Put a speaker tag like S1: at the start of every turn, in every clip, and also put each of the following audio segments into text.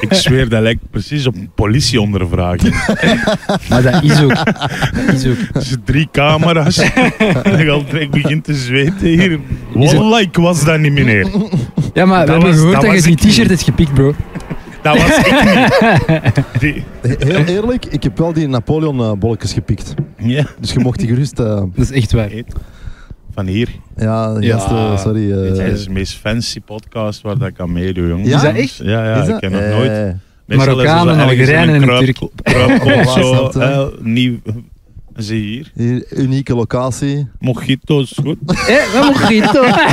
S1: Ik zweer, dat lijkt precies op politieondervraging.
S2: Maar dat is ook. Dat is ook.
S1: Dus drie camera's. ik begin te zweten hier. Wallah, ik was dat niet, meneer.
S2: Ja, maar we
S1: Dat
S2: hebben
S1: was-
S2: gehoord
S1: dat
S2: dat,
S1: was
S2: je
S1: ik
S2: die
S1: niet.
S2: t-shirt hebt gepikt, bro.
S1: Dat was ik niet. Die-
S3: Heel eerlijk, ik heb wel die Napoleon-bolletjes gepikt.
S1: ja.
S3: Dus je mocht die gerust... eh,
S2: Dat is echt waar.
S1: Van hier.
S3: ja,
S2: Ja.
S3: gasten, sorry. eh,
S1: Dit is de meest fancy podcast waar dat ik aan meedoe, jongen.
S3: Ja? Is
S2: dat echt?
S1: Ja, ja
S3: is
S1: ik
S3: dat-
S1: ken nog
S3: Eh,
S1: nooit. Meestal is er zo
S2: Marokkanen,
S1: ergens in
S2: Algerijnen en een
S1: kruip-
S2: Turk.
S1: kruipkop
S3: Ja,
S1: zo,
S3: snap je.
S1: eh, nieuw. Zie hier.
S3: Hier, unieke locatie.
S1: Mojito's, goed.
S2: Hé, wat mocht je toch?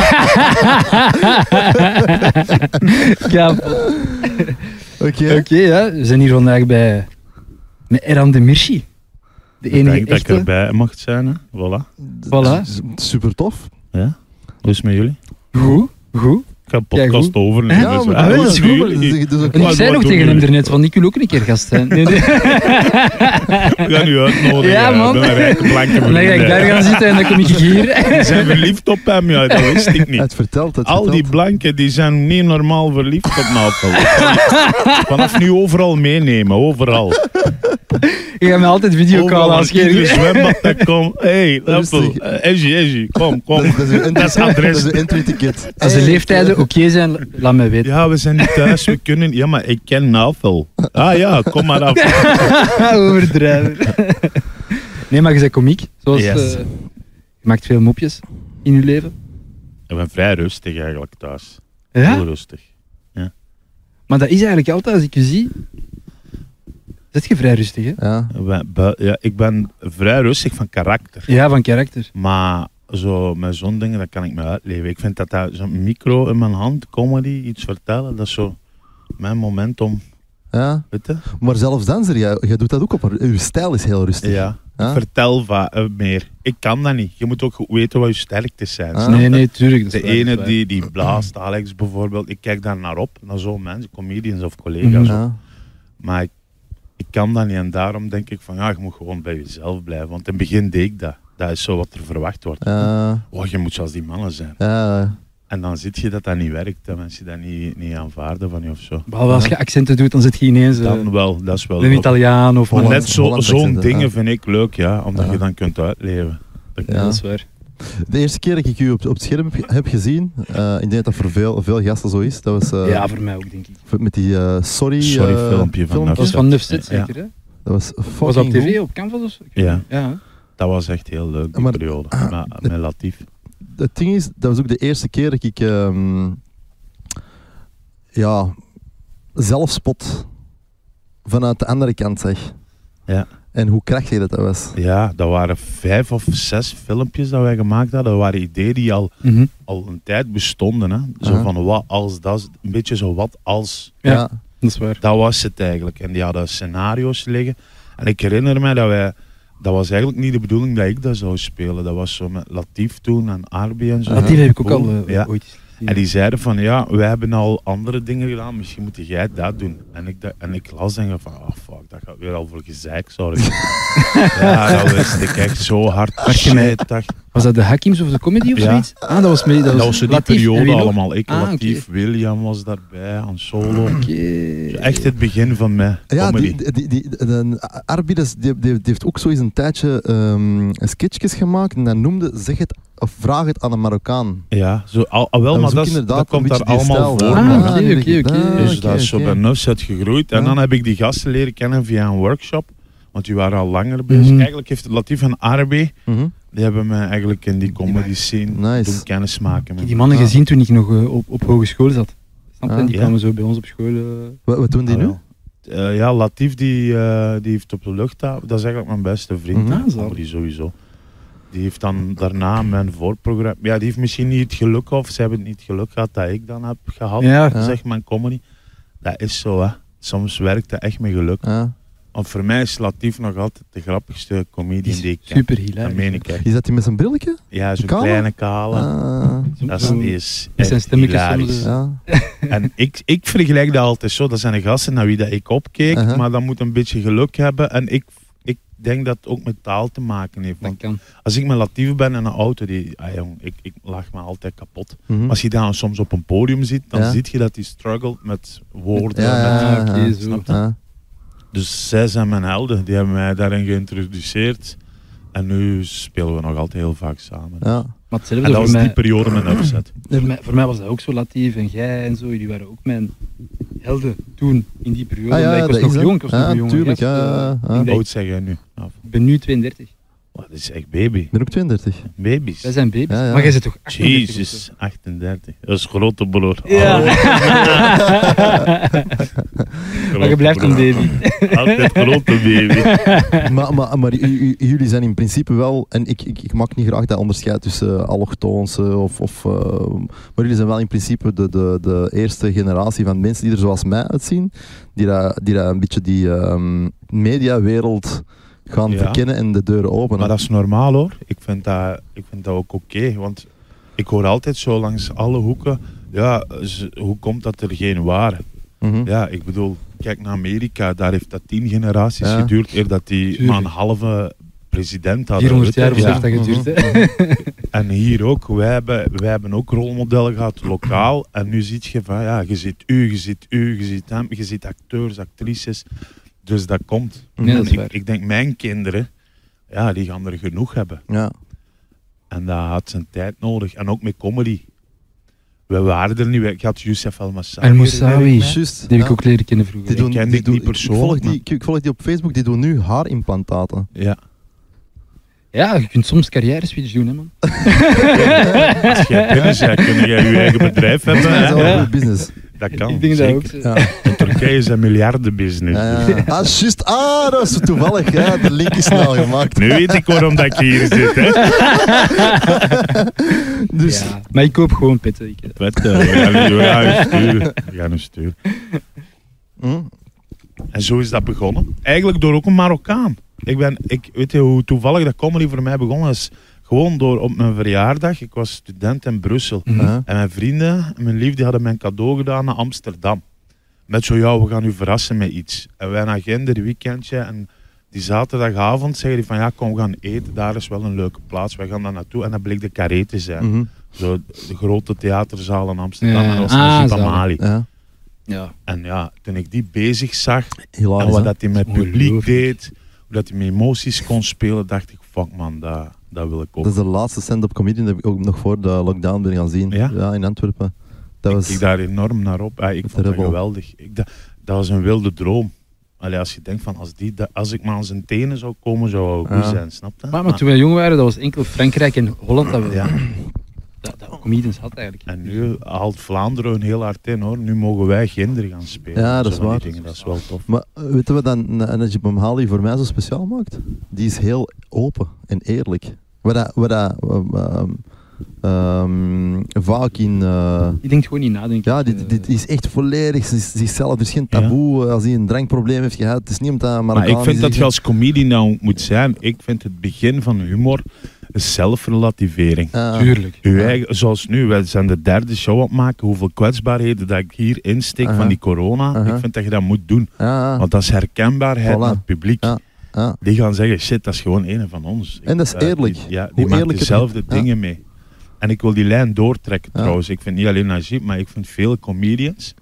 S2: Ja, oké,
S3: Oké.
S2: ja. We zijn hier vandaag bij met Eran de Mirchi. De
S1: Ik
S2: enige
S1: denk dat ik
S2: echte.
S1: erbij mag zijn, hè. Voilà.
S2: Voilà.
S3: Super tof.
S1: Ja. Hoe is het met jullie?
S2: Goed, goed.
S1: Ik ga podcast
S2: Ja, goed.
S1: overnemen.
S3: Ja,
S1: dus-
S3: maar
S1: Ah,
S2: dat
S1: hoe
S2: is
S1: het
S2: goed,
S1: met
S3: maar dat
S1: jullie?
S3: is- dus- dat is ook-
S2: En ik
S1: Wat-
S2: zei
S1: wat
S2: nog
S1: doen
S2: tegen hem
S1: jullie?
S2: daarnet, van ik wil ook een keer gast zijn. Nee, nee.
S1: Ik ga nu eh, uitnodigen.
S2: Ja, man.
S1: Ik ben een rijke blanke
S2: En dan ga ik
S1: vriend,
S2: daar
S1: hè.
S2: gaan zitten en dan kom ik hier.
S1: Ze zijn verliefd op hem, ja, dat wist ik niet.
S3: Het vertelt, het
S1: Al die
S3: vertelt.
S1: blanken die zijn niet normaal verliefd op Nato. Vanaf nu overal meenemen, overal.
S2: Je gaat me altijd videocall
S1: Overal als Oh, ik in een
S2: aanscheren.
S1: zwembad dan kom. Hé, hey, Apple,
S3: Rustig.
S1: eh, Ezzy, Ezzy, kom,
S3: Dat
S1: kom.
S3: is- dat is uw entry-
S1: Dat is adres.
S3: Dat is Eh, uw entry ticket.
S2: Als de leeftijden oké zijn, laat mij weten.
S1: Ja, we zijn niet thuis, we kunnen... Ja, maar ik ken Navel. Ah ja, kom maar af.
S2: Overdrijven. nee, maar je bent komiek. Zoals,
S1: Yes.
S2: eh, je maakt veel mopjes in je leven.
S1: Ik ben vrij rustig eigenlijk thuis. Heel
S2: Ja?
S1: rustig.
S2: Maar dat is eigenlijk altijd, als ik je zie, zit je vrij rustig, hè?
S3: Ja.
S1: Ik ben, bu- ja, ik ben vrij rustig van karakter.
S2: Ja, van karakter.
S1: Maar zo, met zo'n dingen, dat kan ik me uitleven. Ik vind dat, dat zo'n micro in mijn hand, comedy, iets vertellen, dat is zo mijn moment om,
S3: Ja.
S1: weet je?
S3: Maar zelfs danser, jij, jij doet dat ook op een... Uw stijl is heel rustig.
S1: Ja.
S3: Ja.
S1: Vertel va- eh, meer. Ik kan dat niet. Je moet ook goed weten wat je sterktes zijn.
S3: Ah.
S1: snap
S2: Nee,
S1: je?
S2: nee, tuurlijk. dat is
S1: De
S2: waar, dat is
S1: ene
S2: waar.
S1: die, die blaast, Alex bijvoorbeeld, ik kijk daar naar op, naar zo'n mensen, comedians of
S2: Mhm.
S1: collega's.
S3: Ja.
S1: Maar ik, ik kan dat niet en daarom denk ik van, ja, je moet gewoon bij jezelf blijven. Want in het begin deed ik dat. Dat is zo wat er verwacht wordt.
S3: Ja.
S1: Oh, je moet zoals die mannen zijn.
S3: Ja.
S1: En dan zie je dat dat niet werkt, dat mensen dat niet, niet aanvaarden van je of zo.
S2: Behalve als je accenten doet, dan zit je ineens eh,
S1: Dan wel, dat is wel.
S2: een
S1: leuk.
S2: Italiaan of
S1: Maar
S2: een...
S3: Holland-
S1: net zo,
S3: Hollands
S1: zo'n
S3: accent, hè?
S1: dingen
S3: Ja.
S1: vind ik leuk, ja, omdat
S3: Ja.
S1: je dan kunt uitleven. Dat-
S3: Ja.
S2: Dat is waar.
S3: De eerste keer dat ik u op, op het scherm heb, heb gezien, eh, ik denk dat dat voor veel, veel gasten zo is, dat was eh,
S2: Ja, voor mij ook, denk ik.
S3: met die eh, Sorry,
S1: Sorry
S3: eh,
S1: filmpje van
S2: Dat was van Nuf Zit,
S1: Ja.
S2: zeker, hè?
S3: Dat was fucking
S2: Was dat op
S3: goed.
S2: tv, op Canvas of zo? Ik weet
S1: Ja.
S2: niet. Ja.
S1: Dat was echt heel leuk, die
S3: Maar- Ah.
S1: periode. Maar, met Latief.
S3: Het ding is, dat was ook de eerste keer dat ik ehm, ja, zelfspot vanuit de andere kant zag.
S1: Ja.
S3: En hoe krachtig dat, dat was.
S1: Ja, dat waren vijf of zes filmpjes dat wij gemaakt hadden. Dat waren ideeën die al,
S2: Mhm.
S1: al een tijd bestonden. Hè. Zo
S3: Aha.
S1: van wat als dat. is- Een beetje zo wat als.
S2: Ja.
S3: Ja.
S2: Dat is waar.
S1: Dat was het eigenlijk. En die hadden scenario's liggen. En ik herinner me dat wij... Dat was eigenlijk niet de bedoeling dat ik dat zou spelen. Dat was zo met Latif toen en Arbi en zo.
S3: Latif
S2: die heb ik ook
S1: Cool.
S2: al eh,
S1: Ja.
S2: ooit eens gezien.
S1: En die zeiden van, ja, wij hebben al andere dingen gedaan. Misschien moet jij dat doen. En ik, dacht- en ik las en ik van, oh fuck, dat gaat weer al voor gezeik zorgen. ja, dat wist ik echt zo hard.
S2: Dacht je mij-
S1: Shit, dacht-
S2: Was dat de Hakims of de Comedy of
S1: Ja.
S2: zoiets? Ah, dat was mee. Dat,
S1: Dat was zo die
S2: Latif. En
S1: periode
S2: wie nog?
S1: allemaal. Ik,
S2: Ah,
S1: Latif, William was daarbij, Han Solo.
S2: Oké.
S1: Echt het begin van mij.
S3: Ja,
S1: comedy.
S3: die, die, die, die- de Arbi, dat is- die, die, die heeft ook zo eens een tijdje ehm sketchjes gemaakt en dat noemde zeg het of vraag het aan een Marokkaan.
S1: Ja, zo, al, al wel,
S3: Dat was
S1: maar dat,
S3: ook
S1: is-
S3: inderdaad
S1: dat
S3: een
S1: komt daar
S3: beetje die
S1: allemaal
S3: stijl,
S1: voor.
S3: hè?
S2: Ah,
S1: nog.
S2: oké,
S3: nu denk ik
S2: oké, oké.
S3: dat.
S1: Dus dat is zo
S3: oké,
S1: bij
S3: oké.
S1: Nufset gegroeid. En
S3: Ja.
S1: dan heb ik die gasten leren kennen via een workshop. Want die waren al langer bezig.
S2: Mhm.
S1: Eigenlijk heeft Latif en Arbi,
S3: Mhm.
S1: die hebben me eigenlijk in die comedy scene
S3: Nice.
S1: doen kennismaken.
S2: Ik
S1: met
S2: heb die mannen
S3: Ah.
S2: gezien toen ik nog eh, op, op hogeschool zat. Snap je?
S3: Ah.
S2: Die
S1: Ja.
S2: kwamen zo bij ons op school. eh.
S3: Wat, wat doen die
S1: Ah,
S3: nu?
S1: wel. Eh, ja, Latif die, eh, die heeft op de luchthaven, dat is eigenlijk mijn beste vriend.
S3: Mhm.
S2: Ah, zo.
S1: Oh, die sowieso. Die heeft dan daarna mijn voorprogramma. Ja, die heeft misschien niet het geluk of ze hebben het niet het geluk gehad dat ik dan heb gehad.
S2: Ja.
S3: Ja.
S1: Zeg maar comedy. Dat is zo, hè. Soms werkt dat echt met geluk.
S3: Ja.
S1: Want voor mij is Latif nog altijd de grappigste comedian die ik ken.
S2: Super
S1: Dat meen
S2: hilarisch.
S1: ik echt.
S3: Is dat die met zijn brilletje?
S1: Ja, zo'n
S3: Kale?
S1: kleine kale.
S3: Ah,
S1: Dat is, die is
S2: Met zijn
S1: echt
S2: stemmetjes
S1: hilarisch.
S2: soms,
S3: ja.
S1: En ik, ik vergelijk dat altijd zo. Dat zijn de gasten naar wie dat ik opkeek.
S3: Uh-huh.
S1: Maar dat moet een beetje geluk hebben. En ik, ik denk dat het ook met taal te maken heeft.
S2: Dat
S1: Want
S2: kan.
S1: als ik met Latief ben in een auto, die, ah, jong, ik, ik lach me altijd kapot.
S3: Mhm.
S1: Als je daar soms op een podium zit, dan
S3: Ja.
S1: zie je dat hij struggelt met woorden.
S3: Ja, ja,
S1: met-
S3: ja,
S2: Ah, oké,
S3: ja.
S2: zo.
S1: Snap je?
S3: Ja.
S1: Dus zij zijn mijn helden. Die hebben mij daarin geïntroduceerd. En nu spelen we nog altijd heel vaak samen.
S3: Ja.
S2: Maar
S1: En dat
S2: hetzelfde voor
S1: was die
S2: mij,
S1: periode met Upset.
S2: voor, mij, voor mij was dat ook zo latief. En jij en zo, jullie waren ook mijn helden toen, in die periode.
S3: Ah, ja,
S2: omdat ik was
S3: dat
S2: nog
S3: is dat.
S2: jong, ik was nog
S3: Ja,
S2: een jonge
S3: tuurlijk,
S2: gast,
S3: ja, ja,
S2: eh,
S3: ja.
S2: ik denk-
S1: Oud zeg jij nu. Ja,
S2: Ik ben nu 32.
S1: dat is echt baby.
S3: Ik ben ook 32.
S1: Baby's.
S2: Wij zijn baby's.
S3: Ja, ja.
S2: Maar jij zit toch 38 of
S1: Jezus,
S2: zo?
S1: 38. Dat is grote broer.
S2: Ja.
S1: Altijd
S2: maar Ah, je
S1: grote
S2: blijft een
S1: broer.
S2: baby.
S1: Altijd grote baby.
S3: maar maar, maar u- u- jullie zijn in principe wel, en ik, ik, ik maak niet graag dat onderscheid tussen eh, allochtoons eh, of. of eh, maar jullie zijn wel in principe de, de, de eerste generatie van mensen die er zoals mij uitzien, die daar die daar een beetje die ehm, mediawereld gaan
S1: Ja.
S3: verkennen en de deuren openen.
S1: Maar dat is normaal hoor. Ik vind dat, ik vind dat ook oké. want ik hoor altijd zo langs alle hoeken. Ja, ze- hoe komt dat er geen waren?
S3: Mhm.
S1: Ja, ik bedoel, kijk naar Amerika. Daar heeft dat tien generaties
S3: Ja.
S1: geduurd eer dat die
S2: Tuurlijk.
S1: maar een halve president hadden.
S2: 400 jaar of
S1: Ja.
S2: zo heeft dat geduurd. hè.
S1: En hier ook. Wij hebben, wij hebben ook rolmodellen gehad, lokaal. En nu zie je van, ja, je ziet u, je ziet u, je ziet hem, je ziet acteurs, actrices. Dus dat komt.
S2: Ja, dat is
S1: En
S2: waar.
S1: ik, ik denk, mijn kinderen, ja, die gaan er genoeg hebben.
S3: Ja.
S1: En dat had zijn tijd nodig. En ook met comedy. We waren er niet. Ik had Youssef El Massawi.
S2: El Moussawi.
S1: hier.
S3: Juist.
S2: Die heb ik
S3: ja.
S2: ook leren kennen
S3: Die
S2: vroeger.
S3: doen,
S1: kende
S3: die
S1: ik
S3: doen-
S1: niet persoonlijk,
S3: Ik volg, die,
S1: maar-
S3: ik- ik volg die op Facebook, die doen nu haarimplantaten.
S1: Ja.
S2: Ja, je kunt soms carrière switch doen, hè, man.
S1: Als jij binnen bent, kun jij je eigen bedrijf hebben.
S3: Dat is wel
S1: hè?
S3: een goed business.
S1: Dat kan.
S2: ik denk
S1: zeker.
S2: dat ook. zo.
S3: Ja.
S1: In Turkije is een miljardenbusiness.
S3: Ja, ja. Ah, juist. Ah, dat is toevallig. Ja, de link is snel gemaakt.
S1: Nu weet ik waarom dat ik hier zit. Hè.
S3: Dus,
S2: Ja, Maar ik koop gewoon petten. Ik,
S1: Wat, eh, we gaan hem- we gaan hem sturen. We gaan hem sturen.
S3: Hm?
S1: En zo is dat begonnen. Eigenlijk door ook een Marokkaan. Ik ben, ik, weet je hoe toevallig dat comedy voor mij begonnen is? Gewoon door op mijn verjaardag. Ik was student in Brussel.
S2: Hm. Mhm.
S3: Ja.
S1: En mijn vrienden, en mijn lief, die hadden mij een cadeau gedaan naar Amsterdam. Met zo, ja, we gaan u verrassen met iets. En wij naar Gender, weekendje. En die zaterdagavond zeiden die van, ja, kom, we gaan eten. Daar is wel een leuke plaats. Wij gaan daar naartoe. En dat bleek de Carré te zijn.
S3: Mhm.
S1: Zo, de grote theaterzaal in Amsterdam.
S2: Ja.
S1: En dat was
S2: Ah,
S1: Najib
S2: zalig.
S1: Amali.
S3: Ja.
S2: Ja.
S1: En ja, toen ik die bezig zag, en
S3: Hilarisch.
S1: wat
S3: hè?
S1: dat hij met publiek
S2: Ongelooflijk.
S1: deed, hoe dat hij met emoties kon spelen, dacht ik, fuck man, dat, dat wil ik ook.
S3: Dat is de laatste stand-up comedian die ik ook nog voor de lockdown ben gaan zien.
S1: Ja?
S3: in Antwerpen. Dat was...
S1: Ik kijk daar enorm naar op. Ah, ik
S3: Dat
S1: vond dat
S3: hebben we.
S1: geweldig. Ik, dat, dat was een wilde droom. Allee, als je denkt van, als, die, dat- als ik maar aan zijn tenen zou komen, zou het goed
S3: Ja.
S1: zijn, snap je?
S2: Maar, maar toen wij jong waren, dat was enkel Frankrijk en Holland dat we
S1: Ja.
S2: dat, dat comedians had eigenlijk.
S1: En nu haalt Vlaanderen hun heel hard in hoor. Nu mogen wij kinderen gaan spelen.
S3: Ja, dat is
S1: Zo van die
S3: waar.
S1: dingen, dat is wel tof.
S3: Maar eh, weet je wat dan eh, Najib Amhali voor mij zo speciaal maakt? Die is heel open en eerlijk. Wat dat, wat dat, ehm, ehm, ehm, vaak in... eh,
S2: Die denkt gewoon niet nadenken. Eh,
S3: Ja, dit, dit is echt volledig z- zichzelf. Er is geen
S1: Ja.
S3: taboe eh, als hij een drankprobleem heeft gehad. Het is niet omdat hij
S1: Maar
S3: Marokkaan
S1: ik vind
S3: is,
S1: dat
S3: is
S1: je als comedian nou moet zijn. Ik vind het begin van humor is zelfrelativering.
S3: Ah,
S2: Tuurlijk.
S1: Uw
S3: Ja.
S1: eigen, zoals nu, wij zijn de derde show aan het maken. Hoeveel kwetsbaarheden dat ik hier insteek
S3: Aha.
S1: van die corona.
S3: Aha.
S1: Ik vind dat je dat moet doen.
S3: ja, ja,
S1: Want dat is herkenbaarheid
S3: Voilà.
S1: van het publiek.
S3: Ja. ja.
S1: Die gaan zeggen, shit, dat is gewoon een van ons.
S3: En dat is
S1: Eh, die-
S3: eerlijk.
S1: ja, die
S3: Hoe
S1: maakt
S3: eerlijk het-
S1: dezelfde
S3: ja.
S1: dingen mee. En ik wil die lijn doortrekken
S3: Ja.
S1: trouwens. Ik vind niet alleen Najib, maar ik vind veel comedians.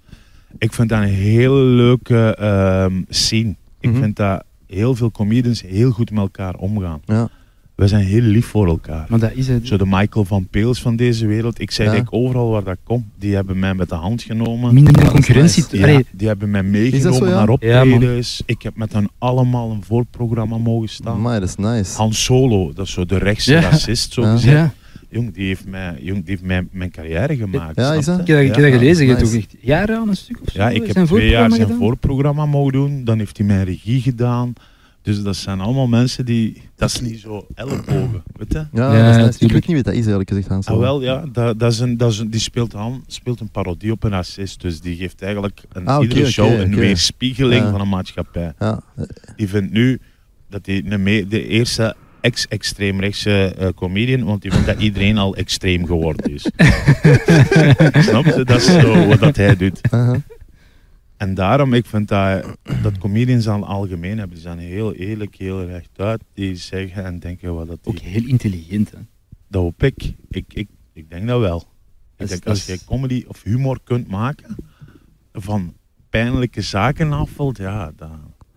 S1: Ik vind dat een heel leuke ehm, scene. Ik
S3: Mhm.
S1: vind dat heel veel comedians heel goed met elkaar omgaan.
S3: Ja.
S1: We zijn heel lief voor elkaar.
S2: Maar dat is het.
S1: Zo de Michael van Peels van deze wereld. Ik zei
S3: Ja.
S1: denk overal waar dat komt. Die hebben mij met de hand genomen.
S2: Minder concurrentie.
S1: Ja,
S2: Allee,
S1: die hebben mij
S3: Is dat
S1: meegenomen
S3: zo, ja?
S1: naar
S2: Ja, man.
S1: optredens. ik heb met hen allemaal een voorprogramma mogen staan.
S3: Amai, dat is nice.
S1: Han Solo, dat is zo de rechtse
S2: Ja.
S1: racist, zo
S3: Ja.
S1: gezegd.
S2: ja.
S1: Jong, die heeft, mij, jong, die heeft mij, mijn carrière gemaakt.
S3: Ja,
S1: snap
S3: is dat?
S1: je?
S2: Ik heb, dat- ik heb
S1: Ja.
S2: dat gelezen. Je hebt
S3: nice.
S2: ook echt jaren aan een stuk of zo.
S1: Ja, ik
S2: zijn
S1: heb twee jaar
S2: voorprogramma
S1: zijn
S2: gedaan.
S1: voorprogramma mogen doen. Dan heeft hij mijn regie gedaan. Dus dat zijn allemaal mensen die... Dat is niet zo ellebogen, weet je?
S3: Ja,
S2: Ja,
S3: dat is nice. Ik
S2: natuurlijk.
S3: weet niet wat dat is eigenlijk gezegd. Hans.
S1: Ah, wel, ja, dat, dat is een, dat is een, die speelt, Han speelt een parodie op een racist. Dus die geeft eigenlijk een,
S3: Ah, oké,
S1: iedere show
S3: oké,
S1: een
S3: oké.
S1: weerspiegeling
S3: Ja.
S1: van een maatschappij.
S3: Ja.
S1: Die vindt nu dat hij een me- de eerste ex-extreemrechtse eh, comedian, want die vindt dat iedereen al extreem
S3: Uh-huh.
S1: geworden is. Snap je? Dat is zo wat dat hij doet.
S3: aha.
S1: En daarom, ik vind dat, dat comedians aan het algemeen hebben. Die zijn heel eerlijk, heel rechtuit. Die zeggen en denken wat dat die-
S2: Ook heel intelligent. Hè?
S1: Dat hoop ik. Ik, ik, ik denk dat wel.
S2: Dat is-
S1: ik denk,
S2: dat
S1: als
S2: is-
S1: je comedy of humor kunt maken van pijnlijke zaken afvalt, ja, dat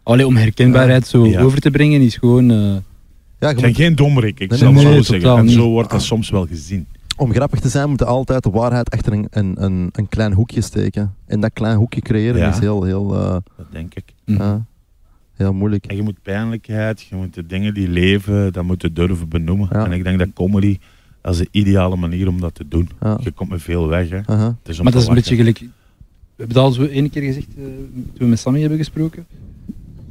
S2: Allee, om herkenbaarheid zo
S1: Ja.
S2: over te brengen is gewoon... eh,
S3: Ja, je
S1: ik
S3: moet-
S1: zijn geen dommerik, ik
S3: Nee,
S1: zal
S3: nee,
S1: het zo
S2: nee,
S1: zeggen.
S2: totaal
S1: En zo
S2: niet. Ah.
S1: wordt dat soms wel gezien.
S3: om grappig te zijn, moet je altijd de waarheid achter een, een, een, een klein hoekje steken. En dat klein hoekje creëren
S1: Ja.
S3: is heel, heel, eh,
S1: Dat denk ik.
S2: mm.
S3: ja, heel moeilijk.
S1: En je moet pijnlijkheid, je moet de dingen die leven, dat moet je durven benoemen.
S3: Ja.
S1: En ik denk dat comedy, dat is de ideale manier om dat te doen.
S3: Ja.
S1: Je komt met veel weg, hè.
S3: Aha.
S1: Het is om
S2: Maar
S1: te
S2: dat is een beetje
S1: lachen.
S2: gelijk. We hebben dat al zo één keer gezegd eh, toen we met Sammy hebben gesproken.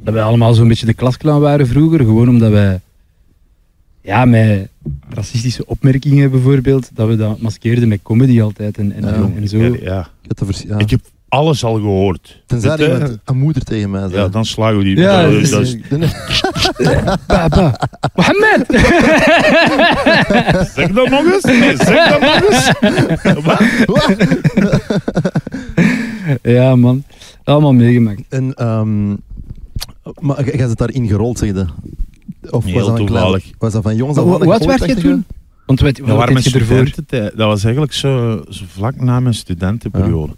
S2: Dat wij allemaal zo'n beetje de klasclown waren vroeger. Gewoon omdat wij. Ja, met racistische opmerkingen bijvoorbeeld. Dat we dat maskeerden met comedy altijd. En, en,
S3: Ja,
S2: en, en zo.
S1: Ja, ja.
S3: Ik heb te vers- ja.
S1: Ik heb alles al gehoord.
S3: Tenzij
S1: Dit, hè?
S3: iemand een moeder tegen mij zei.
S1: Ja, dan slaan we die.
S2: Ja,
S1: dat
S2: dat
S1: is- dat is-
S2: Baba! Mohammed!
S1: Zeg dat nog eens. Nee, zeg dat nog eens. Wat?
S2: ja, man. Allemaal meegemaakt.
S3: En, ehm, maar jij jij zit daarin gerold, zeg je? Of
S1: Heel
S3: was dat, een
S1: toevallig.
S3: Klein, was dat van jongens?
S2: Wa-
S3: af aan
S2: Wat,
S3: een
S2: werd je
S3: golfachtige?
S2: toen? Want wat,
S1: Dat,
S2: wat
S1: waren
S2: deed je
S1: mijn
S2: ervoor?
S1: studententijd. dat was eigenlijk zo, zo vlak na mijn studentenperiode.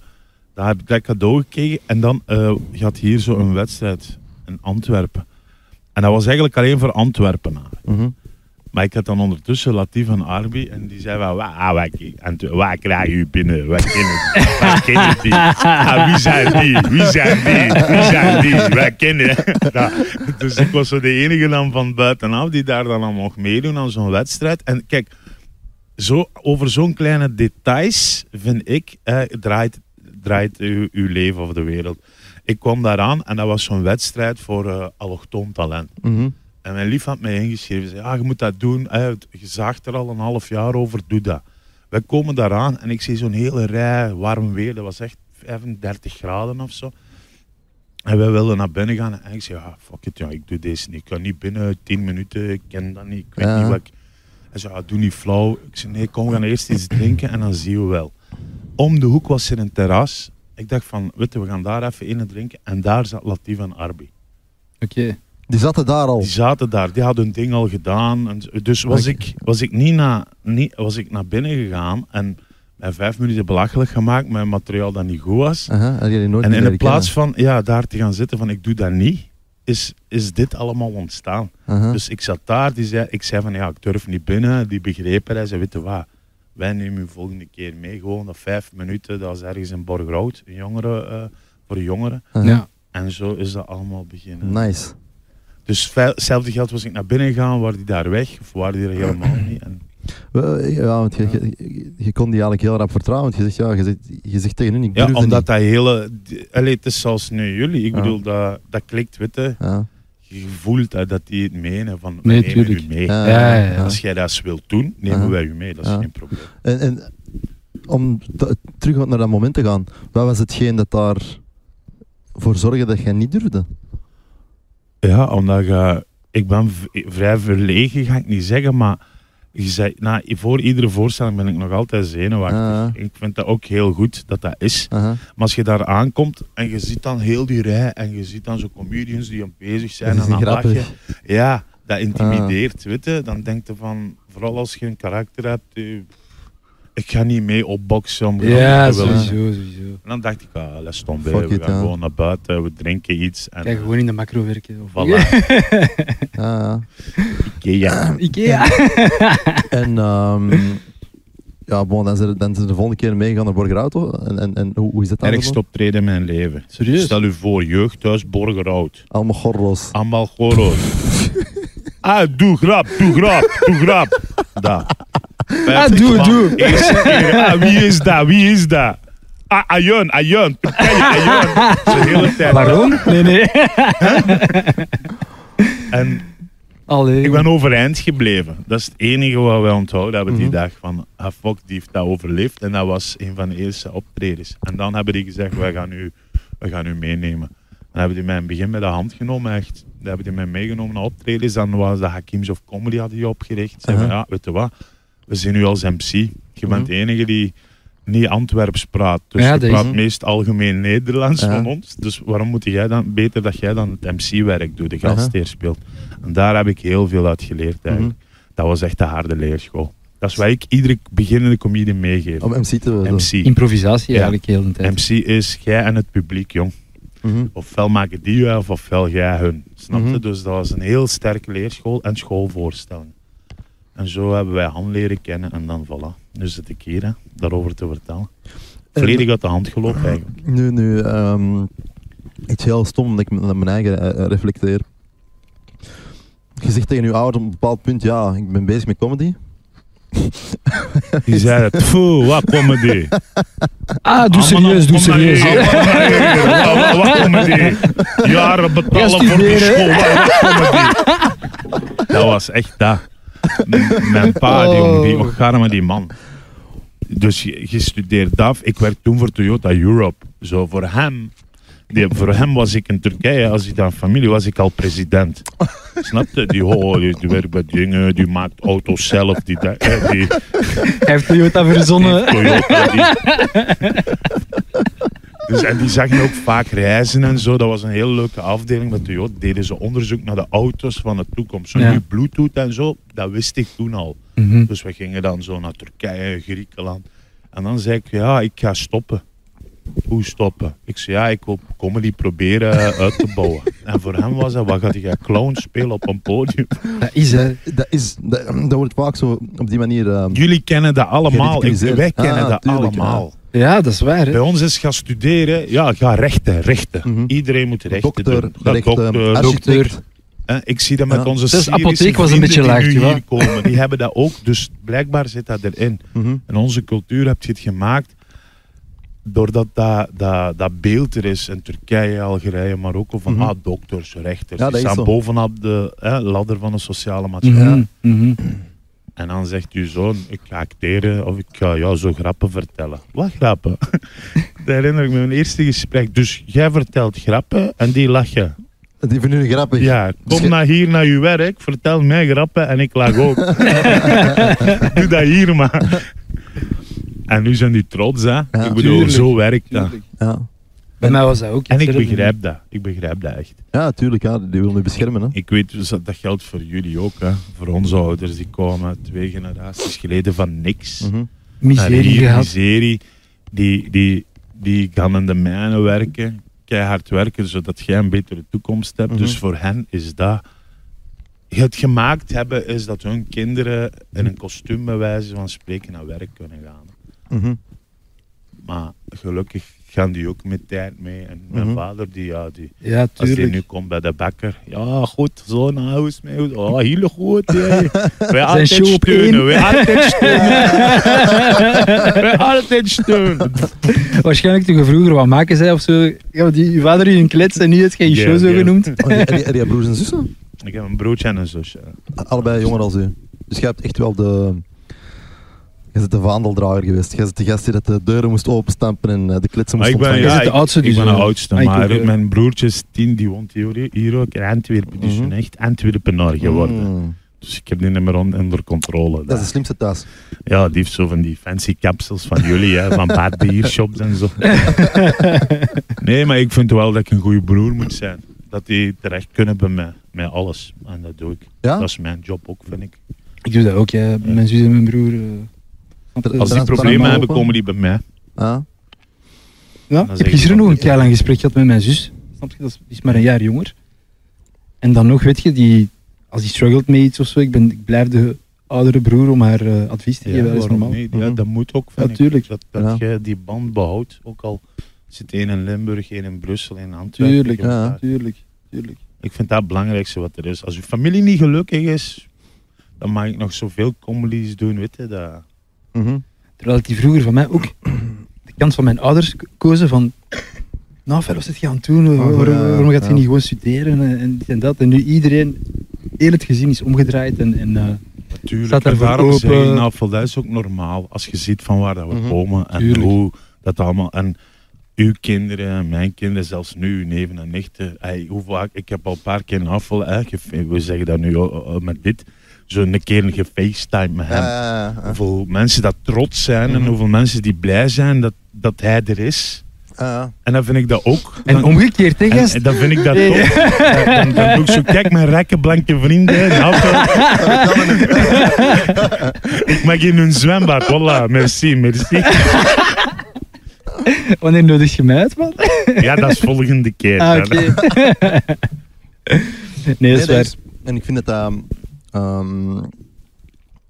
S1: Daar heb ik dat cadeau gekregen en dan eh, je had hier zo een wedstrijd in Antwerpen. En dat was eigenlijk alleen voor Antwerpenaren.
S3: Mhm.
S1: Maar ik had dan ondertussen Latif en Arbi en die zei van, "Wa- ah, wij, en toen, "Wij krijgen u binnen, wij kennen, wij kennen die. Ah, wie zijn die? Wie zijn die? Wie zijn die? Wij kennen. Ja, dus ik was zo de enige dan van buitenaf die daar dan aan mocht meedoen aan zo'n wedstrijd. En kijk, zo, over zo'n kleine details vind ik, eh, draait, draait uw, uw leven of de wereld. Ik kwam daaraan en dat was zo'n wedstrijd voor eh allochtoon talent.
S3: Mhm.
S1: En mijn lief had mij ingeschreven. Zei, ja, je moet dat doen. hè, het- Je zaagt er al een half jaar over. Doe dat. We komen daaraan en ik zie zo'n hele rij warm weer. Dat was echt 35 graden of zo. En wij wilden naar binnen gaan. En ik zei, ja, fuck it, ja, ik doe deze niet. Ik kan niet binnen 10 minuten. Ik ken dat niet. Ik weet
S3: Ja.
S1: niet wat ik... Hij zei, ja, doe niet flauw. Ik zei, nee, kom, we gaan eerst iets drinken en dan zien we wel. Om de hoek was er een terras. Ik dacht van, weet je, we gaan daar even in en drinken. En daar zat Latif en Arbi.
S2: Oké.
S3: Die zaten daar al.
S1: Die zaten daar, die hadden hun ding al gedaan. En, z- dus was
S3: Oké.
S1: ik, was ik niet na, niet, was ik naar binnen gegaan en mij vijf minuten belachelijk gemaakt met materiaal dat niet goed was.
S3: Aha, hadden jullie nooit
S1: En in
S3: leren
S1: de plaats van ja, daar te gaan zitten van ik doe dat niet, is, is dit allemaal ontstaan.
S3: kennen. Aha.
S1: Dus ik zat daar, die zei, ik zei van ja, ik durf niet binnen. Die begrepen, hij zei, weet je wat, wij nemen u volgende keer mee. Gewoon dat vijf minuten, dat was ergens in Borgrout, een jongere, eh, voor jongeren.
S3: Aha.
S2: Ja.
S1: En zo is dat allemaal beginnen.
S3: Nice.
S1: Dus vij- hetzelfde geld was ik naar binnen gegaan, waren die daar weg of waren die er helemaal niet. En
S3: Eh, Ja, want je, je, je- je kon die eigenlijk heel rap vertrouwen. Want je zegt, ja, je zegt, je zegt tegen hun, ik
S1: ja,
S3: durfde
S1: omdat
S3: niet.
S1: dat hele. die- Allee, het is zoals nu jullie. Ik
S3: Ja.
S1: bedoel, dat, dat klikt, weet je.
S3: Ja.
S1: Je voelt dat, dat die het menen van we
S2: Nee,
S1: nemen
S2: tuurlijk.
S1: u mee.
S3: Ja,
S2: Ja, ja, ja.
S1: Als jij dat wilt doen, nemen
S3: Ja.
S1: wij u mee. Dat is
S3: Ja.
S1: geen probleem.
S3: En, en om te- terug naar dat moment te gaan, wat was hetgeen dat daar voor zorgde dat jij niet durfde?
S1: Ja, omdat je- ik ben v- vrij verlegen, ga ik niet zeggen, maar je zei, nou, voor iedere voorstelling ben ik nog altijd zenuwachtig.
S3: Ja.
S1: Ik vind dat ook heel goed dat dat is.
S3: Aha.
S1: Maar als je daar aankomt en je ziet dan heel die rij en je ziet dan zo comedians die aan bezig zijn
S3: dat is
S1: en
S3: niet
S1: aan het lachen.
S3: grappig.
S1: Ja, dat intimideert, weet je. Dan denk je van, vooral als je een karakter hebt, eh, ik ga niet mee opboksen om
S2: Ja,
S1: grappig te willen.
S2: sowieso, sowieso.
S1: En dan dacht ik, ah, les stom, we
S3: Fuck
S1: gaan
S3: it, ja.
S1: gewoon naar buiten, we drinken iets en
S2: Kijk, gewoon in de macro werken. Of...
S1: voilà.
S3: Ja, ja.
S1: Ikea.
S2: Ikea!
S3: En ehm, ja, bon, dan, zijn ze, dan zijn ze de volgende keer meegegaan naar Borgerauto. En, en, en hoe, hoe is dat dan?
S1: Ergst optreden in mijn leven.
S2: Serieus?
S1: Stel u voor, jeugdhuis Borgerhout.
S3: Allemaal gorros.
S1: Allemaal goros. ah, doe grap, doe grap, doe grap. Da.
S2: Ah, doe,
S1: Man,
S2: doe.
S1: eerste keer. Ah, wie is dat, wie is dat? Ah, Ayun, Ayun, Turkije, Ayun. De hele tijd.
S2: Waarom? Nee, nee.
S1: En
S2: Allee.
S1: ik ben overeind gebleven. Dat is het enige wat wij onthouden hebben die
S3: Mhm.
S1: dag. Van, ah, fuck, die heeft dat overleefd. En dat was een van de eerste optredens. En dan hebben die gezegd, wij gaan u, wij gaan u meenemen. Dan hebben die mij in het begin met de hand genomen. Echt, dan hebben die mij meegenomen naar optredens. Dan was dat Hakims of Comedy hadden die opgericht. Zeiden van,
S3: Aha.
S1: ja, weet je wat, we zien u als MC. Je bent
S3: Mhm. Mhm.
S1: de enige die niet Antwerps praat. Dus
S2: Ja,
S1: je
S2: dat is-
S1: praat meest algemeen Nederlands
S3: Ja.
S1: van ons. Dus waarom moet jij dan beter dat jij dan het MC-werk doet, de
S3: Aha.
S1: gastheer speelt? En daar heb ik heel veel uit geleerd eigenlijk. Dat was echt de harde leerschool. Dat is wat ik iedere beginnende comedian meegeef.
S3: Om MC te worden.
S1: MC.
S2: Improvisatie
S1: Ja.
S2: eigenlijk heel de tijd.
S1: MC is jij en het publiek, jong.
S3: Mhm.
S1: Ofwel maken die je of ofwel jij hun. Snap je?
S3: Mhm.
S1: Dus dat was een heel sterke leerschool en schoolvoorstelling. En zo hebben wij Han leren kennen en dan voilà. Nu zit ik hier, hè, daarover te vertellen. Volledig uit de hand gelopen eigenlijk.
S3: Nu, nu, ehm, iets heel stom, dat ik m- naar mijn eigen eh, eh, reflecteer. Je zegt tegen je ouders op een bepaald punt, ja, ik ben bezig met comedy.
S1: Die zei het, foe, wat comedy.
S2: Ah, doe serieus, doe serieus.
S1: Ah, Wat wat comedy. Jaren betalen voor die
S2: studeren,
S1: school, wat wat comedy. Dat was echt dat. M- Mijn pa,
S2: Oh.
S1: die jongen, die ocharme die man. Dus je, je studeert af. Ik werkte toen voor Toyota Europe. Zo voor hem. Die, voor hem was ik in Turkije, als ik daar familie was, ik al president. Snap je? Die, ho, die, die werkt bij dingen, die maakt auto's zelf. Die, dat- eh, die,
S2: Hij heeft Toyota verzonnen.
S1: Toyota, die- Dus, en die zag je ook vaak reizen en zo. Dat was een heel leuke afdeling bij Toyota. Deden ze onderzoek naar de auto's van de toekomst. Zo
S2: Ja.
S1: nu Bluetooth en zo, dat wist ik toen al.
S2: Mhm.
S1: Dus we gingen dan zo naar Turkije, Griekenland. En dan zei ik, ja, ik ga stoppen. Hoe stoppen? Ik zei, ja, ik wil comedy proberen eh, uit te bouwen. En voor hem was dat, wat gaat hij gaan clown spelen op een podium?
S2: Dat is hè.
S3: Dat, is, dat, dat wordt vaak zo op die manier... ehm,
S1: Jullie kennen dat allemaal. Ik-
S3: Geridiculiseerd.
S1: Wij kennen
S3: Ah,
S1: dat
S3: tuurlijk, ja.
S1: allemaal.
S2: Ja, dat is waar. Hè.
S1: Bij ons is gaan studeren, ja, ga rechten, rechten.
S3: Mhm.
S1: Iedereen moet rechten
S3: dokter,
S1: doen. Ja,
S3: rechter,
S1: dokter,
S3: architect.
S1: hè, ik zie dat met
S3: Ja.
S1: onze
S2: Dus
S1: Syrische
S2: apotheek was een
S1: vrienden
S2: beetje
S1: die
S2: laag,
S1: nu
S2: ja.
S1: hier komen. Die hebben dat ook, dus blijkbaar zit dat erin.
S3: Mhm.
S1: En onze cultuur heb je het gemaakt doordat dat, dat, dat beeld er is in Turkije, Algerije, Marokko, van
S3: Mhm.
S1: ah, dokters, rechters,
S3: Ja, dat
S1: die
S3: is
S1: staan
S3: zo.
S1: bovenop de hè, ladder van de sociale maatschappij.
S2: Mhm, mhm.
S1: En dan zegt uw zoon, ik ga acteren of ik ga jou zo grappen vertellen. Wat grappen? Daar herinner ik me mijn eerste gesprek. Dus jij vertelt grappen en die lachen.
S3: Die vinden jullie grappig.
S1: Ja,
S3: Dus
S1: kom
S3: je-
S1: naar hier naar uw werk, vertel mij grappen en ik lach ook. Doe dat hier maar. En nu zijn die trots hè. ik bedoel,
S2: tuurlijk.
S1: zo werkt dat.
S3: Ja.
S2: Bij mij was dat ook.
S1: En ik
S2: hetzelfde.
S1: begrijp dat. Ik begrijp dat echt.
S3: ja, tuurlijk, ja, die willen je beschermen. Hè.
S1: Ik weet, dus dat dat geldt voor jullie ook hè. Voor onze ouders, die komen twee generaties geleden van niks.
S3: Mhm.
S2: Miserie
S1: Hier,
S2: gehad.
S1: miserie. Die, die, die gaan in de mijnen werken, keihard werken, zodat jij een betere toekomst hebt.
S3: Mhm.
S1: Dus voor hen is dat... Het gemaakt hebben is dat hun kinderen in een kostuum bij wijze van spreken naar werk kunnen gaan.
S3: Mhm.
S1: Maar gelukkig gaan die ook met tijd mee. En mijn
S3: Mhm.
S1: vader, die, ja, die,
S2: Ja,
S1: als die
S2: tuurlijk.
S1: nu komt bij de bakker. Ja, goed, zo'n huis mee. Oh, heel goed. Ja. Wij altijd
S2: show op
S1: steunen,
S2: één.
S1: wij altijd steunen. wij altijd steunen.
S2: Waarschijnlijk toen je vroeger wat maken zei of zo. Ja, die, je vader in een klets en nu heeft geen
S1: Ja,
S2: show zo
S1: ja.
S2: genoemd.
S3: Oh, en die- en die- en die broers en zussen?
S1: Ik heb een broertje en een zusje.
S3: Allebei jonger als u. Dus jij hebt echt wel de... Jij bent de vaandeldrager geweest. Jij bent de gast die dat de deuren moest openstampen en eh, de klitsen
S1: Maar
S3: moest
S1: ik ben,
S3: ontvangen.
S2: Jij
S1: ja,
S2: zit de
S1: ik,
S2: oudste,
S1: ik
S2: dus,
S1: ben de
S2: eh,
S1: oudste,
S2: ah, ik
S1: maar
S2: ook, eh.
S1: mijn broertje is tien, die woont hier, hier ook in Antwerpen. Dus
S3: Mhm.
S1: een echt Antwerpenaar geworden.
S3: Mm.
S1: Dus ik heb die niet meer on- onder controle.
S3: Dat is de slimste thuis.
S1: Ja, die heeft zo van die fancy capsules van jullie, hè, van baardbeheershops en zo. nee, maar ik vind wel dat ik een goede broer moet zijn. Dat die terecht kunnen bij mij, met alles. En dat doe ik.
S3: Ja?
S1: Dat is mijn job ook, vind ik.
S2: Ik doe dat ook, ja. Bij Mijn zus en mijn broer. eh.
S1: Als die
S3: dat is
S1: problemen
S3: allemaal
S1: hebben,
S3: open.
S1: komen die bij mij.
S3: Ja?
S2: Ja,
S1: Dan
S2: ik
S1: zeg
S2: heb
S1: ik van,
S2: gisteren nog een
S1: ja.
S2: keer lang gesprek gehad met mijn zus. Snap je? Dat is- die is maar een jaar jonger. En dan nog, weet je, die, als die struggelt met iets of zo, ik, ben, ik blijf de oudere broer om haar eh, advies te geven. dat is
S1: waarom
S2: normaal.
S1: niet? Ja,
S3: Mhm.
S1: dat moet ook, vind
S2: Ja,
S1: ik.
S2: tuurlijk.
S1: Dat, dat
S3: Ja.
S1: je die band behoudt, ook al zit één in Limburg, één in Brussel, één in Antwerpen.
S2: Tuurlijk,
S1: Je moet
S3: ja.
S1: daar-
S2: tuurlijk, tuurlijk.
S1: Ik vind dat het belangrijkste wat er is. Als je familie niet gelukkig is, dan mag ik nog zoveel comedies doen, weet je dat.
S3: Mhm.
S2: Terwijl ik die vroeger van mij ook de kant van mijn ouders k- kozen van... Nou, verder, wat zit je aan het doen? Waar-
S3: Oh,
S2: waar-
S3: ja,
S2: waarom gaat je
S3: ja.
S2: niet gewoon studeren? En, en dit en dat. En nu iedereen, heel het gezin is omgedraaid. En, en, eh, Staat
S1: Natuurlijk,
S2: daar
S1: en
S2: voor
S1: daarom zeg ik,
S2: open.
S1: nou, vol, dat is ook normaal. Als je ziet van waar dat we
S3: Mhm.
S1: komen en
S2: Tuurlijk.
S1: hoe dat allemaal... En uw kinderen, mijn kinderen, zelfs nu, uw neven en nichten. Ey, hoe vaak, ik heb al een paar keer een afval, hè, ge- we zeggen dat nu oh, oh, oh, met dit. zo een keer gefacetimed met hem.
S3: Ah, Ja, ja, ja.
S1: Hoeveel mensen dat trots zijn en
S3: Mhm.
S1: hoeveel mensen die blij zijn dat, dat hij er is.
S3: Ah, Ja, ja.
S1: En dan vind ik dat ook.
S2: En
S1: dan-
S2: omgekeerd, hè,
S1: en-
S2: gast?
S1: en dan vind ik dat
S2: Nee.
S1: ook. Dan, dan doe ik zo, kijk mijn rijke blanke vrienden. nou, toch. ik mag in hun zwembad. Voilà, merci, merci.
S2: Wanneer nodig je mij uit, man?
S1: Ja, dat is volgende keer.
S2: Ah,
S1: dan.
S2: oké. nee, dat is
S3: Nee,
S2: waar.
S3: dat is- En ik vind dat... ehm, ehm,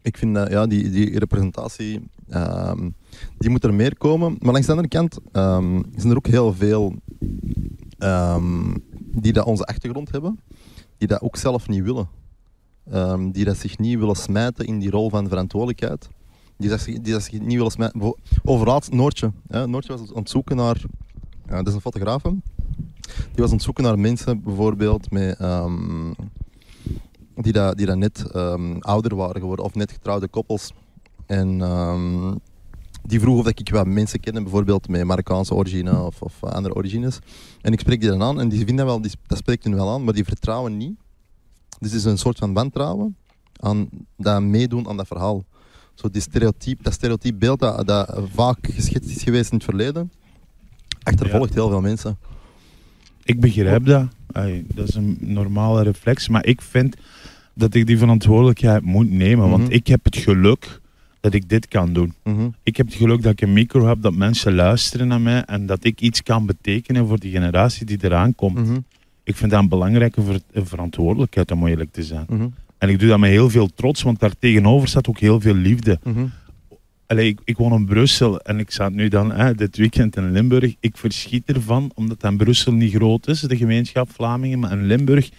S3: ik vind dat, ja, die, die representatie, ehm, die moet er meer komen. Maar langs de andere kant ehm, zijn er ook heel veel ehm, die dat onze achtergrond hebben, die dat ook zelf niet willen. Ehm, die dat zich niet willen smijten in die rol van verantwoordelijkheid. Die dat, zich- die dat zich niet willen smijten. Bijvo- Overal Noortje. Hè. Noortje was aan het zoeken naar... ja, dat is een fotograaf, hè. Die was aan het zoeken naar mensen, bijvoorbeeld, met, ehm, die, dat, die dat net ehm, ouder waren geworden of net getrouwde koppels. En ehm, die vroegen of dat ik wat mensen kende, bijvoorbeeld met Marokkaanse origine of, of andere origines. En ik spreek die dan aan en die vinden dat wel, die, dat spreekt hun wel aan, maar die vertrouwen niet. Dus het is een soort van wantrouwen aan dat meedoen aan dat verhaal. Zo die stereotype, dat stereotype beeld dat, dat vaak geschetst is geweest in het verleden, achtervolgt heel veel mensen.
S1: Ik begrijp dat. Ai, dat is een normale reflex. Maar ik vind dat ik die verantwoordelijkheid moet nemen. Want
S3: Mhm.
S1: ik heb het geluk dat ik dit kan doen.
S3: Mhm.
S1: Ik heb het geluk dat ik een micro heb, dat mensen luisteren naar mij en dat ik iets kan betekenen voor die generatie die eraan komt.
S3: Mhm.
S1: Ik vind dat een belangrijke ver- een verantwoordelijkheid om eerlijk te zijn.
S3: Mhm.
S1: En ik doe dat met heel veel trots, want daar tegenover staat ook heel veel liefde.
S3: Mhm.
S1: Allee, ik, ik woon in Brussel en ik zat nu dan hè, dit weekend in Limburg. Ik verschiet ervan, omdat dat in Brussel niet groot is, de gemeenschap Vlamingen, maar in Limburg,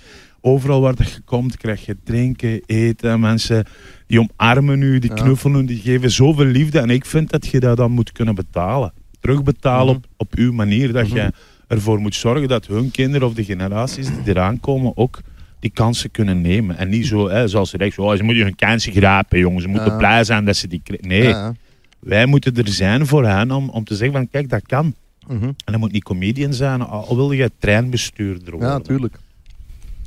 S1: overal waar dat je komt, krijg je drinken, eten, mensen die omarmen u, die
S3: Ja.
S1: knuffelen u, die geven zoveel liefde. En ik vind dat je dat dan moet kunnen betalen. Terugbetalen
S3: Mhm.
S1: op, op uw manier, dat
S3: Mhm.
S1: je ervoor moet zorgen dat hun kinderen of de generaties die eraan komen ook die kansen kunnen nemen. En niet zo, hè, zoals ze zeggen, oh, ze moeten hun kansen grijpen, jongens. Ze moeten
S3: Mhm. Ja.
S1: blij zijn dat ze die krijgen. Nee,
S3: Ja, ja.
S1: wij moeten er zijn voor hen om, om te zeggen van kijk, dat kan.
S3: Mhm.
S1: En dat moet niet comedian zijn, al al wil je treinbestuurder worden.
S3: Ja, tuurlijk.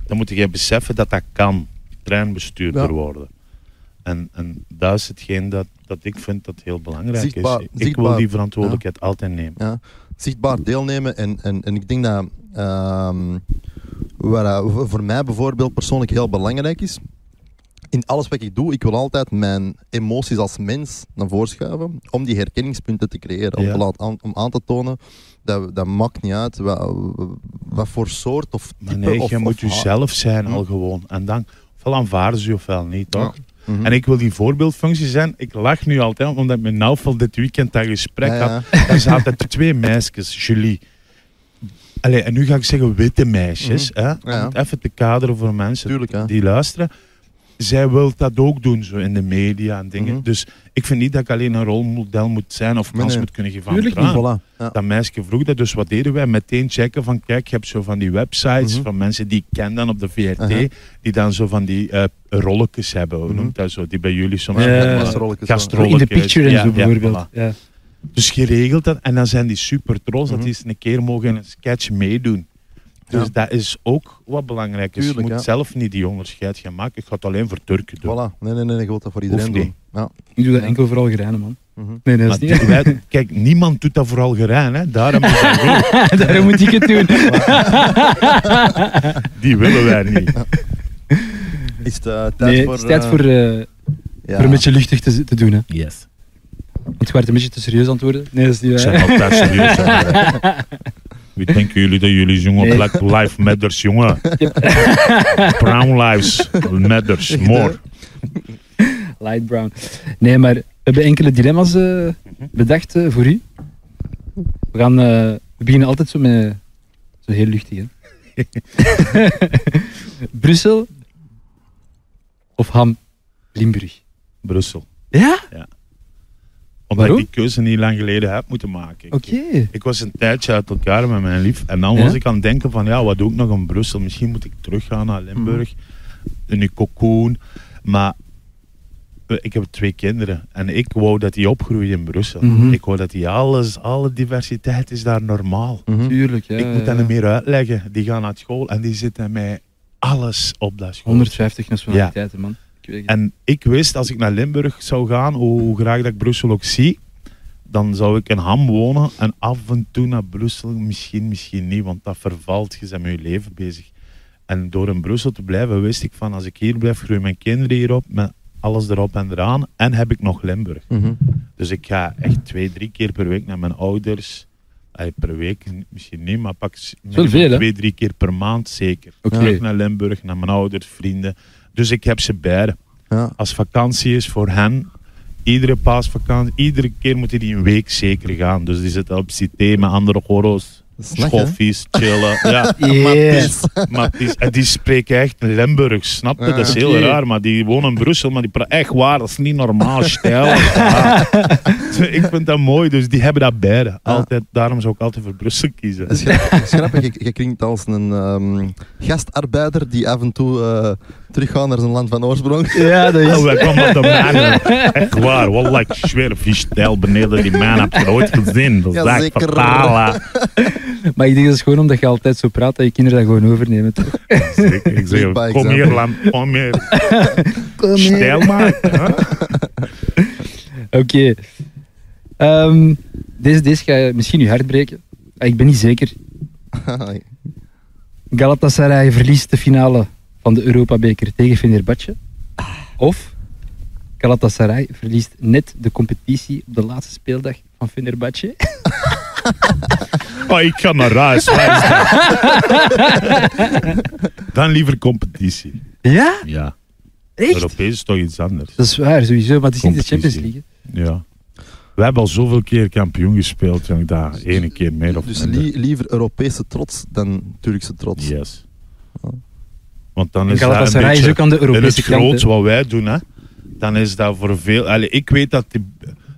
S1: Dan moet je beseffen dat dat kan, treinbestuurder
S3: Ja.
S1: worden. En, en dat is hetgeen dat, dat ik vind dat heel belangrijk
S3: Zichtbaar-
S1: is. Ik wil
S3: zichtbaar.
S1: die verantwoordelijkheid altijd nemen.
S3: Zichtbaar deelnemen en, en, en ik denk dat ehm, waar, eh, voor- voor mij bijvoorbeeld persoonlijk heel belangrijk is. In alles wat ik doe, ik wil altijd mijn emoties als mens naar voren schuiven om die herkenningspunten te creëren. Om,
S1: Ja.
S3: te laten aan, om aan te tonen dat, dat maakt niet uit wat, wat voor soort of type
S1: Maar nee,
S3: of,
S1: je moet
S3: of haar-
S1: jezelf zijn
S3: Hm.
S1: al gewoon. En dan, ofwel aanvaarden ze je ofwel niet, toch?
S3: Mhm.
S1: En ik wil die voorbeeldfunctie zijn. Ik lach nu altijd, omdat ik met Naufel dit weekend dat gesprek
S3: Ja,
S1: had.
S3: ja.
S1: Er zaten twee meisjes, Julie. Allee, en nu ga ik zeggen witte meisjes, hè, om
S3: Mhm. Ja.
S1: het even te kaderen voor mensen
S3: Tuurlijk, ja.
S1: die luisteren. Zij wil dat ook doen, zo in de media en dingen.
S3: Mhm.
S1: Dus ik vind niet dat ik alleen een rolmodel moet zijn of
S3: Nee,
S1: kans
S3: nee.
S1: moet kunnen geven aan
S2: Tuurlijk
S1: vrouwen.
S3: Voilà. Ja.
S1: Dat meisje vroeg dat, dus wat deden wij? Meteen checken van, kijk, je hebt zo van die websites
S3: Mhm.
S1: van mensen die ik ken dan op de VRT,
S3: Aha.
S1: die dan zo van die eh rolletjes hebben, hoe
S3: Mhm.
S1: noemt dat zo, die bij jullie soms...
S2: Ja, ja, ja.
S1: Gastrolletjes.
S3: Gastrolletjes,
S1: Gastrol-
S2: In de
S1: rolletjes,
S2: picture en
S1: ja,
S2: zo
S1: ja,
S2: bijvoorbeeld. Ja.
S1: Dus je regelt dat en dan zijn die super trots dat
S3: Mhm.
S1: die eens een keer mogen in een sketch meedoen. Dus
S3: Ja.
S1: dat is ook wat belangrijk is.
S3: Tuurlijk,
S1: je moet
S3: ja.
S1: zelf niet die onderscheid gaan maken. Ik ga het alleen voor Turken doen.
S3: Voilà. Nee, nee, nee, ik wil dat voor iedereen
S1: Hoeft niet.
S3: doen. Ja.
S2: Ik doe dat
S3: Ja.
S2: enkel vooral geraden, man.
S3: Mhm.
S2: Nee, nee, dat
S1: Maar
S2: is niet.
S1: die- wij- kijk, niemand doet dat vooral gerijn. Hè. Daarom is dat goed.
S2: Daarom moet ik het doen.
S1: Die willen wij niet.
S3: Is het eh, tijd
S2: Nee,
S3: voor...
S2: het is tijd
S3: eh,
S2: voor, eh,
S3: ja.
S2: voor een beetje luchtig te, te doen. Hè.
S1: Yes.
S2: Want je werd een beetje te serieus aan het worden. Nee, dat is niet
S1: Ik
S2: waar.
S1: zijn altijd serieus. hè. Wie denken jullie dat jullie zijn, jongen?
S2: Nee.
S1: Black Lives Matters, jongen. Brown Lives Matters, more.
S2: Light brown. Nee, maar we hebben enkele dilemma's eh,
S1: Mhm.
S2: bedacht eh, voor u. We, gaan, eh, we beginnen altijd zo met... Zo heel luchtig, hè. Brussel of Ham Limburg?
S1: Brussel.
S2: Ja?
S1: Omdat
S2: Waarom?
S1: ik die keuze niet lang geleden heb moeten maken. Ik-
S2: Oké.
S1: Ik was een tijdje uit elkaar met mijn lief. En dan
S2: Ja?
S1: was ik aan het denken van, ja, wat doe ik nog in Brussel? Misschien moet ik teruggaan naar Limburg.
S2: Mm.
S1: In een cocoon. Maar eh, ik heb twee kinderen. En ik wou dat die opgroeien in Brussel.
S2: Mhm.
S1: Ik wou dat die alles, alle diversiteit is daar normaal.
S3: Mhm.
S2: Tuurlijk, ja.
S1: Hm.
S2: Eh,
S1: ik moet dat
S2: ja.
S1: niet meer uitleggen. Die gaan naar school en die zitten met alles op dat school.
S2: 150 nationaliteiten, man. Ik weet het niet.
S1: En ik wist, als ik naar Limburg zou gaan, hoe graag dat ik Brussel ook zie, dan zou ik in Ham wonen en af en toe naar Brussel, misschien, misschien niet, want dat vervalt, je bent met je leven bezig. En door in Brussel te blijven, wist ik van, als ik hier blijf, groeien mijn kinderen hierop, met alles erop en eraan, en heb ik nog Limburg.
S3: Mhm.
S1: Dus ik ga echt twee, drie keer per week naar mijn ouders. Allee, per week n- misschien niet, maar pak s- minimaal
S2: veel, hè?
S1: twee, drie keer per maand zeker.
S2: Oké.
S1: Terug naar Limburg, naar mijn ouders, vrienden. Dus ik heb ze bij.
S3: Ja.
S1: Als vakantie is voor hen, iedere paasvakantie, iedere keer moeten die een week zeker gaan. Dus die zitten op cité met andere goro's.
S3: Slecht, hè?
S1: Schoffies, chillen. ja, maar het is-
S2: Yes.
S1: maar het is- en die spreken echt Limburgs, snap je?
S3: Ja.
S1: Dat is heel
S2: Oké.
S1: raar, maar die wonen in Brussel, maar die pra- echt waar, dat is niet normaal stijl. Ja. ik vind dat mooi, dus die hebben dat beide. Altijd, daarom zou ik altijd voor Brussel kiezen.
S3: Dat is grap- dat is grappig. Je, je klinkt als een ehm, gastarbeider die af en toe eh, teruggaat naar zijn land van oorsprong.
S2: Ja, dat
S1: Oh,
S2: is...
S1: wij kwamen op de man. Echt waar, wallah, ik zweer op die stijl beneden die man heb je ooit gezien. Dat is
S3: Ja,
S1: echt
S3: zeker.
S1: fatale.
S2: Maar ik denk dat is gewoon omdat je altijd zo praat dat je kinderen dat gewoon overnemen. toch?
S1: Zeker, Ik zeg,
S3: Lead by
S1: kom hier,
S3: example.
S1: lam, kom hier. Stijl maar. hè?
S2: Oké. Ehm, deze, deze ga je misschien je hart breken. Ah, Ik ben niet zeker. Galatasaray verliest de finale van de Europa-beker tegen Fenerbahce. Of Galatasaray verliest net de competitie op de laatste speeldag van Fenerbahce.
S1: Oh, ik ga naar huis. waar is dat? Dan liever competitie.
S2: Ja?
S1: Ja.
S2: Echt?
S1: Europees is toch iets anders.
S2: Dat is waar, sowieso. Maar het is niet de Champions
S1: Competitie.
S2: League.
S1: Ja. We hebben al zoveel keer kampioen gespeeld. En daar ene keer meer of
S3: dus
S1: minder.
S3: li- liever Europese trots dan Turkse trots.
S1: Yes. Want dan
S2: En
S1: is dat een
S2: Galatasaray is
S1: beetje...
S2: ook aan de
S1: in het
S2: Europese kant.
S1: groot
S2: hè.
S1: wat wij doen, hè, dan is dat voor veel... Allee, ik weet dat... Die,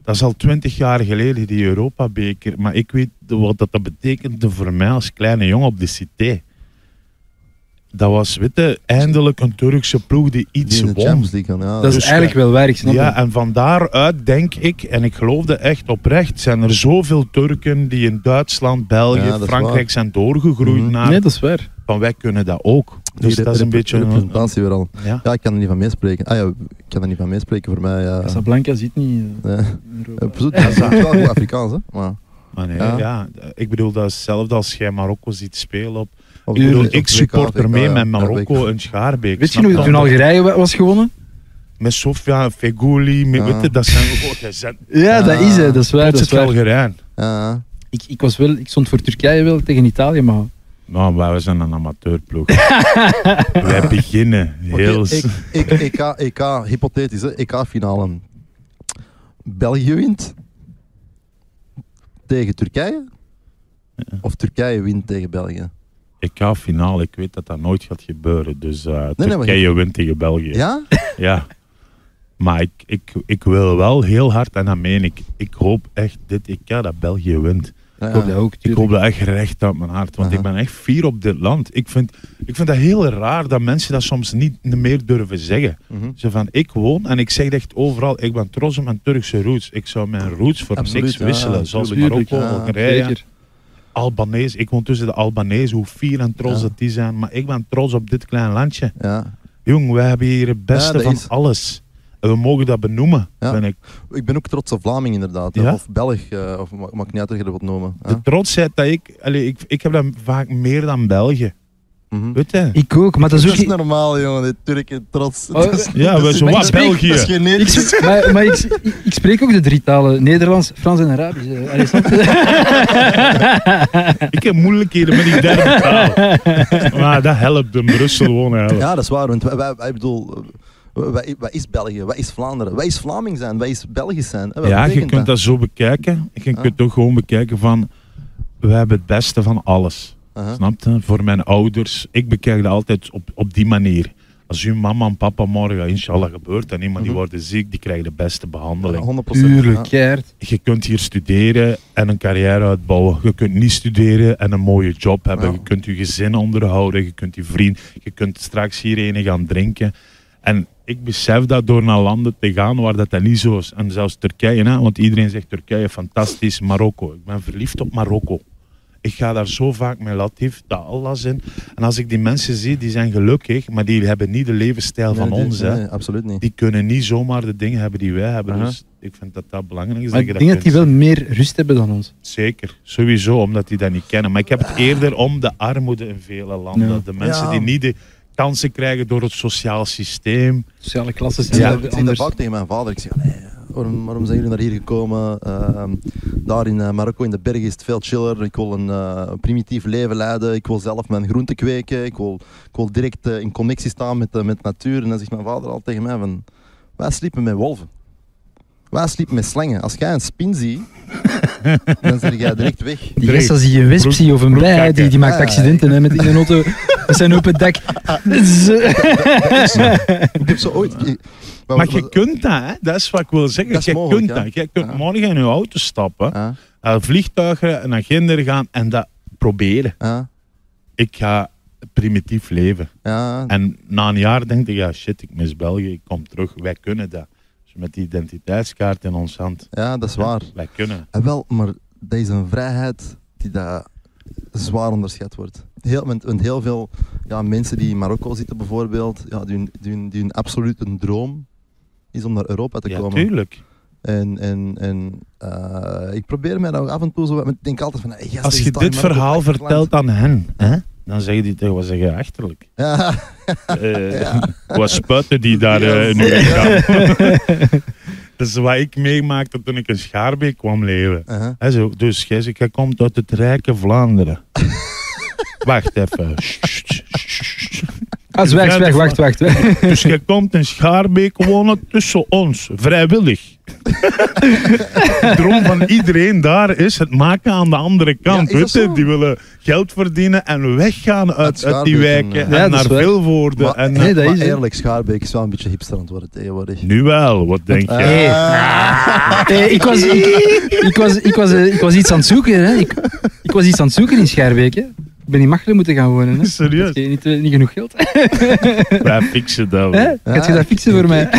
S1: dat is al twintig jaar geleden, die Europa-beker. Maar ik weet de- wat dat, dat betekende voor mij als kleine jongen op de cité. Dat was, weet je, eindelijk een Turkse ploeg die iets
S3: Die in de
S1: won.
S3: Champions League gaan. Ja,
S2: Dat is
S1: Dus ja.
S2: eigenlijk wel Ah, waar, ik snap
S1: Ja,
S2: het.
S1: en van daaruit denk ik, en ik geloofde echt oprecht, zijn er zoveel Turken die in Duitsland, België,
S3: Ja, dat is
S1: Frankrijk
S3: waar.
S1: zijn doorgegroeid
S3: Mhm.
S1: naar
S2: Nee, dat is waar.
S1: van wij kunnen dat ook. Dus
S3: Die
S1: dat is een
S3: rep-
S1: beetje... Een,
S3: representatie weer al.
S1: ja.
S3: Ja, ik kan er niet van meespreken. Ah ja, ik kan er niet van meespreken voor mij. Ja.
S2: Casablanca zit niet eh,
S3: Ja.
S2: in Europa.
S3: Eh, precies, dat is wel goed Afrikaans, hè? Maar,
S1: Maar nee, ja.
S3: Ja.
S1: ik bedoel, dat is hetzelfde als jij Marokko ziet spelen. Op,
S3: of-
S1: ik bedoel,
S3: of
S1: ik
S3: WK,
S1: support
S3: WK, eh,
S1: er mee
S3: ja,
S1: met
S3: ja,
S1: Marokko
S3: WK.
S1: en Schaarbeek.
S2: Weet je
S1: snap
S2: nog,
S1: je?
S2: toen Algerije wa- was gewonnen?
S1: Met Sofia, Feghouli, met,
S3: Ja.
S1: weet je, dat zijn gewoon... jij bent-
S2: Ja,
S3: Ah.
S2: dat is het. Dat is waar.
S1: Dat
S2: Dat
S1: is
S2: is waar.
S1: Algerijn.
S3: Ja, ja.
S2: Ik, ik, was wel, ik stond voor Turkije wel tegen Italië, maar...
S1: Nou, maar we zijn een amateurploeg. wij beginnen heel...
S3: Oké,
S1: s-
S3: ik, ik, EK, EK, hypothetisch, hè, EK-finale. België wint tegen Turkije? Of Turkije wint tegen België?
S1: Ik ga finale, ik weet dat dat nooit gaat gebeuren. Dus eh
S3: nee, maar
S1: Turkije wint tegen België.
S3: Ja?
S1: Ja. Maar ik, ik, ik wil wel heel hard, en dat meen ik, ik hoop echt dit EK dat België wint.
S3: Ja,
S2: Ik hoop dat ook.
S1: Ik
S2: tuurlijk.
S1: hoop dat echt recht uit mijn hart, want
S3: Aha.
S1: ik ben echt fier op dit land. Ik vind, ik vind dat heel raar dat mensen dat soms niet meer durven zeggen.
S3: Mhm.
S1: Zo van, ik woon en ik zeg echt overal, ik ben trots op mijn Turkse roots. Ik zou mijn roots voor
S3: Absoluut,
S1: niks
S3: ja,
S1: wisselen, zoals
S3: tuurlijk.
S1: Marokko,
S3: Ja,
S1: Algerije.
S2: Zeker.
S1: Albanese. Ik woon tussen de Albanese, hoe fier en trots
S3: Ja.
S1: dat die zijn. Maar ik ben trots op dit klein landje.
S3: Ja.
S1: Jong, wij hebben hier het
S3: Ja,
S1: beste
S3: dat
S1: van
S3: is-
S1: alles. En we mogen dat benoemen,
S3: Ja.
S1: ben ik.
S3: Ik ben ook trots op Vlaming inderdaad. hè,
S1: Ja?
S3: Of Belg, eh, of ma- maakt niet uit hoe je dat wilt noemen. hè.
S1: De trotsheid dat ik, allee, ik... Ik heb dat vaak meer dan België.
S3: Mhm.
S1: Weet je?
S2: Ik ook, maar dat is
S3: Dat
S2: ook...
S3: is normaal, jongen. De Turken trots.
S2: Oh,
S3: Dat is-
S1: Ja,
S3: dat
S1: we
S3: is-
S1: zo
S3: dat
S1: wat,
S3: is-
S1: België.
S3: Dat is
S2: Ik,
S3: genetisch.
S2: sp- maar maar ik, s- ik spreek ook de drie talen. Nederlands, Frans en Arabisch. eh. Allee, snap je?
S1: Ik heb moeilijkheden met die derde taal. maar dat helpt in Brussel gewoon helpt.
S3: Ja, dat is waar. Want wij, wij, wij bedoel, eh, wij- wat is België? Wat is Vlaanderen? Wat is Vlaming zijn? Wat is Belgisch zijn? Eh, wat
S1: Ja, je
S3: betekent
S1: kunt dat zo bekijken. Je
S3: Ah.
S1: kunt ook gewoon bekijken van... We hebben het beste van alles.
S3: Aha.
S1: Snap je? Voor mijn ouders, ik bekijk dat altijd op, op die manier. Als uw mama en papa morgen, inshallah, gebeurt en iemand die
S3: Mhm.
S1: worden ziek, die krijgen de beste behandeling.
S3: 100%.
S2: Tuurlijk,
S3: ja.
S2: keihard.
S1: Je kunt hier studeren en een carrière uitbouwen. Je kunt niet studeren en een mooie job hebben.
S3: Ja.
S1: Je kunt je gezin onderhouden, je kunt je vriend, je kunt straks hier een gaan drinken. En ik besef dat door naar landen te gaan waar dat, dat niet zo is. En zelfs Turkije, hè? want iedereen zegt Turkije fantastisch, Marokko. Ik ben verliefd op Marokko. Ik ga daar zo vaak met Latif, de Allah in. En als ik die mensen zie, die zijn gelukkig, maar die hebben niet de levensstijl van
S3: Nee, die-
S1: ons. Hè.
S3: nee, absoluut niet.
S1: Die kunnen niet zomaar de dingen hebben die wij hebben.
S3: Aha.
S1: Dus ik vind dat dat belangrijk is.
S2: Maar
S1: dat je
S2: ik
S1: dat
S2: denk dat die
S1: kunt
S2: wel meer rust hebben dan ons.
S1: Zeker, sowieso, omdat die dat niet kennen. Maar ik heb het eerder om de armoede in vele landen.
S2: Ja.
S1: De mensen
S3: Ja.
S1: die niet de kansen krijgen door het sociaal systeem.
S2: Sociale klassen
S3: Ja,
S2: zijn daar
S3: ik zeg dat
S2: anders.
S3: vaak tegen mijn vader. Ik zeg, "Allee, waarom, waarom zijn jullie naar hier gekomen? Ehm, daar in eh, Marokko, in de bergen, is het veel chiller. Ik wil een eh, primitief leven leiden. Ik wil zelf mijn groenten kweken. Ik wil, ik wil direct eh, in connectie staan met, eh, met natuur. En dan zegt mijn vader al tegen mij van, wij sliepen met wolven. Wij sliepen met slangen. Als jij een spin ziet, dan zit jij direct weg.
S2: Die
S1: Drie.
S2: gast, als hij een wisp
S1: Broek-
S2: ziet of een bij,
S1: broekkakken.
S2: die, die maakt
S3: Ja, ja.
S2: accidenten hè, met in een auto met zijn open dak.
S3: Ik heb zo ooit... ik-
S1: Maar je kunt dat, hè? dat is wat ik wil zeggen.
S3: Dat is
S1: je
S3: mogelijk,
S1: kunt
S3: hè?
S1: dat. Je kunt
S3: Ja.
S1: morgen in je auto stappen,
S3: Ah,
S1: naar een vliegtuig en naar Ginder gaan en dat proberen.
S3: ah,
S1: Ik ga primitief leven.
S3: ja,
S1: En na een jaar denk je, ja shit, ik mis België, ik kom terug. Wij kunnen dat. Dus met die identiteitskaart in ons hand.
S3: ja, dat is waar.
S1: Wij kunnen.
S3: En Eh, wel, maar dat is een vrijheid die daar zwaar onderschat wordt. Heel, want, want heel veel ja, mensen die in Marokko zitten bijvoorbeeld, ja, die, hun- die, hun- die hun absolute droom is om naar Europa te
S1: Ja,
S3: komen.
S1: tuurlijk.
S3: En, en, en eh, ik probeer mij nou af en toe zo, wat- maar ik denk altijd van... Hey, gast,
S1: Als
S3: is
S1: je
S3: daar in
S1: dit
S3: Marokko
S1: verhaal
S3: echt land?
S1: vertelt aan hen, hè, dan zeggen die tegen wat zeg je achterlijk.
S3: Ja,
S1: Eh, Wat spuiten die daar eh,
S3: Ja.
S1: nu in gaan. Dat is wat ik meemaakte toen ik in Schaarbeek kwam leven.
S3: uh-huh.
S1: Hè, zo, dus jij zegt, jij komt uit het rijke Vlaanderen. Wacht even.
S2: Ah, zwijg, zwijg, wacht, wacht. wacht.
S1: Dus jij komt in Schaarbeek wonen tussen ons, vrijwillig. De droom van iedereen daar is het maken aan de andere kant.
S3: Ja, is dat
S1: weet je,
S3: zo?
S1: die willen geld verdienen en weggaan uit, uit die
S3: Schaarbeek
S1: wijken
S3: en,
S1: en,
S3: eh,
S2: Ja, dat
S1: naar
S2: is waar.
S1: Vilvoorde.
S3: Maar,
S1: En, eh,
S2: Nee, dat
S3: maar
S2: is het.
S3: eerlijk, Schaarbeek is wel een beetje hipster aan het worden tegenwoordig.
S1: Nu wel, wat denk je?
S2: Hey. Eh, ik, was, ik, ik was, ik, was, eh, ik was iets aan het zoeken. Hè. Ik, ik was iets aan het zoeken in Schaarbeek. Hè. Ik ben in Machelen moeten gaan wonen. Hè.
S1: Serieus?
S2: Oké, niet, eh, niet genoeg geld.
S1: Oh, Wij fixen dat
S2: Hè? Oh,
S1: wel.
S2: Gaat je dat fixen voor mij?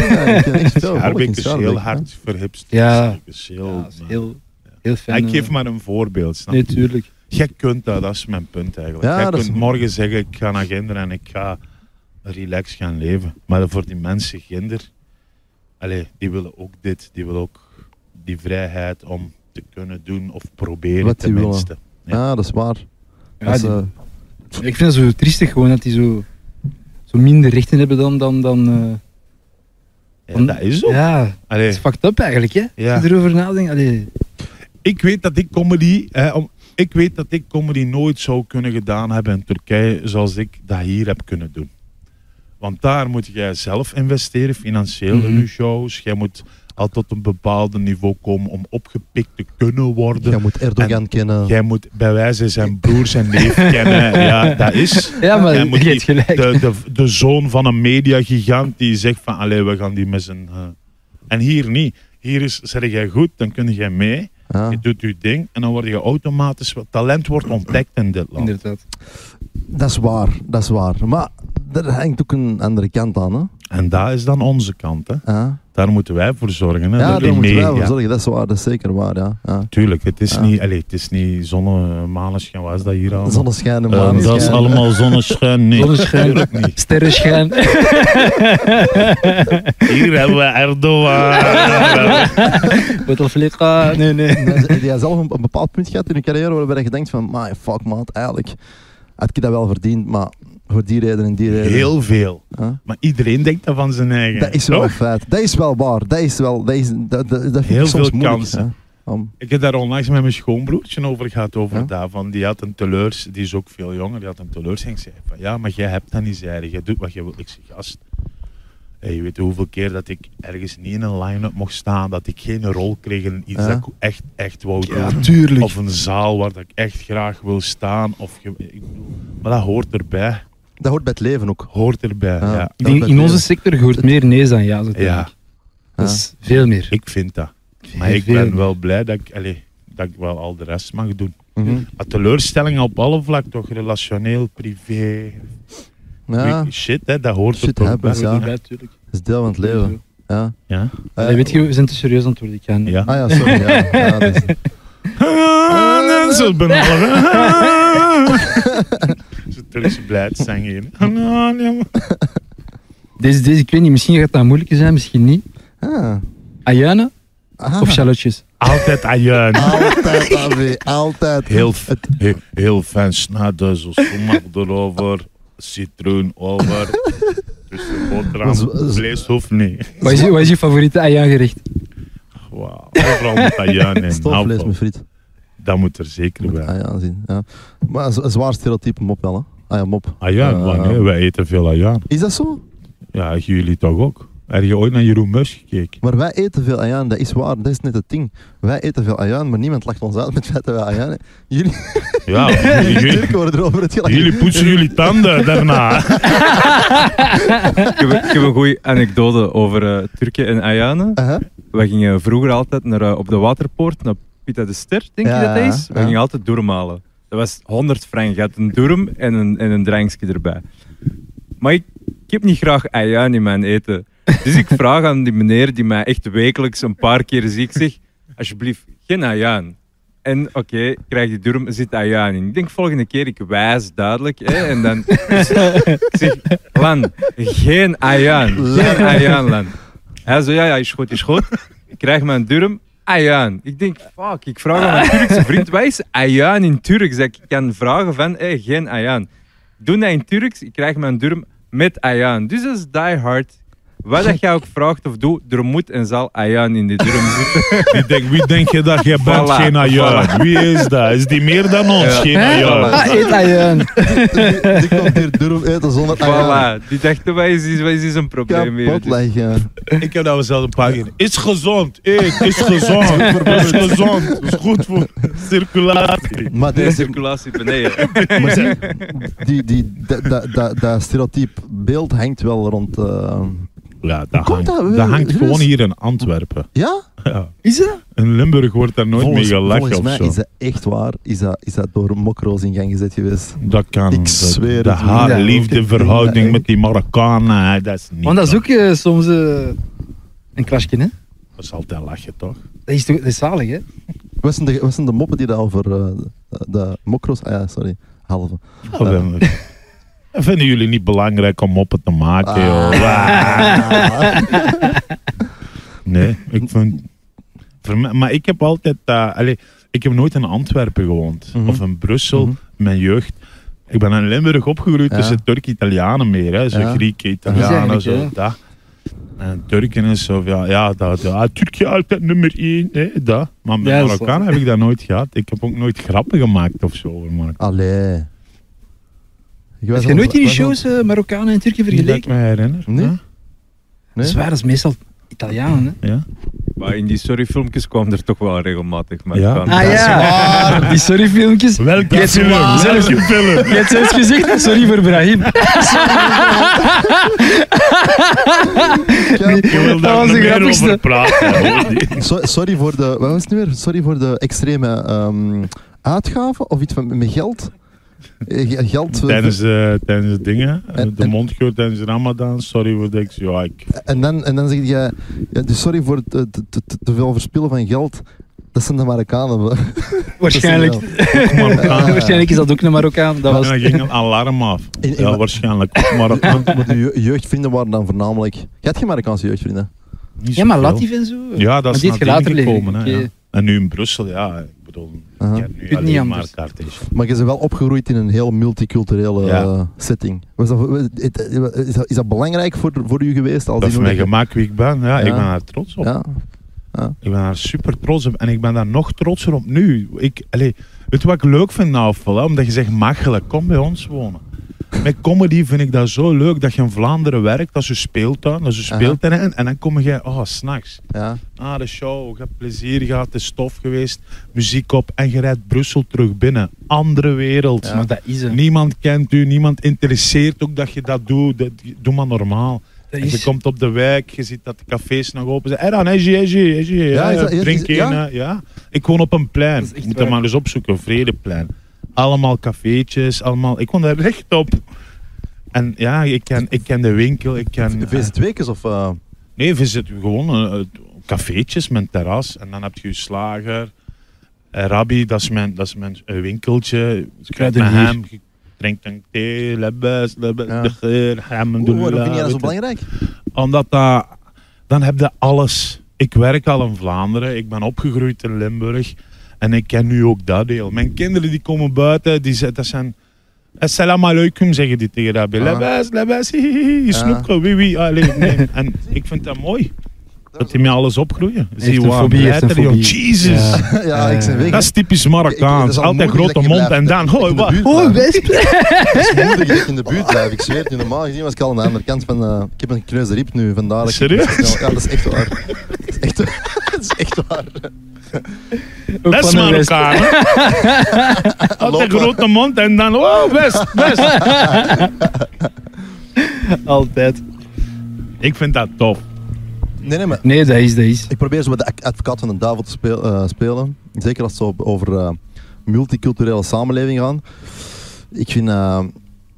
S1: Schaarbeek is heel hard verhipst.
S2: Ja.
S1: Is
S2: Ja,
S1: heel,
S2: dat is heel, heel fijn.
S1: ik geef
S2: eh.
S1: maar een voorbeeld. Snap je?
S2: Nee, tuurlijk.
S1: Jij kunt dat, dat is mijn punt eigenlijk.
S3: Ja,
S1: Jij
S3: dat is
S1: kunt
S3: een-
S1: morgen zeggen, ik ga naar Ginder en ik ga relaxed gaan leven. Maar voor die mensen Ginder, allee, die willen ook dit. Die willen ook die vrijheid om te kunnen doen of proberen
S3: Wat die
S1: tenminste.
S3: Ja, dat is waar.
S2: Ja,
S3: Dat is,
S2: die-
S3: eh,
S2: ik vind dat zo triestig gewoon dat die zo, zo minder rechten hebben dan. dan, dan eh,
S1: Ja, dat is ook.
S2: Ja, dat
S1: Allee,
S2: is fucked up eigenlijk. Hè.
S1: Ja.
S2: Als je erover nadenkt. Allee,
S1: ik weet dat ik comedy... hè, om, ik weet dat ik comedy nooit zou kunnen gedaan hebben in Turkije zoals ik dat hier heb kunnen doen. Want daar moet jij zelf investeren, financieel in
S2: Mhm.
S1: je shows. Jij moet al tot een bepaald niveau komen om opgepikt te kunnen worden.
S3: jij moet Erdogan kennen.
S1: Jij moet bij wijze zijn broers en neef kennen. Ja, dat is.
S2: ja, maar
S1: Jij
S2: je
S1: moet
S2: hebt
S1: die-
S2: gelijk.
S1: De, de, de zoon van een mediagigant die zegt van, allee, we gaan die met zijn... eh." En hier niet. Hier is, zeg jij goed, dan kun jij mee.
S3: Ja.
S1: Je doet je ding en dan word je automatisch. wat Talent wordt ontdekt in dit land.
S2: Inderdaad.
S3: Dat is waar, dat is waar. Maar er hangt ook een andere kant aan. Hè?
S1: En daar is dan onze kant. Hè.
S3: Ja,
S1: Daar moeten wij voor zorgen. Hè.
S3: ja
S1: Dat
S3: daar
S1: die
S3: moeten wij
S1: media-
S3: voor zorgen. Dat is waar, dat is zeker waar. Ja. Ja.
S1: Tuurlijk, het is
S3: Ja.
S1: niet, allee, het is niet zonne, maneschijn, wat is dat hier allemaal?
S3: Zonneschijn en
S1: Eh, dat is
S3: maneschijn.
S1: allemaal zonneschijn. Nee,
S2: Zonneschijn.
S1: tuurlijk niet.
S2: Sterrenschijn.
S1: Hier hebben we Erdogan.
S2: Bouteflika. Ah, Nee, nee.
S3: Heb jij zelf een, een bepaald punt gehad in je carrière waarbij je denkt van, my fuck maat, eigenlijk had ik dat wel verdiend, maar voor die reden en die reden.
S1: Heel veel.
S3: Ja.
S1: Maar iedereen denkt dat van zijn eigen.
S3: Dat is wel een
S1: Toch?
S3: feit. Dat is wel waar. Dat is wel, dat, is, dat, dat, dat vind
S1: Heel
S3: ik soms
S1: veel
S3: moeilijk,
S1: kansen.
S3: hè. Om-
S1: Ik heb daar onlangs met mijn schoonbroertje over gehad, over
S3: Ja?
S1: daarvan. Die had een teleurs, die is ook veel jonger, die had een teleurstelling. Ik zei van, ja, maar jij hebt dat niet, zei hij. Jij doet wat je wilt. Ik zeg, gast, hey, je weet hoeveel keer dat ik ergens niet in een line-up mocht staan, dat ik geen rol kreeg in iets
S3: Ja?
S1: dat ik echt, echt wou doen.
S2: tuurlijk.
S1: Of een zaal waar dat ik echt graag wil staan. Of ge- ik bedoel, maar dat hoort erbij.
S3: dat hoort bij het leven ook.
S1: Hoort erbij,
S3: Ja.
S1: ja.
S2: ik denk, in onze sector hoort meer nee's dan ja's.
S1: Ja,
S2: uiteindelijk. Dat is veel meer.
S1: ik vind dat. Maar ik
S2: Veel
S1: ben
S2: meer.
S1: wel blij dat ik, allee, dat ik wel al de rest mag doen.
S3: Mhm.
S1: Maar teleurstellingen op alle vlakken, toch? Relationeel, privé.
S3: Ja, dat
S1: Shit, hè, dat hoort
S3: Shit
S1: er toch
S3: happens,
S1: bij.
S3: ja.
S2: Ja, tuurlijk.
S3: is deel van het leven. Ja. Ah,
S1: Ja.
S3: Eh,
S2: Allee, weet je, we zijn te serieus aan het worden. Ik ga-
S1: ja.
S3: Ah ja, sorry. Ja, ja, dat is-
S1: Aan een is het banalen. Zo'n Turkse blijheid zang in.
S2: Deze, deze, ik weet niet, misschien gaat dat moeilijker zijn, misschien niet.
S3: Ah.
S2: Ayane
S3: Ah.
S2: of shallotjes?
S1: Altijd ajuin.
S3: Altijd, AV, altijd.
S1: Heel, f- he- heel fijn snaarduizel, smaak erover, citroen over. Dus de
S3: Dat is-
S1: boterham,
S3: dat is-
S1: vlees hoeft niet.
S2: Wat is, je- wat is je favoriete Ayaan gerecht?
S1: Wauw, overal moet ajuin in.
S3: Stofvlees
S1: Appel.
S3: met friet.
S1: Nou, Dat moet er zeker bij.
S3: Ah, ja, zien. Ja. Maar een z- een zwaar stereotype mop wel, hè? Ah ja, mop.
S1: Ajuin,
S3: Eh,
S1: man, hè, wij eten veel ajuin.
S3: Is dat zo?
S1: Ja, jullie toch ook? Heb je ooit naar Jeroen Mus gekeken?
S3: Maar wij eten veel ajuin, dat is waar, dat is net het ding. Wij eten veel ajuin, maar niemand lacht ons uit met het feit dat wij ajuin eten. Jullie,
S1: Ja,
S3: jullie
S1: jullie,
S3: Turken worden erover het gelachen.
S1: jullie poetsen jullie tanden daarna.
S4: Ik heb, ik heb een goede anekdote over eh, Turken en Ayanen.
S3: Aha.
S4: Wij gingen vroeger altijd naar, eh, op de waterpoort, naar Pita de Ster, denk
S3: Ja,
S4: je dat dat is? Wij
S3: ja.
S4: gingen altijd durm halen. Dat was 100 frank. Je had een durm en een, en een drankje erbij. Maar ik, ik heb niet graag ajuin in mijn eten. Dus ik vraag aan die meneer die mij echt wekelijks een paar keer zie. Ik zeg, alsjeblieft, geen ajuin. En oké, ik krijg die durm, er zit ajuin in. Ik denk volgende keer, ik wijs duidelijk. Hè, en dan ik zeg, Lan, geen ajuin. Geen ajuin, Lan. Hij zo, ja, ja, is goed, is goed. Ik krijg mijn durm, ajuin. Ik denk, fuck, ik vraag aan mijn Turkse vriend, wat is ajuin in Turks? Dat ik kan vragen van, hey, geen ajuin. Ik Doe dat in Turks, ik krijg mijn durm met ajuin. Dus dat is die hard. Wat dat jij ook vraagt of doet, er moet en zal ajuin in die durm zitten.
S1: Ik denk, wie denk je dat je bent?
S4: Voilà,
S1: Geen ajuin. Wie is dat? Is die meer dan ons?
S4: Ja.
S1: Geen
S2: Hè?
S1: ajuin.
S2: Ah, eet Ayaan.
S3: Ik kan hier durf eten zonder ajuin.
S4: voilà, die dachten, wat is, is, wat is een probleem hier?
S3: Kapot leggen.
S1: Ik heb dat zelf een paar keer. Is gezond. Eet, is gezond. Is gezond. Is goed voor circulatie.
S3: Maar
S4: Dus De
S3: deze,
S4: circulatie beneden.
S3: Maar zie, die, die, dat dat dat- dat stereotyp beeld hangt wel rond. eh,
S1: Ja, dat
S3: Komt
S1: hangt,
S3: dat?
S1: dat hangt
S3: Serieus?
S1: gewoon hier in Antwerpen.
S3: ja?
S2: Is dat?
S1: In Limburg wordt daar nooit
S3: volgens,
S1: mee
S3: volgens
S1: gelachen of
S3: mij
S1: zo.
S3: is dat echt waar. Is dat, is dat door mokro's in gang gezet geweest?
S1: Dat kan.
S3: Ik
S1: De-
S3: zweer
S1: De
S3: het.
S1: haar
S2: Ja,
S1: liefdeverhouding
S3: ja.
S1: met die Marokkanen, hè, dat is niet.
S2: Want dat is ook eh, soms eh, een klasje, hè?
S1: Dat is altijd lachen, toch?
S2: Dat is, toch, dat is zalig, hè?
S3: Wat zijn de, wat zijn de moppen die daar over eh, de, de mokro's... Ah ja, sorry. Halve.
S1: Ja, dan- En Vinden jullie niet belangrijk om moppen te maken?
S3: Ah.
S1: joh? Ah. Nee, ik vind. voor mij- maar ik heb altijd. eh, allee, ik heb nooit in Antwerpen gewoond
S3: Mhm.
S1: of in Brussel,
S3: Mhm.
S1: mijn jeugd. Ik ben in Limburg opgegroeid dus
S3: Ja.
S1: tussen Turk-Italianen meer, hè? Zo
S3: Ja.
S1: Grieken,
S2: Dat
S1: Italianen,
S2: is
S1: zo
S2: eigenlijk,
S1: dat. En Turken en zo, ja, ja dat, dat. Ah, Turkije altijd nummer één, hè, dat. Maar met
S2: Ja, dat is
S1: Marokkanen heb ik dat nooit gehad. Ik heb ook nooit grappen gemaakt of zo. over Marokkanen.
S3: Allee. Ik
S2: Heb
S3: was
S2: je nooit in die
S3: was
S2: shows eh, Marokkanen en Turken
S1: Niet dat ik
S2: vergeleken?
S1: me herinner.
S3: Nee?
S1: hè?
S3: Nee?
S2: Dat is waar, dat is meestal Italianen, hè?
S1: Ja.
S4: Maar in die sorry filmpjes kwam er toch wel regelmatig. Maar
S1: Ja.
S4: van-
S1: Ah,
S3: ja.
S2: Die sorry filmpjes.
S1: Welke
S2: Dat is
S1: film?
S2: waar.
S1: Welke film?
S2: Je hebt zelfs gezegd, sorry voor Brahim.
S1: Ik wil
S2: Dat
S1: daar nog
S2: was de
S1: meer
S2: grappigste.
S1: over praten. hoor.
S3: So- sorry voor de... Wat was het nu weer? Sorry voor de extreme ehm, uitgaven of iets van, met geld. Eh, ge- Geld... eh,
S1: Tijdens, eh, tijdens de dingen, eh,
S3: En-
S1: de
S3: en-
S1: mondgeur tijdens Ramadan, sorry voor de ja, ik,
S3: En dan, en dan zeg je, ja, dus sorry voor het eh, te, te, te- te veel verspillen van geld. Dat zijn de Marokkanen. wel.
S2: Waarschijnlijk.
S3: Dat zijn
S1: Marokkaan.
S2: Waarschijnlijk is dat ook een Marokkaan. Dat was
S1: En dan ging een alarm af.
S3: In- in-
S1: ja, waarschijnlijk ook, maar
S3: wel- Want- want de je- jeugdvrienden waren dan voornamelijk... Je had geen Marokkaanse jeugdvrienden.
S1: niet
S2: Ja, maar
S1: zoveel.
S2: Latif en zo.
S1: Ja, dat
S2: Maar
S1: is
S2: die heeft
S1: nadien
S2: later leren.
S1: gekomen. Hè,
S2: Oké.
S1: ja. En nu in Brussel, ja, ik bedoel,
S3: eh, Aha.
S1: ik heb nu
S2: Kunt
S1: alleen
S2: niet
S1: maar
S2: anders.
S1: Cartesian.
S3: Maar je bent wel opgegroeid in een heel multiculturele
S1: Ja.
S3: eh, setting. Was dat, was- het- is, dat, is dat belangrijk voor, voor u geweest? Als
S1: Dat is
S3: die
S1: mijn
S3: nodige-
S1: gemak wie ik ben, ja,
S3: Ja.
S1: ik ben daar trots op.
S3: Ja.
S1: Ik ben daar super trots op en ik ben daar nog trotser op nu. Ik, allee, weet je wat ik leuk vind nou afval? Omdat je zegt makkelijk, kom bij ons wonen. Met comedy vind ik dat zo leuk dat je in Vlaanderen werkt, dat is je speeltuin, dat is je
S3: Aha.
S1: speelterrein. En dan kom je, oh, s'nachts,
S3: Ja.
S1: na de show, je hebt plezier gehad, het is tof geweest, muziek op en je rijdt Brussel terug binnen. Andere wereld.
S2: Maar dat is hem.
S1: Niemand kent u, niemand interesseert ook dat je dat doet. Dat- doe maar normaal.
S2: Dat
S1: En je
S2: is-
S1: komt op de wijk, je ziet dat de cafés nog open zijn. Hey dan, hey, hey, hey, hey, hey, ja,
S3: Ja, is dat- is-
S1: Eh, drink
S3: is-
S1: één,
S3: ja?
S1: hè, ja. Ik woon op een plein.
S2: Dat is echt
S1: Moet
S2: waar.
S1: er maar eens opzoeken, Vredeplein. Allemaal cafeetjes, allemaal... Ik woon daar recht op. En ja, ik ken, ik ken de winkel, ik ken... eh,
S3: Wees het wekens of... eh,
S1: Nee, we zitten gewoon eh, eh, cafeetjes met terras. En dan heb je je slager. eh, Eh, Rabbi, dat is mijn, dat is mijn eh, winkeltje. Ik met
S2: kruidenier.
S1: hem, ik drink een thee, lebbes, lebbes,
S3: Ja.
S1: de geur, alhamdulillah,
S3: Oeh, waarom vind je dat
S1: weet
S3: zo
S1: je.
S3: belangrijk?
S1: Omdat dat, dan heb je alles. Ik werk al in Vlaanderen, ik ben opgegroeid in Limburg en ik ken nu ook dat deel. Mijn kinderen die komen buiten, die zeggen, dat zijn... Assalamu alaikum, zeggen die tegen Rabbi.
S3: Ah.
S1: Lebes, lebes, hi, hi, hi,
S2: Ah.
S1: hi, snoepke, wie, wie. Allee, nee. En ik vind dat mooi, dat die met alles opgroeien. Zie
S2: een
S1: wat
S2: fobie, heeft een
S1: pleiter, joh.
S2: fobie.
S1: oh, Jesus.
S2: Ja.
S3: ja, ik zijn weg.
S1: Dat is typisch
S3: Ik- ik- dat
S1: Marokkaans.
S3: is al
S1: Altijd
S3: moeilijk
S1: grote
S3: dat je
S1: mond en
S3: blijft-
S1: dan...
S3: dat je
S1: Hoi,
S3: in de
S1: wat?
S3: buurt
S2: Oh,
S3: blijft.
S2: best.
S3: Het is moeilijk dat ik in de buurt blijf. Ik zweer het nu, normaal gezien was ik al aan de andere kant van... eh, ik heb een kneuze riep nu, vandaar dat ik-
S1: Serieus?
S3: Ja, dat is echt waar. Dat is echt waar. Dat is echt waar.
S2: Ook
S1: Dat is
S2: van de rest.
S1: Marokkaan. hè? Altijd
S3: Lopen.
S1: grote mond en dan... Oh, best, best.
S2: Altijd.
S1: Ik vind dat top.
S3: Nee, nee, maar
S2: Nee, dat is, dat is.
S3: Ik probeer zo met de ad- advocaat van de duivel te speel- eh, spelen. Zeker als het zo over eh, multiculturele samenleving gaan. Ik vind, eh,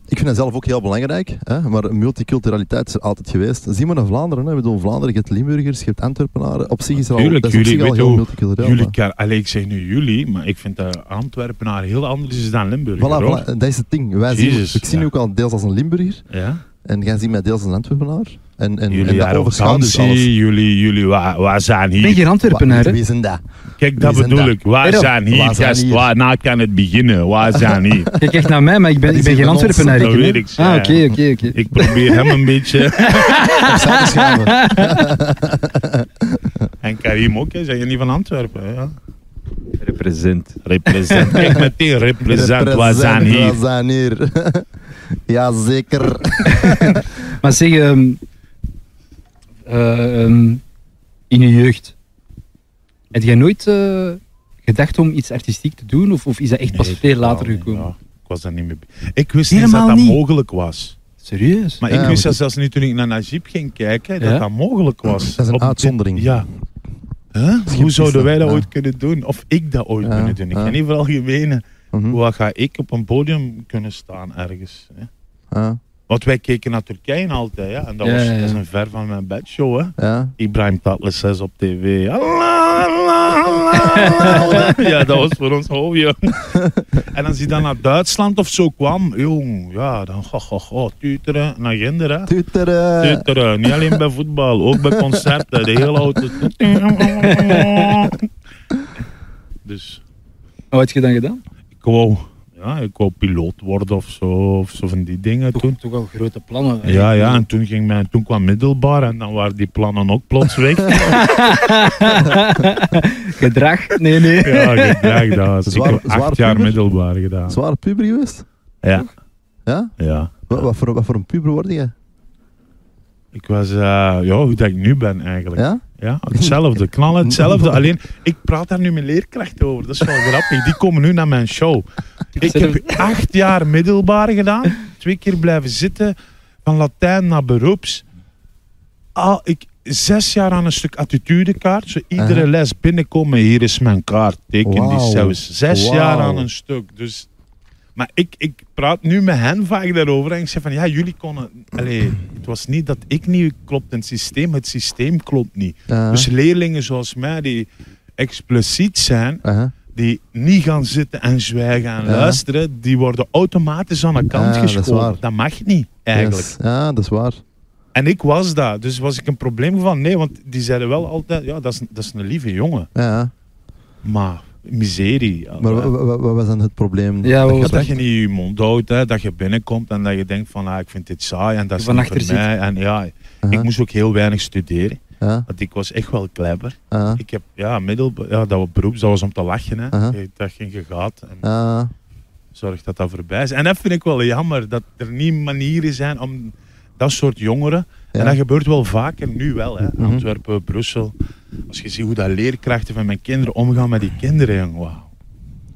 S3: ik vind dat zelf ook heel belangrijk. Hè? Maar multiculturaliteit is er altijd geweest. Zie maar naar Vlaanderen. Hè? Ik bedoel, Vlaanderen, je hebt Limburgers, je hebt Antwerpenaren. Op zich is er al,
S1: Tuurlijk,
S3: dat is op
S1: jullie-
S3: zich
S1: weet
S3: al
S1: je
S3: heel
S1: hoe-
S3: multicultureel.
S1: Jullie,
S3: maar-
S1: ken- allee, ik zeg nu jullie, maar ik vind dat Antwerpenaar heel anders is dan Limburg.
S3: Voilà, voilà, dat is het ding. Wij zien,
S1: Jezus,
S3: ik zie
S1: ja.
S3: nu ook al deels als een Limburger.
S1: Ja?
S3: En jij ziet mij deels als een Antwerpenaar. En, en, en
S1: Jullie
S3: dat overschaduwt alles.
S1: arrogantie, jullie, jullie waar, waar zijn
S2: Ik ben
S1: hier?
S2: geen Antwerpenaar,
S3: Wie
S2: hè.
S3: zijn dat?
S1: Kijk, dat
S3: wie zijn
S1: bedoel
S3: dat?
S1: ik. Waar
S2: Hey,
S1: zijn hier?
S3: waar zijn
S1: Gast,
S3: hier?
S1: waarna kan het beginnen? Waar zijn hier?
S2: Kijk echt naar mij, maar ik ben,
S3: Dat
S2: ik
S3: is
S2: ben
S3: hier
S2: geen
S3: van ons.
S2: Antwerpenaar.
S1: Dat
S2: hè.
S1: weet ik, ja.
S2: Ah, oké, oké, oké.
S1: Ik probeer hem een beetje.
S3: Opzij te schuiven.
S1: En Karim ook, hè. zijn je niet van Antwerpen? hè? Ja.
S4: Represent.
S1: Represent. Kijk meteen, represent. Waar zijn
S3: Represent,
S1: hier?
S3: we zijn hier. Jazeker.
S2: Maar zeg, ehm, eh, ehm, in je jeugd, heb jij nooit eh, gedacht om iets artistiek te doen? Of, of is dat echt pas
S1: Nee,
S2: veel later
S1: totaal niet,
S2: gekomen?
S1: ja. Ik was daar niet mee. be- Ik wist
S2: Helemaal
S1: niet dat dat
S2: niet?
S1: mogelijk was.
S2: Serieus?
S1: Maar
S3: Ja,
S1: ik
S3: maar
S1: wist dat
S3: dat-
S1: zelfs niet toen ik naar Najib ging kijken, dat
S2: Ja?
S1: dat mogelijk was.
S3: Dat is een
S1: Op dit-
S3: uitzondering.
S1: Ja. Huh? Hoe
S3: Schip
S1: zouden
S3: is
S1: wij
S3: dat,
S1: dat
S3: ja.
S1: ooit kunnen doen? Of ik dat ooit
S3: Ja,
S1: kunnen doen? Ik
S3: ja.
S1: ga niet vooral gemenen.
S3: Mhm.
S1: Hoe ga ik op een podium kunnen staan ergens? Hè?
S3: Ja,
S1: Want wij keken naar Turkije altijd, ja. En dat,
S2: Ja,
S1: was,
S2: ja, ja.
S1: dat is een ver van mijn bedshow, hè.
S3: ja.
S1: Ibrahim Tatlis 6 op tv. Allah, Allah, Allah, Allah. Ja, dat was voor ons hoofd, joh. En als hij dan naar Duitsland of zo kwam, jong, ja, dan go, go, go, tuteren naar Ginder, hè.
S3: Tuteren.
S1: Tuteren, niet alleen bij voetbal, ook bij concerten, de hele auto. Dus
S2: Wat had je dan gedaan?
S1: ik wou, ja, ik wou piloot worden of zo, of zo van die dingen toen.
S2: toch al grote plannen. hè?
S1: Ja, ja, en toen, ging mijn, toen kwam middelbaar en dan waren die plannen ook plots weg.
S2: Gedrag? Nee, nee.
S1: Ja, gedrag, dat was.
S3: Zwaar-
S1: ik heb
S3: zwaar
S1: acht jaar
S3: puber?
S1: middelbaar gedaan.
S3: Zware puber geweest?
S1: Ja,
S3: Ja?
S1: ja.
S3: Wat, wat, voor, wat voor een puber word je?
S1: Ik was, eh, ja, hoe dat ik nu ben eigenlijk.
S3: Ja?
S1: Ja, hetzelfde, knallen hetzelfde. Alleen, ik praat daar nu met leerkrachten over. Dat is wel grappig. Die komen nu naar mijn show. Ik heb acht jaar middelbaar gedaan. Twee keer blijven zitten. Van Latijn naar beroeps. Al, ik, zes jaar aan een stuk attitudekaart. Zo iedere
S3: Aha.
S1: les binnenkomen. Hier is mijn kaart. Teken die
S3: Wauw.
S1: saus. Zes
S3: Wauw.
S1: jaar aan een stuk. Dus, maar ik, ik praat nu met hen vaak daarover. En ik zeg van, ja, jullie konden... Allee, het was niet dat ik niet klopt in het systeem. Het systeem klopt niet.
S3: Ja.
S1: Dus leerlingen zoals mij die expliciet zijn,
S3: Aha.
S1: die niet gaan zitten en zwijgen en
S3: Ja.
S1: luisteren, die worden automatisch aan de kant
S3: Ja, Ah, dat is
S1: geschoven.
S3: waar.
S1: Dat, mag niet, eigenlijk.
S3: Yes. Ja, dat is waar.
S1: En ik was dat, dus was ik een probleem van nee, want die zeiden wel altijd, ja, dat is, dat is een lieve jongen.
S3: Ja, Ja.
S1: Maar miserie. ja.
S3: Maar wa- wa- wa- wat was dan het probleem?
S2: Ja, wat
S3: Dat
S2: was
S1: dat
S3: je-
S1: je niet je mond houdt, hè, dat je binnenkomt en dat je denkt van, ah, ik vind dit saai en dat is
S2: Van
S1: niet voor
S2: achter
S1: mij. En ja,
S3: Aha.
S1: ik moest ook heel weinig studeren,
S3: Ja,
S1: want ik was echt wel clever.
S3: ja.
S1: Ik heb, ja, middel, ja, dat was beroeps, dat was om te lachen. Hè.
S3: Aha.
S1: Ik- Dat ging gegaat. En
S3: Ja.
S1: zorg dat dat voorbij is. En dat vind ik wel jammer, dat er niet manieren zijn om dat soort jongeren.
S3: Ja.
S1: En dat gebeurt wel vaker, nu wel, hè.
S3: Mhm.
S1: Antwerpen, Brussel. Als je ziet hoe dat leerkrachten van mijn kinderen omgaan met die kinderen, jong, wauw.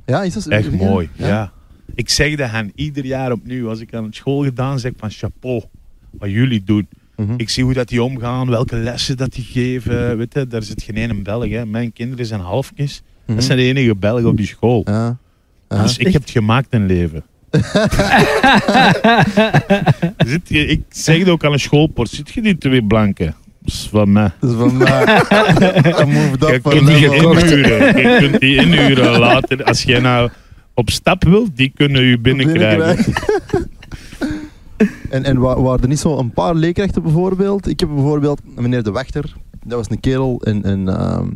S3: Ja, is dat zo?
S1: Echt
S3: Ja.
S1: mooi, ja. Ik zeg dat hen ieder jaar opnieuw. Als ik aan het school gedaan zeg ik van chapeau, wat jullie doen.
S3: Mhm.
S1: Ik zie hoe dat die omgaan, welke lessen dat die geven. Weet je, daar zit geen ene Belg. Hè. Mijn kinderen zijn halfjes.
S3: Mhm.
S1: Dat zijn de enige Belgen op die school.
S3: Ja. Ja.
S1: Dus ik heb het gemaakt in leven. zit je, ik zeg het ook aan een schoolpoort. Zit je die twee blanken? is van mij.
S3: Dat is van mij. Een move
S1: Je
S3: dat
S1: kunt die
S3: level.
S2: gekocht.
S1: inhuren. Je kunt die inhuren later. Als jij nou op stap wilt, die kunnen u binnenkrijgen.
S3: en en wa waren er niet zo een paar leerkrachten bijvoorbeeld? Ik heb bijvoorbeeld meneer De Wachter, dat was een kerel en, en ehm,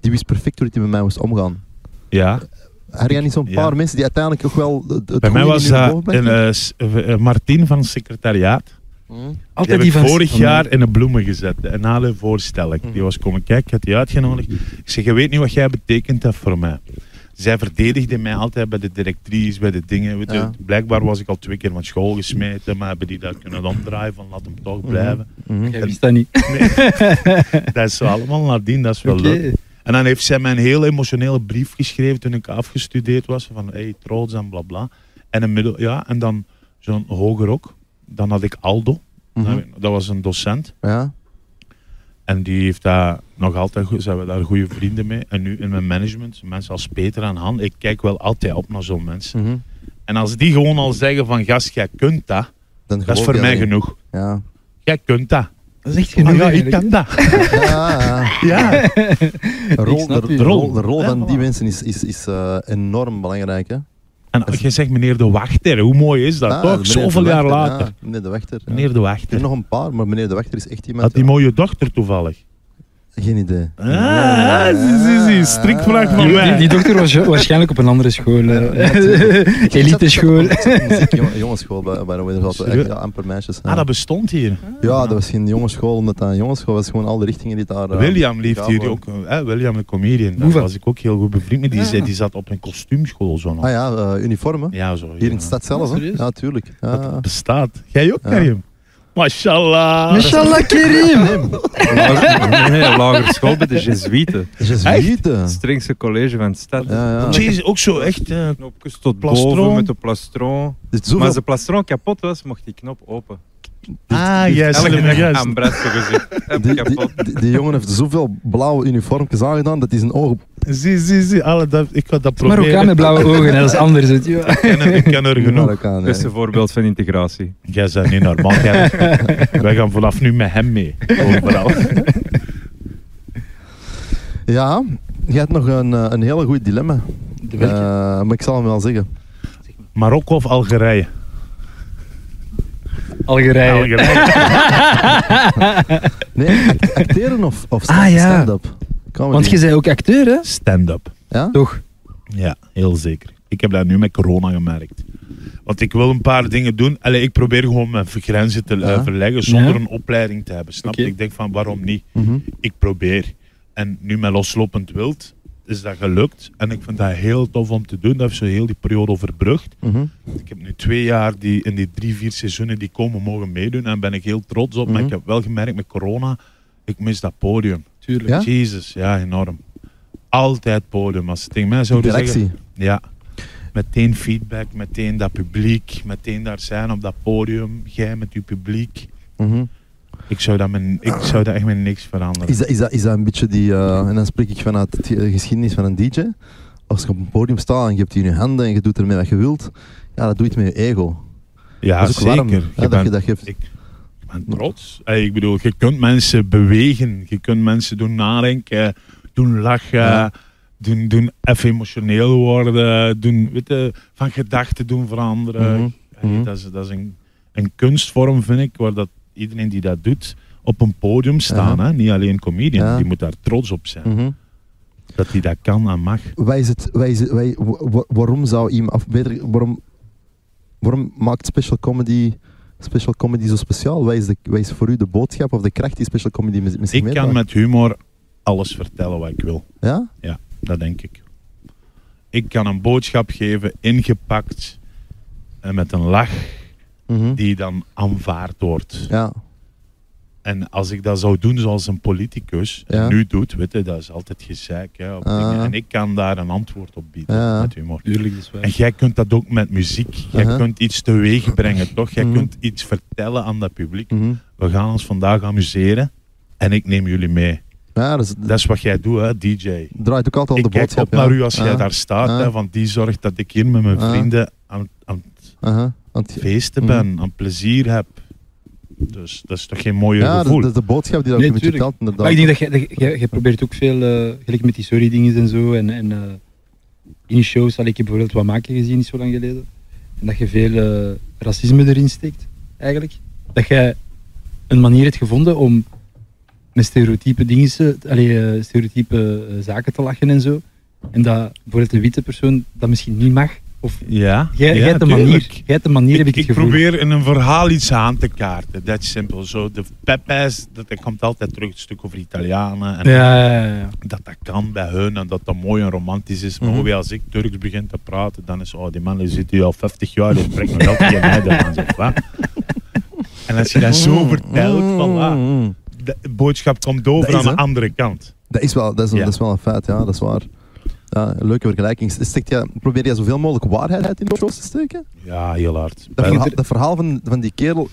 S3: die wist perfect hoe hij met mij moest omgaan.
S1: Ja.
S3: Had jij niet zo'n
S1: Ja.
S3: paar mensen die uiteindelijk ook wel het- het
S1: Bij mij
S3: goede
S1: was
S3: in hun
S1: dat
S3: boog brachten?
S1: een, eh, s- eh, eh, Martien van het secretariaat.
S3: Hmm.
S1: Die heb
S2: Altijd
S1: ik
S2: van-
S1: vorig
S2: van-
S1: jaar in de bloemen gezet. En na de voorstelling.
S3: Mhm.
S1: Die was komen kijken, ik had die uitgenodigd. Ik zeg, je weet niet wat jij betekent hebt voor mij. Zij verdedigde mij altijd bij de directrice, bij de dingen. Weet je,
S3: Ja.
S1: Blijkbaar was ik al twee keer van school gesmeten. Maar hebben die dat kunnen omdraaien van laat hem toch
S3: Mhm.
S1: blijven.
S3: Mhm.
S2: Jij wist dat niet.
S1: Dat is zo allemaal nadien, dat is wel leuk.
S2: Oké.
S1: En dan heeft zij mij een heel emotionele brief geschreven toen ik afgestudeerd was. Van hey, trots en bla bla. En, een middel, ja, en dan zo'n hoger ook. Dan had ik Aldo.
S3: Mhm.
S1: Dat was een docent.
S3: Ja.
S1: En die heeft daar nog altijd goed, zijn we daar goede vrienden mee. En nu in mijn management, mensen als Peter en Han. Ik kijk wel altijd op naar zo'n mensen.
S3: Mhm.
S1: En als die gewoon al zeggen van gast, jij kunt dat. Dat
S3: Dan
S1: is
S3: geloof
S1: voor
S3: je
S1: mij
S3: erin.
S1: genoeg.
S3: Ja.
S1: Jij kunt dat.
S2: Dat is echt
S1: Ah
S2: genoeg.
S1: ja, ik
S2: eigenlijk,
S1: kan dat.
S3: Ja,
S1: Ja.
S3: ja. De rol,
S2: snap
S3: de,
S2: je.
S3: de rol, de rol
S1: Ja,
S3: van die
S1: voilà.
S3: mensen is, is, is eh, enorm belangrijk. Hè?
S1: En je zegt meneer de wachter, hoe mooi is dat
S3: Ah, meneer
S1: toch?
S3: De
S1: Zoveel jaar
S3: Wachter,
S1: later.
S3: ja, meneer De Wachter. ja.
S1: Meneer de
S3: Er zijn
S1: wachter.
S3: nog een paar, maar meneer De Wachter is echt iemand...
S1: Had die mooie dochter toevallig.
S3: Geen idee.
S1: Ah, zie, zie, zie, strikvraag
S2: hè.
S1: van
S2: Die, die,
S1: mij.
S2: die dokter was wa- waarschijnlijk op een andere school.
S3: Ja,
S2: eh.
S3: natuurlijk. Ik zat-
S2: Elite
S3: ik zat op
S2: school.
S3: een- ik zat op een zieke jongen- jongensschool bij, bij Noël. Er zaten echt
S1: Serieus?
S3: ja, amper meisjes. Ja.
S1: Ah, dat bestond hier.
S3: ja, dat was geen jongensschool, omdat dat een jongensschool was. Gewoon al die richtingen die daar... eh,
S1: William lief
S3: ja,
S1: hier
S3: hoor.
S1: ook. eh, William, de comedian. Daar
S2: Hoeveel?
S1: was ik ook heel goed bevriend mee. Die, zei- die zat op een kostuumschool zo nog.
S3: Ah ja, eh, uniformen.
S1: Ja, zo.
S3: Hier in de stad zelf, hè?
S2: serieus? Ah,
S3: Ja, tuurlijk. Ja.
S1: Dat bestaat. Jij ook,
S3: Ja.
S1: Karim? Mashallah.
S2: Mashallah Kerim.
S4: Lager, nee, lager school bij de Jesuiten.
S3: Jezuïeten.
S4: Het strengste college van de stad.
S3: Ah. Ja, ja.
S1: Jezus, ook zo echt. eh,
S4: Knopjes tot
S1: Plastron.
S4: boven met de plastron.
S3: Er is zoveel-
S4: Maar als de plastron kapot was, mocht die knop open.
S1: ah, jij
S4: Elke
S1: slimme
S4: dag
S1: gast.
S4: aan Brasso gezet. Heb
S3: Die,
S4: kapot.
S3: die, die- die jongen heeft zoveel blauwe uniformjes aangedaan dat hij zijn ogen...
S1: Zie, zie, zie. Alle, dat, ik had dat
S2: Marokkaan
S1: proberen.
S2: met blauwe ogen, hè, dat is anders. hè, tjoh.
S1: Ik ken er- ik ken er genoeg.
S3: Marokkaan, hè.
S4: Beste voorbeeld van integratie.
S1: Jij bent niet normaal. Jij- Wij gaan vanaf nu met hem mee. Overal.
S3: Ja, je hebt nog een, eh, een hele goed dilemma.
S2: De welke?
S3: Eh, maar ik zal hem wel zeggen.
S1: Marokko of Algerije?
S2: Algerije.
S1: Algerije.
S3: Nee, act- acteren of, of sta-
S2: Ah, ja.
S3: stand-up? Comedy.
S2: Want je bent ook acteur, hè?
S1: Stand-up.
S3: Ja?
S2: Toch?
S1: Ja, heel zeker. Ik heb dat nu met corona gemerkt. Want ik wil een paar dingen doen. Allee, ik probeer gewoon mijn grenzen te eh,
S3: Ja.
S1: verleggen zonder
S2: Ja.
S1: een opleiding te hebben. Snap je?
S2: Oké.
S1: Ik denk van waarom niet?
S3: Mhm.
S1: Ik probeer. En nu met loslopend wild is dat gelukt. En ik vind dat heel tof om te doen. Dat heeft zo heel die periode overbrugd.
S3: mhm.
S1: Ik heb nu twee jaar die, in die drie, vier seizoenen die komen mogen meedoen. En daar ben ik heel trots op. Maar
S3: Mhm.
S1: ik heb wel gemerkt met corona, ik mis dat podium.
S2: Tuurlijk.
S3: Ja?
S1: Jezus, ja, enorm. Altijd podium. Als ze tegen mij zouden zeggen...
S3: Interactie.
S1: Ja. Meteen feedback, meteen dat publiek, meteen daar zijn op dat podium. Jij met je publiek.
S3: Mhm.
S1: Ik zou dat, mijn, ik zou dat echt met niks veranderen.
S3: Is dat, is, dat, is dat een beetje die, eh, en dan spreek ik vanuit de geschiedenis van een DJ. Als je op een podium staat en je hebt die in je handen en je doet ermee wat je wilt, ja, dat doe je het met je ego.
S1: Ja,
S3: dat is ook
S1: zeker.
S3: warm hè,
S1: Je
S3: dat je
S1: bent-
S3: dat geeft.
S1: ik- ik ben trots. Hey, ik bedoel, je kunt mensen bewegen. Je kunt mensen doen nadenken, doen lachen,
S3: Ja.
S1: doen, doen even emotioneel worden, doen, weet je, van gedachten doen veranderen.
S3: Mhm,
S1: Hey,
S3: mhm.
S1: Dat is, dat is een, een kunstvorm, vind ik, waar dat iedereen die dat doet op een podium staan.
S3: Ja.
S1: Hè? Niet alleen comedian,
S3: Ja.
S1: die moet daar trots op zijn.
S3: Mhm.
S1: Dat hij dat kan en mag.
S3: Wij is het, wij is het, wij, wa- wa- waarom zou iemand, of beter, waarom, waarom maakt special comedy, special comedy zo speciaal? Wij is, de, wij is voor u de boodschap of de kracht die special comedy mis- misschien
S1: Ik kan
S3: meedraagt?
S1: met humor alles vertellen wat ik wil.
S3: Ja?
S1: Dat denk ik. Ik kan een boodschap geven, ingepakt en met een lach
S3: Mhm.
S1: die dan aanvaard wordt.
S3: Ja.
S1: En als ik dat zou doen zoals een politicus
S3: Ja.
S1: nu doet, weet je, dat is altijd gezeik. Hè, op
S3: Ah.
S1: dingen. En ik kan daar een antwoord op bieden
S3: Ja.
S1: met humor.
S2: Tuurlijk, dat is
S1: En
S2: waar.
S1: jij kunt dat ook met muziek. Jij
S3: Aha.
S1: kunt iets teweeg brengen, toch? Jij
S3: Mhm.
S1: kunt iets vertellen aan dat publiek.
S3: Mhm.
S1: We gaan ons vandaag amuseren en ik neem jullie mee.
S3: Ja, dus- dat, is,
S1: Dat is wat jij doet, hè, DJ.
S3: draait ook altijd
S1: ik
S3: om de
S1: kijk
S3: boodschap.
S1: op naar
S3: ja. Ah.
S1: u als jij
S3: Ja.
S1: daar staat,
S3: Ja.
S1: hè, want die zorgt dat ik hier met mijn
S3: Ja.
S1: vrienden aan, aan het
S3: Aha. Want,
S1: feesten
S3: Mhm.
S1: ben, aan plezier heb. Dus dat is toch geen mooier
S3: Ja, dat,
S1: gevoel?
S3: dat is de boodschap die dat
S2: Nee,
S3: ook met je
S2: tuurlijk.
S3: telt, inderdaad.
S2: Maar ik denk dat jij- dat jij- jij jij probeert ook veel, eh, gelijk met die sorry dingen en zo, en, en eh, in shows, al ik heb bijvoorbeeld wat maken gezien, niet zo lang geleden, en dat je veel eh, racisme erin steekt, eigenlijk. Dat jij een manier hebt gevonden om met stereotype dingen, te- allee, eh, stereotype eh, zaken te lachen en zo, en dat bijvoorbeeld de witte persoon dat misschien niet mag, of
S1: Ja,
S2: jij,
S1: ja,
S2: jij hebt de manier,
S1: tuurlijk.
S2: jij hebt de manier, heb ik,
S1: ik,
S2: het
S1: ik
S2: gevoel.
S1: probeer in een verhaal iets aan te kaarten. That's simple. Zo, de Pepe's, dat, dat komt altijd terug. Het stuk over Italianen. En
S2: Ja, ja, ja, ja.
S1: Dat dat kan bij hun en dat dat mooi en romantisch is. Maar
S3: Mhm.
S1: hoe als ik Turks begin te praten, dan is oh, die man zit hier al 50 jaar, die spreekt nog elke keer Nederlands. of wat? En als je dat
S3: Mhm.
S1: zo vertelt, voilà,
S3: Mm, mm.
S1: de boodschap komt over
S3: Dat is,
S1: aan de
S3: hè?
S1: andere kant.
S3: Dat is wel, dat is,
S1: Ja.
S3: dat is wel een feit, ja, dat is waar. Ja, een leuke vergelijking. Steekt jij- probeer je zoveel mogelijk waarheid in de shows te steken?
S1: Ja, heel hard.
S3: Dat,
S1: Bij
S3: verhaal, dat verhaal van, van die kerel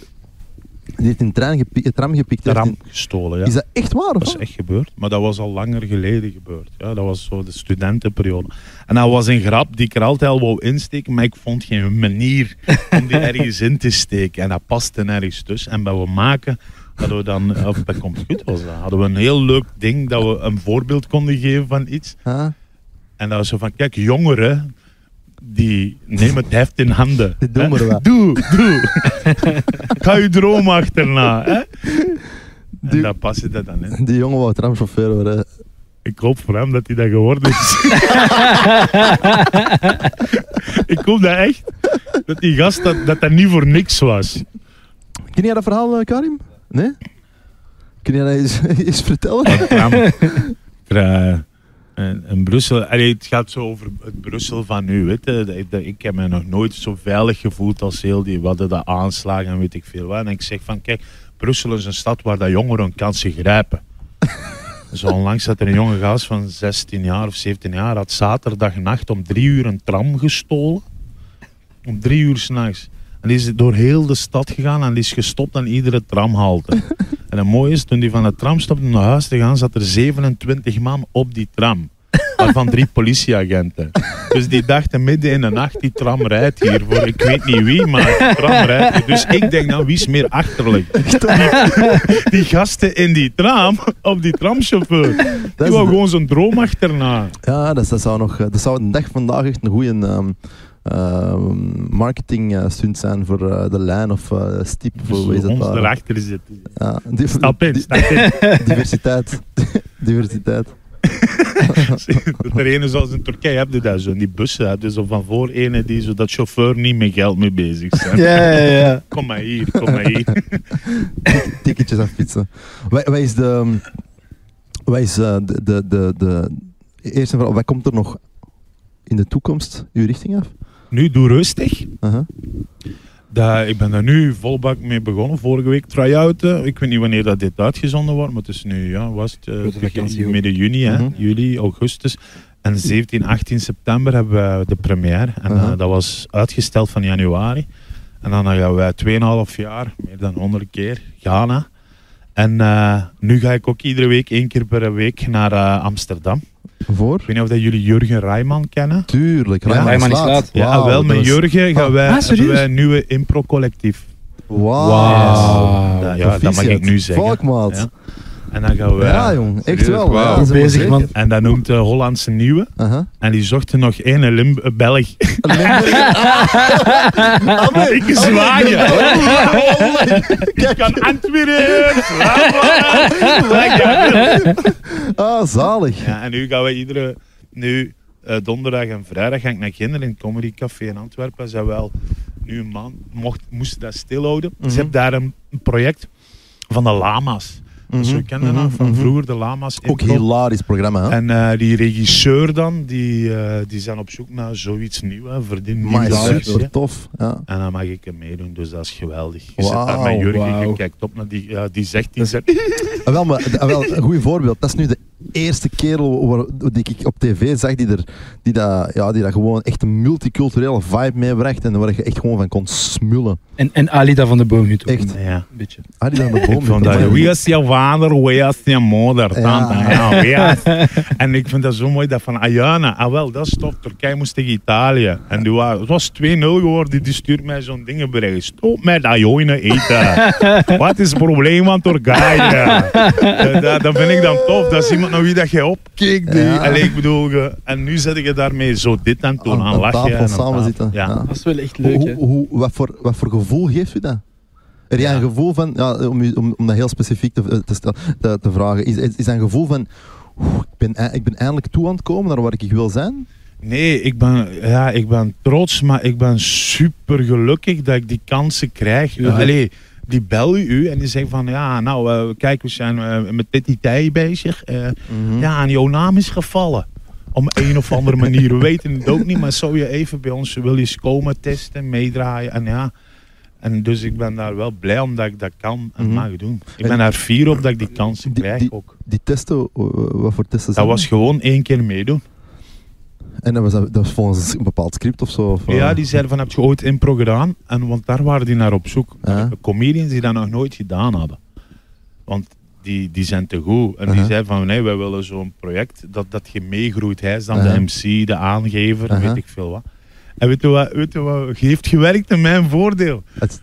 S3: die het in trein gepi- tram gepikt
S1: de
S3: heeft,
S1: ramp gestolen, ja.
S3: is dat echt waar? Of
S1: Dat is
S3: wat?
S1: echt gebeurd, maar dat was al langer geleden gebeurd. Ja, dat was zo de studentenperiode. En dat was een grap die ik er altijd al wou insteken, maar ik vond geen manier om die ergens in te steken. En dat paste nergens tussen. En bij we maken, hadden we dan, of bij Komt Goed was dat, hadden we een heel leuk ding dat we een voorbeeld konden geven van iets.
S3: Ja.
S1: En dat was zo van, kijk, jongeren, die nemen het heft in handen.
S3: Dit doen
S1: Hè?
S3: we wel.
S1: Doe, doe. Ga je droom achterna. Hè? En
S3: Die-
S1: daar paste dat dan in.
S3: Die jongen wou tramchauffeur worden.
S1: Ik hoop voor hem dat hij dat geworden is. ik hoop dat echt. Dat die gast, dat dat, dat niet voor niks was.
S3: Ken jij dat verhaal, eh, Karim? Nee? Kun jij dat eens, eens vertellen?
S1: Van Tram. Er, eh, in, in Brussel, allee, het gaat zo over het Brussel van nu. Weet je. Dat- dat- Ik heb me nog nooit zo veilig gevoeld als heel die wat dat aanslagen en weet ik veel wat. En ik zeg van kijk, Brussel is een stad waar dat jongeren een kansen grijpen. Zo onlangs had er een jonge gast van 16 jaar of 17 jaar, had zaterdagnacht om drie uur een tram gestolen. Om drie uur s'nachts. En die is door heel de stad gegaan en die is gestopt aan iedere tramhalte. En het mooie is, toen die van de tram stopte om naar huis te gaan, zat er 27 man op die tram. Waarvan drie politieagenten. Dus die dachten midden in de nacht, die tram rijdt hier voor ik weet niet wie, maar die tram rijdt hier. Dus ik denk nou, wie is meer achterlijk? Die, die gasten in die tram, op die tramchauffeur.
S3: Dat
S1: Die
S3: is
S1: wou
S3: een-
S1: gewoon zijn droom achterna.
S3: Ja, dat, dat zou nog, eh, dat zou een dag vandaag echt een goede ehm, ehm, marketing eh, stunt zijn voor eh, de lijn of eh stiep.
S1: Dus
S3: Voor, wie is dat
S1: ons
S3: waar?
S1: erachter zitten.
S3: Ja, die-
S1: Stap in,
S3: die-
S1: stap in.
S3: Diversiteit. Diversiteit.
S1: dat er ene zoals in Turkije heb je dat zo. in Die bussen heb je zo van voor ene die zo dat chauffeur niet met geld mee bezig zijn.
S2: Ja, ja, ja.
S1: Kom maar hier, kom maar hier.
S3: Ticketjes aan fietsen. Wat wat is de... Wat is eh, de... de, de, de eerst en vooral, wat komt er nog in de toekomst uw richting af? Uh-huh.
S1: Nu doe rustig.
S3: Aha.
S1: Dat, ik ben daar nu volbak mee begonnen. Vorige week try-outen. Ik weet niet wanneer dat dit uitgezonden wordt, maar het is nu, ja, was het, eh,
S2: Grote
S1: begin-
S2: vakantie ook.
S1: midden juni, hè?
S3: Mhm.
S1: juli, augustus. En 17, 18 september hebben we de première. En
S3: Aha.
S1: eh, dat was uitgesteld van januari. En dan gaan wij 2,5 jaar, meer dan 100 keer, Ghana. En eh, nu ga ik ook iedere week, één keer per week, naar eh, Amsterdam.
S3: Voor?
S1: Ik weet niet of dat jullie Jurgen Rijman kennen.
S3: Tuurlijk.
S1: Ja,
S3: Rijman
S2: Rijman is
S3: Slaat.
S2: laat.
S1: Ja,
S3: Wauw,
S1: wel,
S3: dat
S1: met
S3: is- Oh.
S1: Jurgen gaan wij,
S2: Ah,
S1: hebben
S2: serieus?
S1: wij een nieuwe impro-collectief.
S3: Wauw.
S2: Wauw.
S1: Ja, ja, dat mag ik nu zeggen.
S3: Ah. Fuck, maat.
S1: Ja. En dan gaan we...
S3: Ja, jong. Echt
S4: Serieus,
S3: wel.
S4: wauw.
S3: Ja, dat is wel
S2: Bezig, man.
S1: En dat noemt de Hollandse Nieuwe.
S3: Aha.
S1: En die zochten nog één Limb eh, Belg.
S3: Oh,
S1: ik is Ik kan Antwerpen, Vlaanderen.
S3: Ah, zalig.
S1: Ja, en nu gaan we iedere... Nu, eh, donderdag en vrijdag ga ik naar Ginder in het Comedy Café in Antwerpen. Ze hebben wel nu een maand... Mocht, moesten dat stilhouden.
S3: Mhm.
S1: Ze hebben daar een een project van de lama's. Dus we
S3: Mhm,
S1: kennen
S3: mhm,
S1: dat van
S3: mhm.
S1: vroeger, de lama's. in
S3: Ook hilarisch programma, hè?
S1: En eh, die regisseur dan, die, eh, die zijn op zoek naar zoiets nieuws. Hè. Verdien
S3: Maar
S1: nieuws.
S3: is
S1: hè.
S3: super tof. Ja.
S1: En dan mag ik hem meedoen, dus dat is geweldig. Je zit
S3: Wauw,
S1: daar met Jurgen, je
S2: wauw.
S1: kijkt op naar die, ja, die zegt, die
S2: Dat
S1: zegt...
S3: Ah, wel, maar, ah, wel, een goed voorbeeld. Dat is nu de eerste kerel waar, die ik op tv zag die, er, die, dat, ja, die dat gewoon echt een multiculturele vibe meebracht en waar je echt gewoon van kon smullen.
S2: En, en Alida van de Boomhut ook.
S3: Echt.
S2: een-
S1: Ja.
S2: Een beetje.
S3: Ah, die aan de boom.
S1: Ik vond dat, wie is je vader, wie is je moeder?
S3: Ja.
S1: Tante, ja, wie is- En ik vind dat zo mooi, dat van Ayana, ah wel, dat is tof, Turkije moest tegen Italië. En die waren, het was 2-0 geworden, die stuurt mij zo'n dingenbericht. Stop met Ayone eten. Wat is het probleem aan Turkije? Eh, dat, dat vind ik dan tof, dat is iemand naar wie dat je opkijkt. die-
S3: Ja.
S1: Allee, ik bedoel, je- en nu zet je daarmee zo dit en toen
S3: Aan-
S1: aan,
S3: aan
S1: lachen.
S3: tafel
S1: en aan
S3: samen
S1: tafel.
S3: zitten,
S1: Ja.
S3: ja.
S2: Dat is wel echt
S3: Hoe-
S2: leuk, hè?
S3: hoe, hoe, wat, voor, wat voor gevoel geeft u dat? Er is een gevoel van, ja, om, u- om, om dat heel specifiek te, te, stel- te, te vragen, is, is, is dat een gevoel van, oeh, ik, ben, ei- ik ben eindelijk toe aan het komen naar waar ik wil zijn?
S1: Nee, ik ben, ja, ik ben trots, maar ik ben super gelukkig dat ik die kansen krijg.
S2: Ja.
S1: Allee, die bellen u en die zeggen van ja, nou eh, kijk, we zijn eh, met dit idee bezig. Eh,
S3: Mhm.
S1: Ja, en jouw naam is gevallen. Om een of andere manier. We weten het ook niet, maar zou je even bij ons wil je eens komen testen, meedraaien en ja. En dus ik ben daar wel blij om dat ik dat kan en
S3: Mhm.
S1: mag doen. Ik
S3: En-
S1: ben daar fier op dat ik die kansen
S3: Die-
S1: krijg
S3: die-
S1: ook.
S3: Die testen, eh, wat voor testen
S1: Dat
S3: zijn
S1: was gewoon één keer meedoen.
S3: En dat was, dat was volgens een bepaald script of zo? Of, eh,
S1: Ja, die zeiden van, heb je ooit impro gedaan? En, want daar waren die naar op zoek.
S3: Ja.
S1: Comedians die dat nog nooit gedaan hadden. Want die, die zijn te goed. En die
S3: Aha.
S1: zeiden van, nee, wij willen zo'n project dat, dat je meegroeit. Hij is dan
S3: Aha.
S1: de MC, de aangever,
S3: Aha.
S1: weet ik veel wat. En weet je wat, weet je wat heeft gewerkt in mijn voordeel?
S3: het-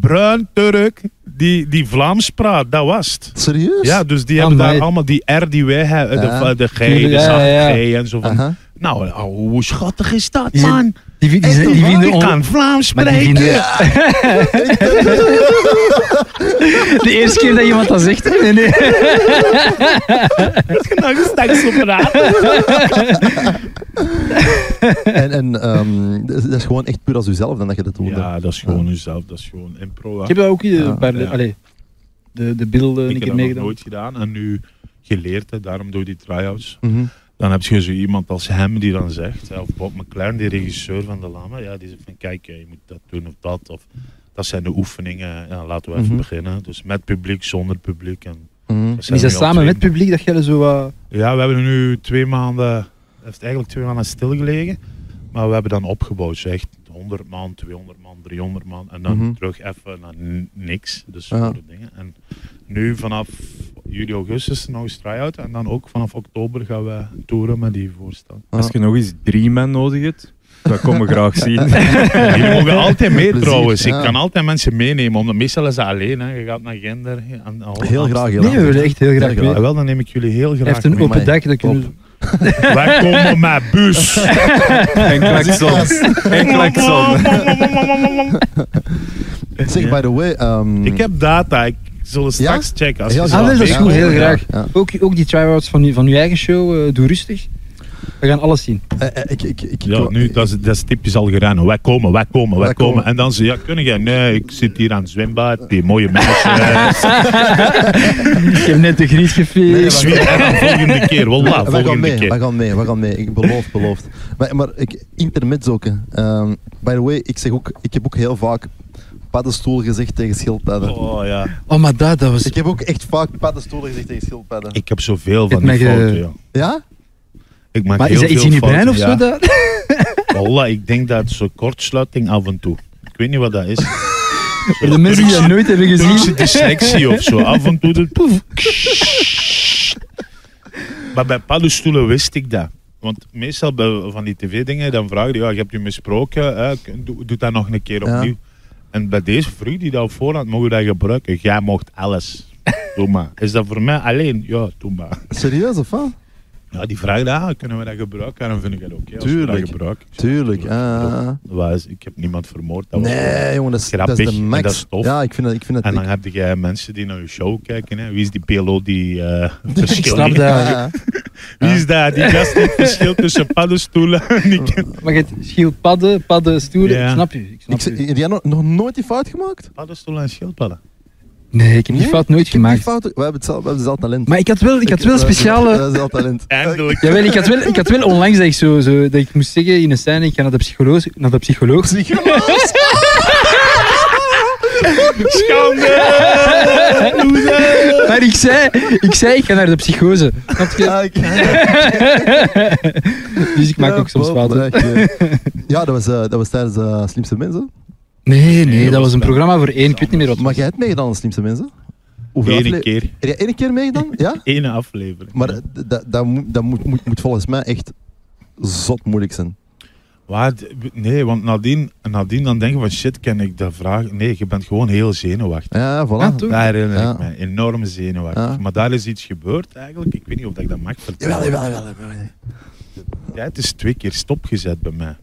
S1: Bruin, Turk, die, die Vlaams praat, dat was het.
S3: serieus?
S1: Ja, dus die
S2: Ah,
S1: hebben daar
S2: nee.
S1: allemaal die R die wij hebben, de,
S3: Ja.
S1: de G, de
S2: Tuurlijk, ja,
S1: zachte
S2: ja,
S1: G en zo van.
S3: Aha.
S1: Nou, oh, hoe schattig is dat,
S2: Die-
S1: man?
S2: Die, vi- die,
S1: Echt
S2: zijn- die
S1: waar?
S2: vinden
S1: Ik
S2: on-
S1: kan Vlaams
S2: Maar die
S1: spreken.
S2: vinden... de eerste keer dat iemand dat zegt. Nee, nee.
S1: Nou, je stak zo praten.
S3: En, en ehm, dat is- dat is gewoon echt puur als uzelf dan dat je dat doet. hè?
S1: Ja, dat is gewoon jezelf. Dat is gewoon impro. hè.
S2: Ik heb dat ook eh,
S3: Ja,
S2: een paar...
S1: ja.
S2: Allee, de, de Bill eh,
S1: ik
S2: een
S1: heb dat
S2: keer
S1: nog
S2: meegedaan.
S1: nooit gedaan. En nu geleerd, hè, daarom doe ik die try-outs.
S3: Mhm.
S1: Dan heb je zo iemand als hem die dan zegt, hè, of Bob McLaren, die regisseur van De Lama, ja, die zegt van kijk, eh, je moet dat doen of dat. Of, dat zijn de oefeningen. Ja, laten we even
S3: Mhm.
S1: beginnen. Dus met publiek, zonder publiek. En dat
S3: Mhm.
S2: En is
S1: zijn
S2: dat
S1: we al
S2: samen
S1: twee-
S2: met het publiek dat jij zo wat...
S1: Ja, we hebben nu twee maanden, heeft eigenlijk twee maanden stilgelegen. Maar we hebben dan opgebouwd, zo echt 100 man, 200 man, 300 man. En dan
S3: Mhm.
S1: terug even naar n- niks. Dus
S3: Ja.
S1: voor de dingen. En nu vanaf juli, augustus nog eens try-out. En dan ook vanaf oktober gaan we toeren met die voorstel.
S4: Als je nog eens drie man nodig hebt, dat komen we graag zien.
S1: Jullie mogen altijd mee
S3: Plezier,
S1: trouwens.
S3: ja.
S1: Ik kan altijd mensen meenemen. Omdat meestal is dat alleen. Hè. Je gaat naar Gender. En,
S3: Heel graag, heel
S2: Nee, we
S3: graag.
S2: willen echt heel graag
S3: Ja,
S2: mee.
S1: Ja, wel, dan neem ik jullie heel
S2: Hij
S1: graag
S2: heeft een
S1: mee.
S2: open
S3: Amai.
S2: dak, dat kunnen
S1: Wij komen met bus.
S4: en klakson. En klakson.
S3: Zeg, by the way... ehm,
S1: Ik heb data, ik zal het
S3: Ja?
S1: straks checken. Als
S3: Heel
S1: je
S3: graag.
S1: zo
S2: Ah, Hmm. dat is
S1: mee-
S2: goed,
S3: Ja,
S2: heel
S3: ja,
S2: graag.
S3: ja.
S2: Ook, ook die try-outs van, je- van uw eigen show, eh, doe rustig. We gaan alles zien.
S3: eh, eh, ik, ik, ik,
S1: Ja, nu, dat is, dat is typisch al gereden. Wij komen, wij komen, wij,
S3: Wij
S1: komen.
S3: komen.
S1: En dan ze, ja, kunnen jij? Nee, ik zit hier aan het zwembad, die mooie mensen. eh,
S2: Ik heb net de Gries
S3: Nee,
S2: gefeest.
S3: wacht.
S1: Sweet, en dan volgende keer, voilà,
S3: Wij gaan
S1: volgende
S3: mee, wij
S1: keer.
S3: gaan mee, wij gaan mee. Ik beloof, beloof. Maar, maar ik, intermezzo ook. hè. Ehm, by the way, ik, zeg ook, ik heb ook heel vaak paddenstoel gezegd tegen schildpadden.
S1: Oh ja,
S2: Oh, maar dat, dat was...
S3: Ik heb ook echt vaak paddenstoelen gezegd tegen schildpadden.
S1: ik heb zoveel van
S2: Het
S1: die
S2: mag, eh,
S1: fouten, ja.
S3: Ja?
S1: Ik maak
S2: Maar is
S1: heel
S2: dat iets
S1: veel
S2: in je
S1: fouten,
S2: brein
S1: ja.
S2: of zo? Dat?
S1: Wallah, ik denk dat het zo'n kortsluiting af en toe. Ik weet niet wat dat is.
S2: Voor de mensen die dat nooit hebben
S1: Turkse
S2: gezien.
S1: dyslexie of zo. Af en toe doet poef. Maar bij paddenstoelen wist ik dat. Want meestal bij van die tv-dingen, dan vraag je, ja, je hebt u misproken, hè, doe, doe dat nog een keer
S3: Ja.
S1: opnieuw. En bij deze vroeg die dat op voorhand, mogen we dat gebruiken? Jij mocht alles. Doe maar. Is dat voor mij alleen? Ja, doe maar.
S3: Serieus of wat?
S1: Ja, die vraag, ja, kunnen we dat gebruiken? En dan vind ik het oké als we
S3: Tuurlijk.
S1: dat gebruiken.
S3: Tuurlijk. ah.
S1: Was, ik heb niemand vermoord. Dat was-
S3: Nee, jongen, dat is, dat is
S1: Grappig,
S3: de
S1: en
S3: max.
S1: dat is tof.
S3: Ja, ik vind dat... Ik vind dat
S1: En dan heb je mensen die naar je show kijken. Hè. Wie is die PLO die eh
S2: Ik
S1: verschil
S2: snap
S1: niet-
S3: ja,
S2: dat.
S3: ja.
S1: Wie is dat? Die gast die het verschil tussen paddenstoelen en die kind-
S2: Maar je hebt schildpadden, padden, stoelen.
S1: Ja.
S2: Ik snap je. Ik snap
S3: Ik,
S2: je.
S3: zeg, heb jij nog, nog nooit die fout gemaakt?
S1: Paddenstoelen en schildpadden.
S2: Nee, ik heb die
S3: Nee?
S2: fout nooit
S3: Die
S2: gemaakt.
S3: fout, we hebben hetzelfde, we hebben hetzelfde talent.
S2: Maar ik had wel, ik Eh, had wel
S3: We hebben- We
S2: speciale...
S3: hebben hetzelfde talent.
S1: Eindelijk.
S2: Jawel, ik had wel, ik had wel onlangs dat ik, zo, zo, dat ik moest zeggen in een scène, ik ga naar de psycholoog. Naar de psycholoog.
S1: Schande! Loser!
S2: Maar ik zei, ik zei, ik ga naar de psychose. Snap je?
S3: Ah, ik-
S2: Dus ik maak
S3: Ja,
S2: ook soms
S3: Bob,
S2: fouten.
S3: echt, eh. Ja, dat was, eh, dat was tijdens eh, Slimste Mensen.
S2: Nee, nee,
S1: dat
S2: dat was
S1: was
S2: een
S1: wel-
S2: programma voor één, ik weet niet meer wat. het
S3: Maar
S2: was.
S3: jij hebt meegedaan aan Slimste Mensen?
S1: Eén
S3: afle-
S1: keer.
S3: Heb jij één keer meegedaan? Ja?
S1: Eén aflevering.
S3: Maar eh, dat, dat, dat moet, dat moet, moet, moet volgens mij echt zot moeilijk zijn.
S1: Wat? Nee, want nadien, nadien dan denk je van shit, ken ik dat vragen? Nee, je bent gewoon heel zenuwachtig.
S3: Ja, voilà.
S2: Ah, toch?
S1: Daar herinner
S3: Ja.
S1: ik me. Enorm zenuwachtig.
S3: Ja.
S1: Maar daar is iets gebeurd eigenlijk. Ik weet niet of dat ik dat mag vertellen.
S3: Jawel, jawel, jawel, jawel.
S1: Ja, het is twee keer stopgezet bij mij.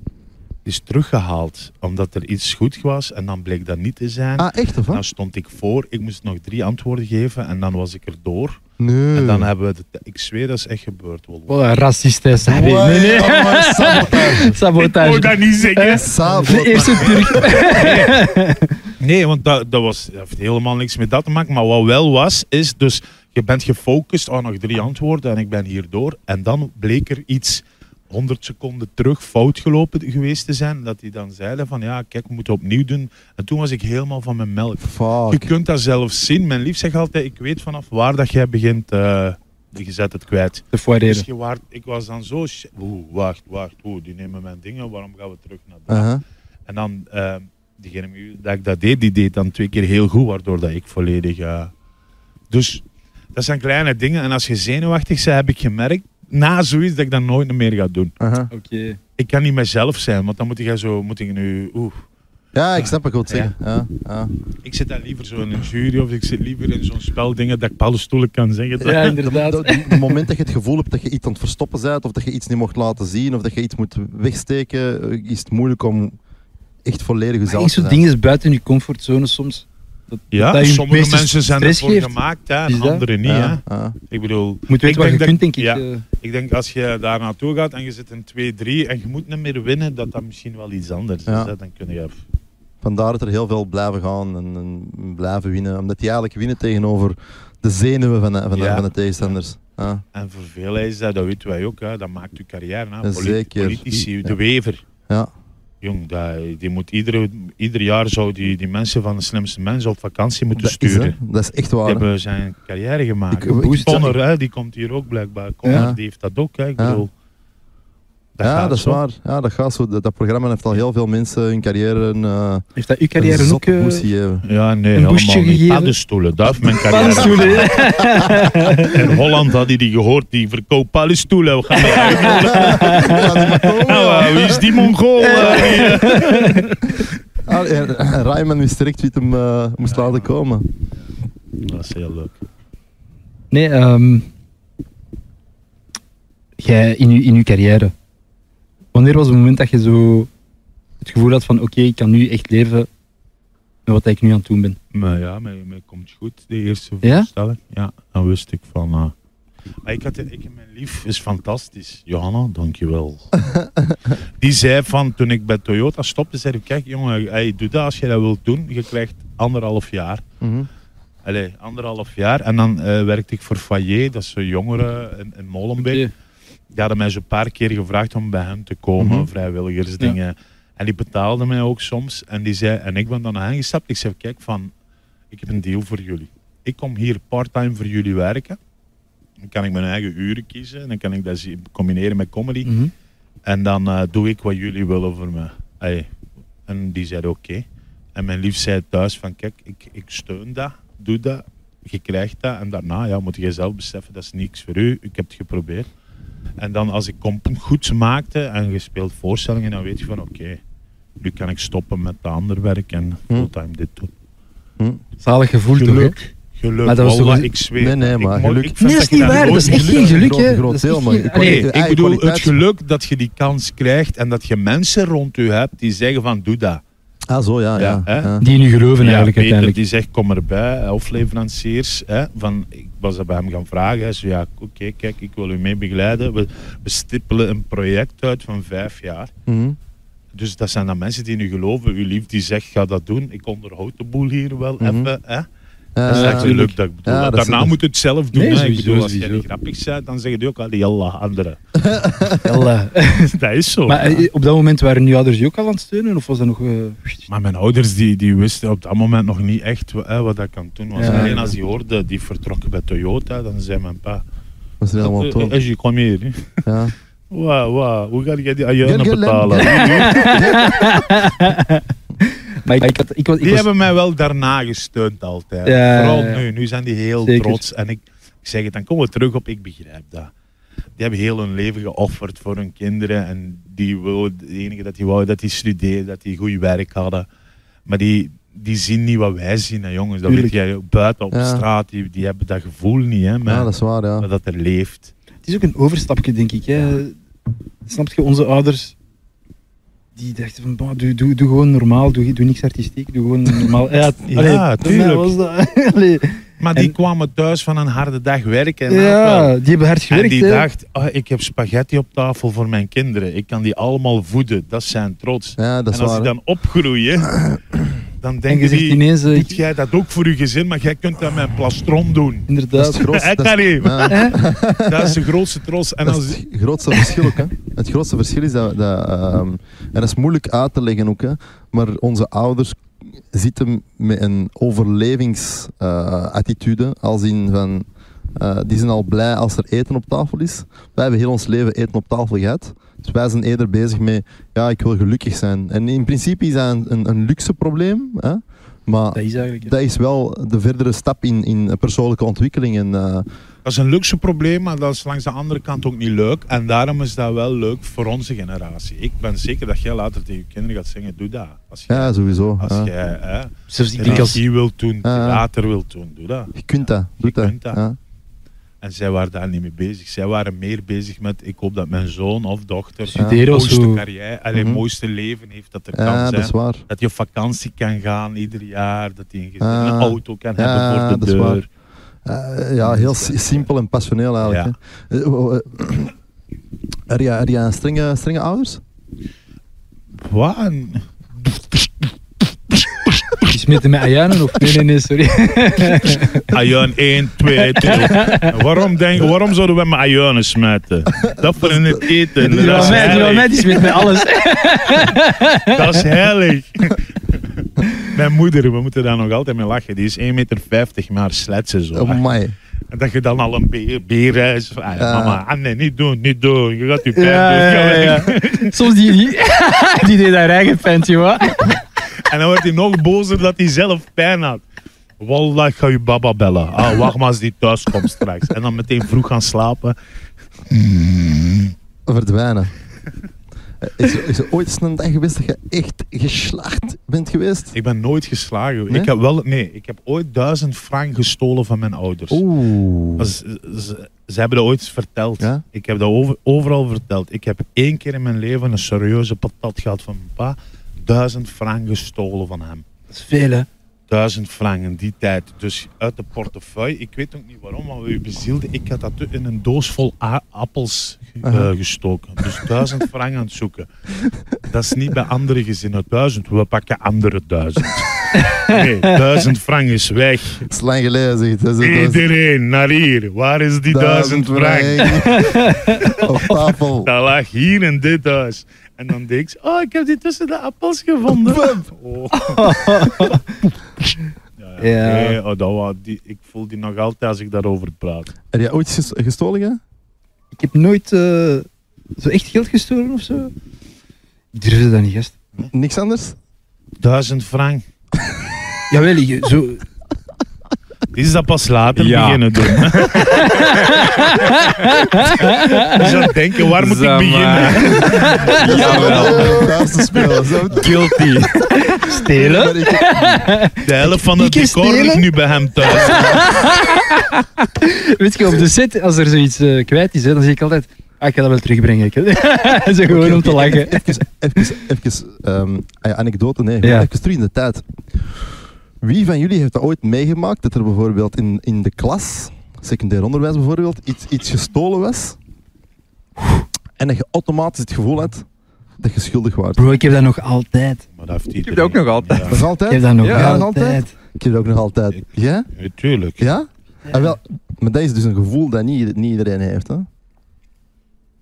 S1: Het is teruggehaald omdat er iets goed was en dan bleek dat niet te zijn.
S3: Ah, echt of
S1: En dan
S3: wat?
S1: stond ik voor, ik moest nog drie antwoorden geven en dan was ik er door.
S3: Nee.
S1: En dan hebben we, de- ik zweer dat is echt gebeurd. Wolf.
S2: Wat een racist is dat. Nee,
S3: Wow,
S2: nee, nee.
S3: maar sabotage.
S2: Sabotage.
S1: niet zeggen.
S2: De
S3: Sabotage.
S2: eerste Turk.
S1: Nee, want dat, dat, was, dat heeft helemaal niks met dat te maken. Maar wat wel was, is dus je bent gefocust aan nog drie antwoorden en ik ben hierdoor. En dan bleek er iets 100 seconden terug fout gelopen geweest te zijn. Dat die dan zeiden van ja, kijk, we moeten opnieuw doen. En toen was ik helemaal van mijn melk. Je
S3: Fuck.
S1: kunt dat zelf zien. Mijn lief zegt altijd, ik weet vanaf waar dat jij begint, eh je zet het kwijt.
S2: De
S1: Dus
S2: foireren.
S1: je waart, ik was dan zo, sh- oeh, wacht, wacht, oeh, die nemen mijn dingen, waarom gaan we terug naar
S2: Ah.
S1: dat?
S3: Aha.
S1: En dan, eh, diegene met wie dat ik dat deed, die deed dan twee keer heel goed, waardoor dat ik volledig... eh, dus dat zijn kleine dingen. En als je zenuwachtig bent, heb ik gemerkt, na zoiets, dat ik dat nooit meer ga doen.
S3: Aha.
S2: Oké.
S1: Ik kan niet mezelf zijn, want dan moet ik zo, moet ik nu, oeh.
S3: Ja, ik snap wat ik wil zeggen. Ja, ja.
S1: Ik zit dan liever zo in een jury, of ik zit liever in zo'n spel, dingen dat ik bepaalde stoelen kan zeggen.
S2: Ja,
S3: De,
S2: inderdaad.
S3: de- de moment dat je het gevoel hebt dat je iets aan het verstoppen bent, of dat je iets niet mocht laten zien, of dat je iets moet wegsteken, eh, is het moeilijk om echt volledig
S2: Maar
S3: jezelf
S2: echt
S3: te
S2: zo'n
S3: zijn.
S2: ding is buiten je comfortzone soms. Dat,
S1: Ja,
S2: dat je
S1: sommige
S2: meeste
S1: mensen zijn
S2: stress
S1: ervoor
S2: geeft.
S1: gemaakt hè,
S2: Is
S1: en
S2: dat?
S1: anderen niet. Hè.
S3: Ja, ja.
S1: Ik bedoel,
S2: Je moet
S1: Ik
S2: weten wat je
S1: denk
S2: kunt, denk ik.
S1: ja.
S2: eh.
S1: ik denk als je daar naartoe gaat en je zit in 2-3 en je moet niet meer winnen, dat dat misschien wel iets anders
S3: Ja.
S1: is. Hè. Dan kun je...
S3: Vandaar dat er heel veel blijven gaan en, en blijven winnen. Omdat die eigenlijk winnen tegenover de zenuwen van de, van de,
S1: Ja.
S3: van de tegenstanders. Ja.
S1: En voor veel is dat, dat weten wij ook, hè. dat maakt je carrière. Hè.
S3: Ja,
S1: Polit-
S3: zeker.
S1: Politici,
S3: Ja.
S1: de wever.
S3: Ja.
S1: Jong, dat, die moet iedere, ieder jaar zou die, die mensen van de slimste mensen op vakantie moeten
S3: Dat, is,
S1: sturen.
S3: hè. dat is echt
S1: die
S3: waar. hè.
S1: hebben zijn carrière gemaakt.
S3: Ik- ik-
S1: Ik, Connor, hè, die komt hier ook blijkbaar. Connor,
S3: Ja.
S1: die heeft dat ook. Hè. Ik
S3: Ja.
S1: bedoel, dat
S3: ja,
S1: gaat
S3: dat is
S1: zo.
S3: waar. Ja, dat, gaat zo. Dat, dat programma heeft al heel veel mensen hun carrière een eh,
S2: Heeft dat uw carrière ook...
S3: zotte
S2: eh,
S3: boost gegeven.
S1: Ja, nee,
S2: Een boostje
S1: helemaal niet.
S2: gegeven?
S1: Paddenstoelen, dat heeft mijn carrière.
S2: paddenstoelen, hè?
S1: In Holland had hij die gehoord, die verkoopt paddenstoelen. We gaan eruit.
S3: Ja, dat mag komen, ja.
S1: Nou, eh, wie is die Mongool? eh, die, eh?
S3: Ah, en- en Rayman wist direct wie het hem eh, moest laten komen.
S1: Dat is heel leuk.
S2: Nee, ehm jij in je, in uw carrière. Wanneer was het moment dat je zo het gevoel had van oké, ik kan nu echt leven met wat ik nu aan het doen ben?
S1: Maar ja, mij, mij komt goed, de eerste
S2: Ja?
S1: voorstelling. Ja, dan wist ik van... eh, maar ik had, ik, mijn lief is fantastisch. Johanna, dankjewel. Die zei van, toen ik bij Toyota stopte, zei ik, kijk jongen, hey, doe dat als je dat wilt doen. Je krijgt anderhalf jaar.
S3: Mhm.
S1: Allee, anderhalf jaar. En dan eh, werkte ik voor Foyer, dat is zo'n jongeren in, in Molenbeek.
S2: Oké.
S1: Die hadden mij zo'n paar keer gevraagd om bij hen te komen,
S3: Mhm.
S1: vrijwilligersdingen. En die betaalden mij ook soms. En, die zei, en ik ben dan naar hen gestapt. Ik zei, kijk, van, ik heb een deal voor jullie. Ik kom hier part-time voor jullie werken. Dan kan ik mijn eigen uren kiezen. En dan kan ik dat zie- combineren met comedy.
S2: Mhm.
S1: En dan eh, doe ik wat jullie willen voor me. Allee. En die zei oké. En mijn lief zei thuis van kijk, ik, ik steun dat, doe dat, je krijgt dat. En daarna ja, moet je zelf beseffen, dat is niks voor u, ik heb het geprobeerd. En dan als ik comp goed maakte en gespeeld voorstellingen, dan weet je van oké, nu kan ik stoppen met de ander werk en fulltime dit doen.
S2: Zalig gevoel toch? hè?
S1: Geluk. Geluk,
S2: Maar dat was toch
S1: wallah,
S2: een-
S1: ik zweer.
S3: Nee, nee,
S1: Ik
S3: maar
S1: mo-
S3: geluk-
S1: ik vind
S2: Nee, dat is
S1: je
S2: niet
S1: dat
S2: waar. Dat
S1: nooit
S2: is echt
S1: geluk
S2: geen geluk,
S3: Groot-
S2: hè?
S3: groot
S2: Dat is
S3: deel,
S2: echt
S3: maar
S2: geen-
S3: ik-
S2: Allee,
S1: Nee, ik
S3: eigen
S1: bedoel het
S3: kwaliteit.
S1: geluk dat je die kans krijgt en dat je mensen rond je hebt die zeggen van doe dat.
S3: Ah, zo, ja.
S1: Ja,
S3: ja,
S1: hè?
S3: ja.
S2: Die in u geloven
S1: Ja,
S2: eigenlijk
S1: Peter
S2: uiteindelijk.
S1: die zegt kom erbij, hè, of leveranciers. Hè, van, ik was dat bij hem gaan vragen. Hij zei ja oké kijk ik wil u mee begeleiden. We, we stippelen een project uit van vijf jaar.
S3: Mhm.
S1: Dus dat zijn dan mensen die nu geloven. Uw lief die zegt ga dat doen. Ik onderhoud de boel hier wel
S3: Mhm.
S2: Eh,
S1: even. Hè. Dat is
S3: ja,
S1: echt een
S2: tuurlijk.
S1: leuk dat ik bedoel.
S3: Ja, dat is-
S1: Daarna
S3: dat-
S1: moet je het zelf doen.
S2: Nee,
S1: hè. Ik
S2: sowieso,
S1: bedoel, als je
S2: sowieso.
S1: niet grappig bent, dan zeggen die ook al die alle anderen.
S2: Wel, eh,
S1: Dat is zo.
S2: maar eh, op dat moment waren nu ouders je ook al aan het steunen? Of was dat nog... eh,
S1: Maar mijn ouders die, die wisten op dat moment nog niet echt wa- hè, wat dat kan doen. Was.
S2: Ja.
S1: Alleen als die hoorden, die vertrokken bij Toyota, dan zei mijn pa...
S3: was er helemaal
S1: "Eh, eh,
S3: toon.
S1: Als je kom hier, hè.
S3: Ja.
S1: Wauw, wauw, hoe ga je die
S3: Get-
S1: ajuinen
S3: get
S1: betalen?
S2: maar ik, ik, had, ik, was-
S1: Die
S2: ik was-
S1: hebben mij wel daarna gesteund altijd.
S2: Ja,
S1: Vooral
S2: ja, ja.
S1: nu, nu zijn die heel
S2: Zeker.
S1: trots. En ik, ik zeg het, dan komen we terug op, ik begrijp dat. Die hebben heel hun leven geofferd voor hun kinderen. En die wou, de enige dat die wou, dat die studeerden, dat die goed werk hadden. Maar die, die zien niet wat wij zien, hè, jongens. Dat
S2: Tuurlijk.
S1: weet jij ook buiten op
S3: Ja.
S1: straat, die, die hebben dat gevoel niet, hè. Maar
S3: ja, dat is waar, ja.
S1: dat, er leeft.
S2: Het is ook een overstapje, denk ik. Hè. Snap je, onze ouders die dachten van, "Bah, doe, doe, doe gewoon normaal, doe, doe niks artistiek, doe gewoon normaal. Ja,
S1: Ja,
S2: allee, bij mij
S1: tuurlijk.
S2: was dat- allee,
S1: Maar die
S2: En-
S1: kwamen thuis van een harde dag werken. En ook wel-
S2: ja, die hebben hard gewerkt.
S1: en die
S2: hè.
S1: dacht, ah, ik heb spaghetti op tafel voor mijn kinderen. Ik kan die allemaal voeden. Dat is zijn trots.
S3: Ja, dat is
S1: en als
S3: waar.
S1: die
S3: hè.
S1: dan opgroeien, dan
S2: en je
S1: denken
S2: zegt
S1: die,
S2: ineens, eh,
S1: doet jij dat ook voor je gezin, maar jij kunt dat met een plastron doen.
S3: Dat is
S2: inderdaad,
S3: het grootste-
S1: Hè,
S3: dat is-
S1: Karim?
S3: ja.
S1: Dat is de grootste trots. En
S3: dat
S1: als,
S3: is het grootste verschil ook. Hè. Het grootste verschil is dat, dat ehm, en dat is moeilijk uit te leggen ook, hè, maar onze ouders zitten met een overlevingsattitude, als in van, eh, die zijn al blij als er eten op tafel is. Wij hebben heel ons leven eten op tafel gehad. Dus wij zijn eerder bezig met, ja, ik wil gelukkig zijn. En in principe is dat een, een, een luxe probleem, hè, maar
S2: dat is eigenlijk... hè.
S3: dat is wel de verdere stap in, in persoonlijke ontwikkeling. En, eh,
S1: dat is een luxe probleem, maar dat is langs de andere kant ook niet leuk. En daarom is dat wel leuk voor onze generatie. Ik ben zeker dat jij later tegen je kinderen gaat zeggen, doe dat. Als jij,
S3: ja, sowieso.
S1: als
S3: ja.
S1: jij hè,
S2: Zelfs ik denk als...
S1: therapie wilt doen,
S3: Ja, ja.
S1: theater wilt doen, doe dat.
S3: Je kunt dat. Doe dat.
S1: kunt dat.
S3: Ja.
S1: En zij waren daar niet mee bezig. Zij waren meer bezig met, ik hoop dat mijn zoon of dochter
S3: Ja.
S1: het
S2: Studeren of
S1: mooiste
S2: zo.
S1: carrière, allee,
S3: Mhm.
S1: mooiste leven heeft dat er kan
S3: Ja,
S1: zijn.
S3: dat is waar.
S1: Dat je op vakantie kan gaan ieder jaar, dat hij een, gezin,
S3: Ah.
S1: een auto kan
S3: Ja,
S1: hebben voor de
S3: dat is
S1: deur.
S3: waar. Eh, ja, heel si- simpel en passioneel eigenlijk. hè. Eh, oh, eh, Heb jij- heb jij een strenge, strenge ouders?
S1: Wat een-
S2: Je smeet hem met ajuinen of... Nee, nee, nee, sorry.
S1: Ajuin 1, 2, 3. waarom, denk, waarom zouden we met ajuinen smijten? Dat voor in het eten.
S2: Die
S1: Dat
S2: was
S1: is
S2: mij, die was mij,
S1: heilig.
S2: die smeet met alles.
S1: Dat is heilig. Mijn moeder, we moeten daar nog altijd mee lachen. Die is 1,50 meter, maar sletsen zo.
S3: Oh my.
S1: En dat je dan al een beer, beer is. van, ah,
S3: Ja.
S1: Mama, ah, nee, niet doen, niet doen. Je gaat je pijn
S2: Ja,
S1: doen.
S2: ja,
S1: Ga
S2: ja, ja.
S1: weg.
S2: Soms die, die, die deed haar eigen vent, joh.
S1: En dan wordt hij nog bozer dat hij zelf pijn had. Wallah, ik ga je baba bellen. Ah, wacht maar als die thuis komt straks. En dan meteen vroeg gaan slapen.
S3: Verdwijnen. Eh, Is er, is er ooit eens een dag geweest dat je echt geslaagd bent geweest?
S1: Ik ben nooit geslagen.
S3: Nee?
S1: Ik heb wel, nee, ik heb ooit duizend frank gestolen van mijn ouders.
S3: Oeh.
S1: Maar ze, ze- ze hebben dat ooit verteld.
S3: Ja?
S1: Ik heb dat over- overal verteld. Ik heb één keer in mijn leven een serieuze patat gehad van mijn pa. Duizend frank gestolen van hem.
S2: Dat is veel, hè.
S1: 1000 frank in die tijd. Dus uit de portefeuille. Ik weet ook niet waarom, maar we u bezielden. Ik had dat in een doos vol a- appels eh,
S3: Aha.
S1: gestoken. Dus 1000 frank aan het zoeken. Dat is niet bij andere gezinnen 1000. We pakken andere 1000. Nee, 1000 frank is weg.
S3: Dat is lang geleden, zeg. Dat is- dat is-
S1: Iedereen naar hier. Waar is die 1000 frank?
S3: frank. Op tafel.
S1: Dat lag hier in dit huis. En dan denk ik, oh, ik heb die tussen de appels gevonden. Oh. ja,
S2: Ja.
S1: nee, oh, dat was, die, ik voel die nog altijd als ik daarover praat.
S3: Heb jij ooit ges- gestolen? hè?
S2: Ik heb nooit eh, zo echt geld gestolen of zo. Ik durfde dat niet, gast.
S3: Niks anders?
S1: Duizend frank.
S2: Jawel, je- zo...
S1: Die is dat pas later
S4: Ja.
S1: beginnen doen. Je zou denken, waar moet ik
S4: Zeg maar.
S1: beginnen?
S4: Jawel.
S3: Thuis te spelen. zo.
S1: Guilty.
S2: Stelen?
S3: Maar ik-
S1: De helft van het
S2: Ik is
S1: decor ligt
S2: stelen?
S1: nu bij hem thuis.
S2: Weet je, op de set, als er zoiets eh, kwijt is, hè, dan zeg ik altijd... Ah, ik ga dat wel terugbrengen. Ik. zo gewoon om te lachen.
S3: Even, even, even ehm, ah ja, anekdote, nee,
S2: Ja.
S3: gewoon even terug in de tijd. Wie van jullie heeft dat ooit meegemaakt dat er bijvoorbeeld in, in de klas, secundair onderwijs bijvoorbeeld, iets, iets gestolen was en dat je automatisch het gevoel had dat je schuldig was?
S2: Bro, ik heb dat nog altijd.
S1: Maar dat heeft
S4: Ik heb dat ook nog altijd.
S3: Dat is
S2: Ik
S3: altijd.
S2: heb dat nog
S4: Ja,
S3: nog
S2: altijd.
S3: Ik heb dat ook nog altijd.
S1: Ik-
S3: Ja?
S1: Natuurlijk.
S3: Ja? En wel, maar dat is dus een gevoel dat niet, niet iedereen heeft. Hè?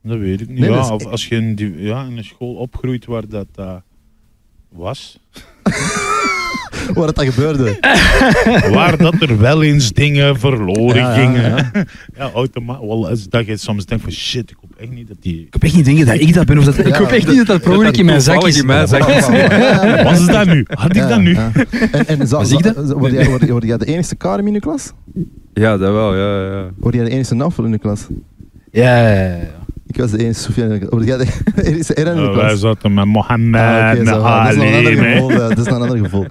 S1: Dat weet ik niet.
S3: Nee,
S1: ja,
S3: dat is-
S1: of als je in, die, ja, in een school opgroeit waar dat eh, was.
S3: Waar dat, dat gebeurde.
S1: waar dat er wel eens dingen verloren
S3: Ja, ja,
S1: gingen.
S3: ja.
S1: Ja, automa- Wel, als dat je soms denkt van shit, ik hoop echt niet dat die...
S2: Ik hoop echt niet denken dat ik dat ben. Of dat, ik hoop echt niet dat dat per ongeluk in mijn zak
S4: Toevallig
S2: is.
S4: in mijn zak.
S1: Was dat nu? Had ik
S3: Ja,
S1: dat nu?
S3: ja. En, en zou,
S2: Was ik dat?
S3: zou- word, jij, word, word jij de enige Karim in je klas?
S4: Ja, dat wel, ja, ja.
S3: Word jij de enige Nafel in de klas?
S2: Ja, ja, ja, ja.
S3: Ik was de enige Sofian in de klas. Word jij de enige Eren in de
S1: Eh,
S3: klas?
S1: wij zaten met Mohammed
S3: Ah, oké,
S1: en
S3: zo, ah, dat is nog een
S1: Ali.
S3: ander
S1: nee.
S3: gevoel, eh, Dat is nog een ander gevoel.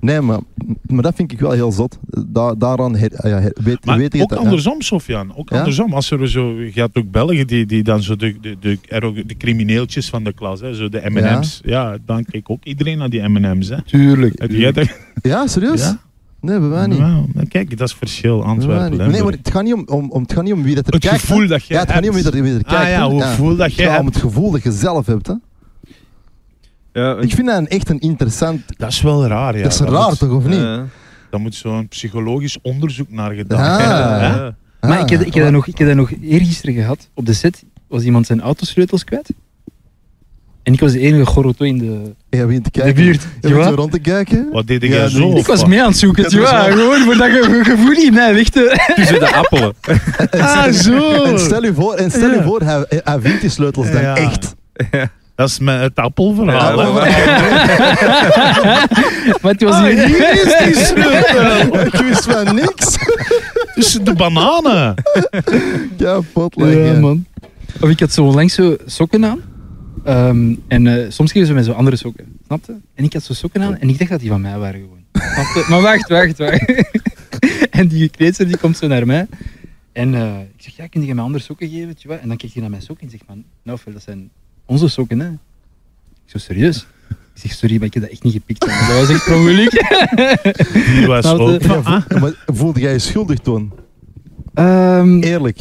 S3: Nee, maar, maar dat vind ik wel heel zot. Da- daaraan her, ah ja, her- weet,
S1: Maar
S3: weet je
S1: ook
S3: dat, ja.
S1: andersom, Sofian. Ook
S3: Ja?
S1: andersom. Als er zo, je had ook Belgen die, die dan zo de, de, de, er ook de crimineeltjes van de klas, hè, zo de M&M's. Ja? dan keek ook iedereen naar die M&M's. Hè.
S2: Tuurlijk.
S1: Heb jij dat?
S3: Ja, serieus?
S1: Ja?
S3: Nee, bij mij niet. Bij
S1: Nou, dan kijk, dat is verschil.
S3: mij
S1: Antwerpen.
S3: niet.
S1: hè.
S3: Nee, maar het gaat niet om, om, om, het gaat niet om wie dat er
S1: het
S3: kijkt. hè.
S1: gevoel dat je
S3: ja, het gaat niet om wie dat er, wie er kijkt.
S1: Ah ja,
S3: hè.
S1: hoe voel dat
S3: Het
S1: jij
S3: gaat om
S1: hebt.
S3: het gevoel dat je zelf hebt. Hè.
S4: ja
S3: Ik vind dat een, echt een interessant...
S1: Dat is wel raar, ja.
S3: dat is
S1: Daar
S3: raar
S1: moet- Eh,
S3: toch, of niet?
S4: Ja.
S1: Daar moet zo'n psychologisch onderzoek naar gedaan
S3: Ah.
S1: worden. hè.
S4: Ja.
S2: Maar
S3: Ah,
S2: ik heb, ik, heb dat nog, ik heb dat nog eergisteren gehad. Op de set was iemand zijn autosleutels kwijt. En ik was de enige goroto in de,
S3: Ja, wie in te
S2: de
S3: kijken.
S2: buurt.
S3: Je moet
S2: Ja.
S3: zo rond te kijken.
S1: Wat deed jij
S3: Ja,
S1: zo?
S3: nee.
S2: Ik
S1: of
S2: was
S1: wat?
S2: mee aan het zoeken,
S3: Dat is
S2: ja,
S3: wel-
S2: gewoon voor dat ge- gevoel in mij weg te...
S4: Tussen de appelen.
S1: Ah, zo!
S3: En stel je voor, en stel je
S1: Ja.
S3: voor hij, hij vindt die sleutels dan
S1: Ja.
S3: echt.
S1: Dat is met het appelverhaal.
S4: Ja,
S1: hè.
S2: Maar het was
S1: Ah,
S2: niet...
S1: hier is die sleutel!
S3: Ik wist van niks.
S1: Tussen Dus de bananen.
S3: Ja, potleg.
S2: Ja,
S3: ja.
S2: man. Of ik had zo langs zo sokken aan. Ehm, en eh, soms kregen ze mij zo andere sokken. Snapte? En ik had zo sokken aan en ik dacht dat die van mij waren gewoon. Snapte? Maar wacht, wacht, wacht. en die kleedster die komt zo naar mij. En eh, ik zeg, ja, kun je mij andere sokken geven? weet je wat? En dan kijkt hij naar mijn sokken en zegt, man, nou, Phil, dat zijn onze sokken, hè. Ik zo, serieus? Ik zeg, sorry, maar ik heb dat echt niet gepikt. man. Dat was echt per ongeluk.
S1: Die was
S2: Snapte?
S1: ook van... ah,
S3: Maar voelde jij je schuldig toen?
S2: Ehm,
S3: Eerlijk.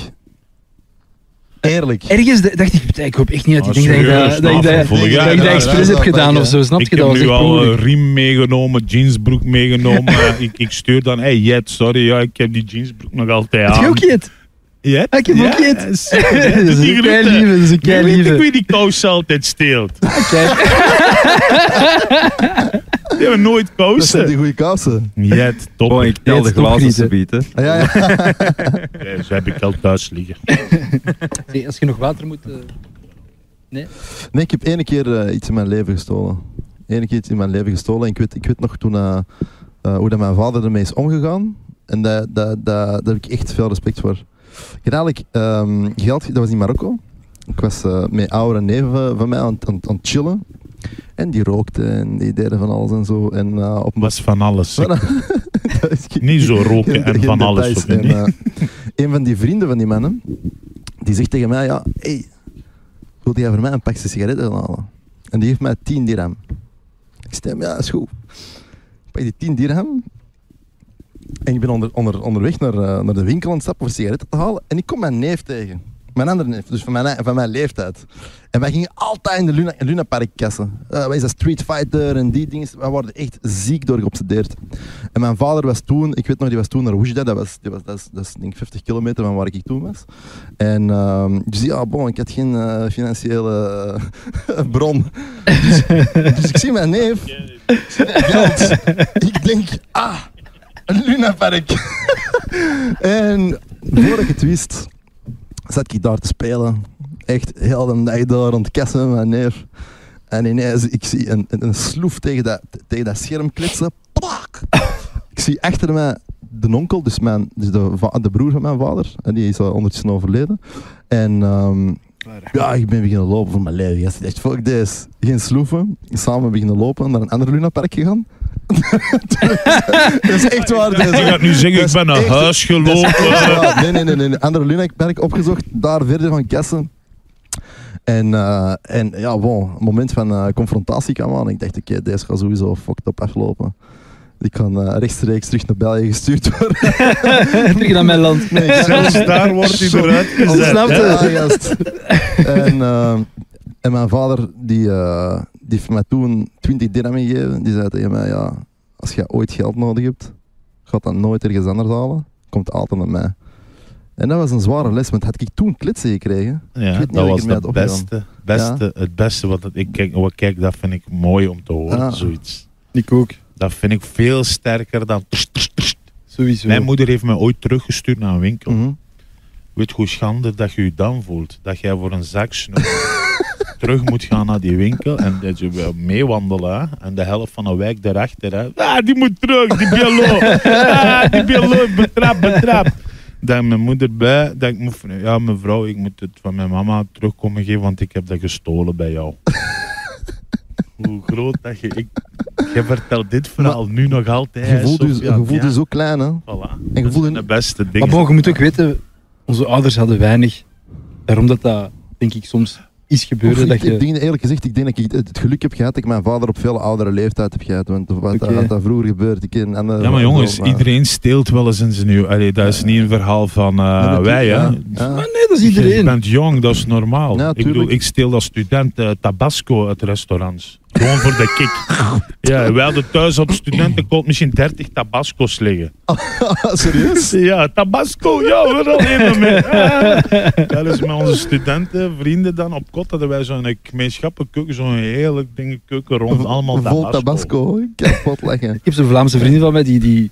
S3: Eerlijk.
S2: Ergens d- dacht ik, ik hoop echt niet dat
S1: Ah,
S2: die denkt dat
S1: serieus,
S2: ik dat- dat ik dat-
S1: snapel,
S2: dat ik
S1: ja,
S2: dat
S1: ja,
S2: expres
S3: ja,
S2: heb
S3: ja,
S2: gedaan
S3: ja.
S2: of zo, snap je?
S1: Ik
S2: Dat
S1: heb
S2: was
S1: nu
S2: echt
S1: al eh,
S2: moeilijk.
S1: een riem meegenomen, jeansbroek meegenomen. Eh, ik, ik stuur dan, hey Jet, sorry, ja, ik heb die jeansbroek nog altijd
S2: Heb
S1: aan.
S2: je ook Jet?
S1: Jet?
S2: Ah, ik heb
S1: Ja,
S2: ook Jet.
S1: eh, zeker, hè.
S2: Dat is
S1: Die
S2: een
S1: groeten.
S2: keilieve, dat is een
S1: Je weet ook
S2: keilieve.
S1: wie die kous altijd steelt.
S2: Ah, kijk.
S1: Die hebben nooit
S3: Dat zijn die
S1: kousen.
S3: goede kousen.
S1: Jet, top.
S4: Oh, ik tel
S2: Nee,
S4: de
S2: het is toch
S4: glazen
S2: niet, hè.
S4: te bieden.
S3: Ah, ja, ja.
S1: Ja, ze heb ik al thuis liggen.
S2: Hey, Als je nog water moet... eh,
S3: Nee, ik heb ene keer eh, iets in mijn leven gestolen. Ene keer iets in mijn leven gestolen. En ik weet, ik weet nog toen, eh, eh, hoe dat mijn vader ermee is omgegaan. En dat, dat, dat, daar heb ik echt veel respect voor. Ik had eigenlijk ehm, geld, dat was in Marokko. Ik was eh, met oudere neven van mij aan, het- aan, het- aan het chillen. En die rookten en die deden van alles en zo. En eh, op een
S1: Was van alles.
S3: Voilà. Dat is geen-
S1: Niet zo roken
S3: geen-
S1: en
S3: geen
S1: van alles,
S3: details.
S1: of niet?
S3: En, eh, een van die vrienden van die mannen, die zegt tegen mij, ja, hey, wil jij voor mij een pakje sigaretten halen? En die geeft mij 10 dirham. Ik stem, ja, is goed. Ik pak die 10 dirham. En ik ben onder, onder, onderweg naar, eh, naar de winkel aan het stappen om sigaretten te halen. En ik kom mijn neef tegen. Mijn andere neef, dus van mijn, van mijn leeftijd. En wij gingen altijd in de Luna, Luna Park kassen. Eh, wij zijn Street Fighter en die dingen. Wij worden echt ziek door geobsedeerd. En mijn vader was toen, ik weet nog, die was toen naar Oujda. Dat, was, die was, dat, is, dat is denk ik 50 kilometer van waar ik toen was. En ehm, dus ja, bon, ik had geen eh, financiële eh, bron. Dus, dus ik zie mijn neef. ik zie dat Geld. Ik denk, ah, een lunapark. en voordat ik het wist, zat ik daar te spelen. Echt heel de dag daar aan het kassen, mijn neef. En ineens, ik zie een, een, een sloef tegen dat, tegen dat scherm klitsen. Plak! Ik zie achter mij de onkel, dus, mijn, dus de, va- de broer van mijn vader. En die is al ondertussen overleden. En ehm, ja, ik ben beginnen lopen voor mijn leven. Ik dacht, fuck this. Geen sloeven. Samen beginnen lopen, naar een ander lunapark gegaan. dat is echt waar.
S1: Ik
S3: deze.
S1: gaat nu zeggen, ik ben naar
S3: echt-
S1: huis
S3: Dat is
S1: gelopen.
S3: echt waar. Nee, nee, nee. nee. Een Andere lunapark opgezocht, daar verder van Kessen. En, eh, en ja, bon, een moment van eh, confrontatie kwam aan. Ik dacht, oké, deze gaat sowieso fucked up aflopen. Ik kan eh, rechtstreeks terug naar België gestuurd worden.
S2: Terug naar mijn land.
S3: Nee, ik-
S1: Zelfs daar wordt hij eruit gezet.
S2: Ontsnapt
S1: hè.
S2: het.
S3: ja, gast. en, ehm, eh, en mijn vader, die, eh, die heeft mij toen 20 dirham gegeven. Die zei tegen mij, ja, Als jij ooit geld nodig hebt, gaat dat nooit ergens anders halen. Komt altijd naar mij. En dat was een zware les, want had ik toen klitsen gekregen.
S1: Ja,
S3: niet
S1: dat
S3: of ik
S1: was
S3: ermee had
S1: het
S3: opgehouden.
S1: beste, beste, het beste wat dat- ik kijk. Wat kijk, dat vind ik mooi om te horen,
S3: Ah.
S1: zoiets.
S2: Ik ook.
S1: Dat vind ik veel sterker dan... pst, pst, pst.
S2: Sowieso.
S1: Mijn moeder heeft mij ooit teruggestuurd naar een winkel.
S3: Mhm.
S1: Weet je hoe schande dat je je dan voelt? Dat jij voor een zak snoep terug moet gaan naar die winkel en dat je wil meewandelen. hè? En de helft van de wijk daarachter. Hè? Ah, die moet terug, die bialo. Ah, die bialo, betrap, betrap. Dat mijn moeder bij, dat ik moet, van- ja mevrouw, ik moet het van mijn mama terugkomen geven, want ik heb dat gestolen bij jou. Hoe groot dat je, ik, jij vertelt dit verhaal nu nog altijd.
S3: Je voelt,
S1: Sophia.
S3: dus, je voelt
S1: Ja,
S3: je zo klein, hè?
S1: voilà.
S3: je
S1: Dat
S3: voelt
S1: zijn
S3: je-
S1: de beste dingen.
S2: Maar bon, je moet ook weten, onze ouders hadden weinig. Daarom dat dat, denk ik, soms iets
S3: Of
S2: gebeurde
S3: ik,
S2: dat
S3: ik
S2: je...
S3: denk, eerlijk gezegd, ik denk dat ik het, het geluk heb gehad dat ik mijn vader op veel oudere leeftijd heb gehad. Want wat,
S2: Oké.
S3: dat, wat dat vroeger gebeurt, ik ken andere-
S1: Ja, maar jongens,
S3: Eh, maar-
S1: iedereen steelt wel eens in zijn nieuw. Allee, dat is niet een verhaal van eh,
S3: Ja, natuurlijk,
S1: wij, hè. Dus
S3: ja,
S2: Maar
S3: ja.
S2: Ah, nee, dat is
S1: Je
S2: iedereen.
S1: bent jong, dat is normaal.
S3: Ja,
S1: ik
S3: tuurlijk.
S1: bedoel, ik steel als student eh, Tabasco uit restaurants. Gewoon voor de kick. Ja, wij hadden thuis op studentenkoot misschien 30 Tabasco's liggen.
S3: Ah, Serieus?
S1: Ja, Tabasco, ja, we hadden één mee. Dat is met onze studenten, vrienden dan op kot hadden wij zo'n gemeenschappelijke keuken, zo'n heerlijk dingen keuken rond allemaal
S3: Vol Tabasco. Ik kan pot leggen.
S2: Ik heb zo'n Vlaamse vrienden van mij die, die,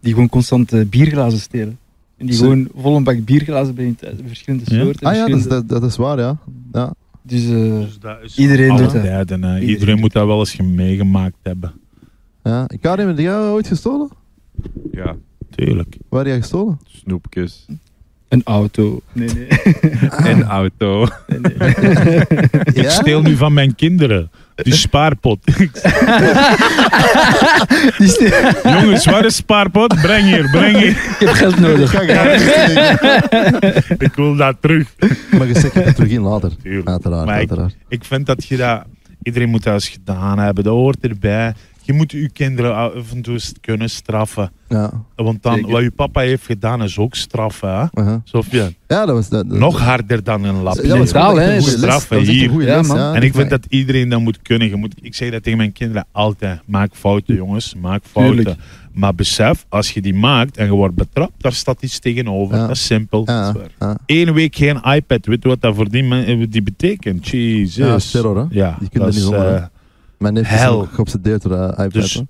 S2: die gewoon constant eh, bierglazen stelen. En die
S3: Zo.
S2: gewoon vol een bak bierglazen brengen thuis. Verschillende
S1: Ja.
S2: soorten.
S3: Ah ja, dat is,
S2: verschillende-
S3: dat, dat is waar, ja. ja.
S2: Dus eh,
S1: Dus dat is
S2: Iedereen
S1: alle
S2: doet dat.
S1: tijden, hè.
S2: Iedereen
S1: Iedereen
S2: doet
S1: moet dat wel eens meegemaakt hebben.
S3: ja. Karim, heb jij ooit gestolen?
S4: Ja,
S1: Tuurlijk.
S3: Waar heb jij gestolen?
S4: snoepjes.
S2: een auto. Nee, nee.
S4: En auto.
S2: nee, nee.
S1: Ik steel nu van mijn kinderen. Die spaarpot.
S2: Die stil-
S1: Jongens, waar is spaarpot? Breng hier, breng hier.
S2: Ik heb geld nodig.
S3: Ga je-
S1: Ik wil dat terug.
S3: Maar je zegt het er terug in later.
S1: Tuurlijk.
S3: Uiteraard,
S1: Maar ik-
S3: uiteraard.
S1: Ik vind dat je dat... Iedereen moet dat eens gedaan hebben. Dat hoort erbij. Je moet je kinderen af en toe eens kunnen straffen.
S3: Ja.
S1: Want dan,
S2: Zeker.
S1: wat je papa heeft gedaan is ook straffen. Hè?
S3: aha.
S1: Sofia,
S3: Ja, dat was... Dat, dat-
S1: nog harder dan een lap.
S3: dat was
S2: Mentaal,
S3: wel echt
S2: hè,
S3: een goede
S1: is
S3: les.
S1: straffen
S3: Dat was echt
S1: hier.
S3: een goede
S2: Ja,
S3: les,
S2: man.
S3: ja.
S1: En ik vind dat iedereen dat moet kunnen. Je moet, ik zeg dat tegen mijn kinderen altijd. Maak fouten, jongens. Maak fouten.
S2: Tuurlijk.
S1: Maar besef, als je die maakt en je wordt betrapt, daar staat iets tegenover.
S3: Ja.
S1: Dat is simpel.
S3: Ja, ja.
S1: Eén week geen iPad. Weet je wat dat voor die, men- eh, die betekent? Jezus.
S3: Ja, dat is terror, hè.
S1: Ja,
S3: kunt
S1: dat
S3: er niet
S1: is,
S3: zonder,
S1: eh,
S3: hè. Mijn neef is
S1: Hel.
S3: nog geobsedeerd door de iPad.
S1: Dus-
S3: hè.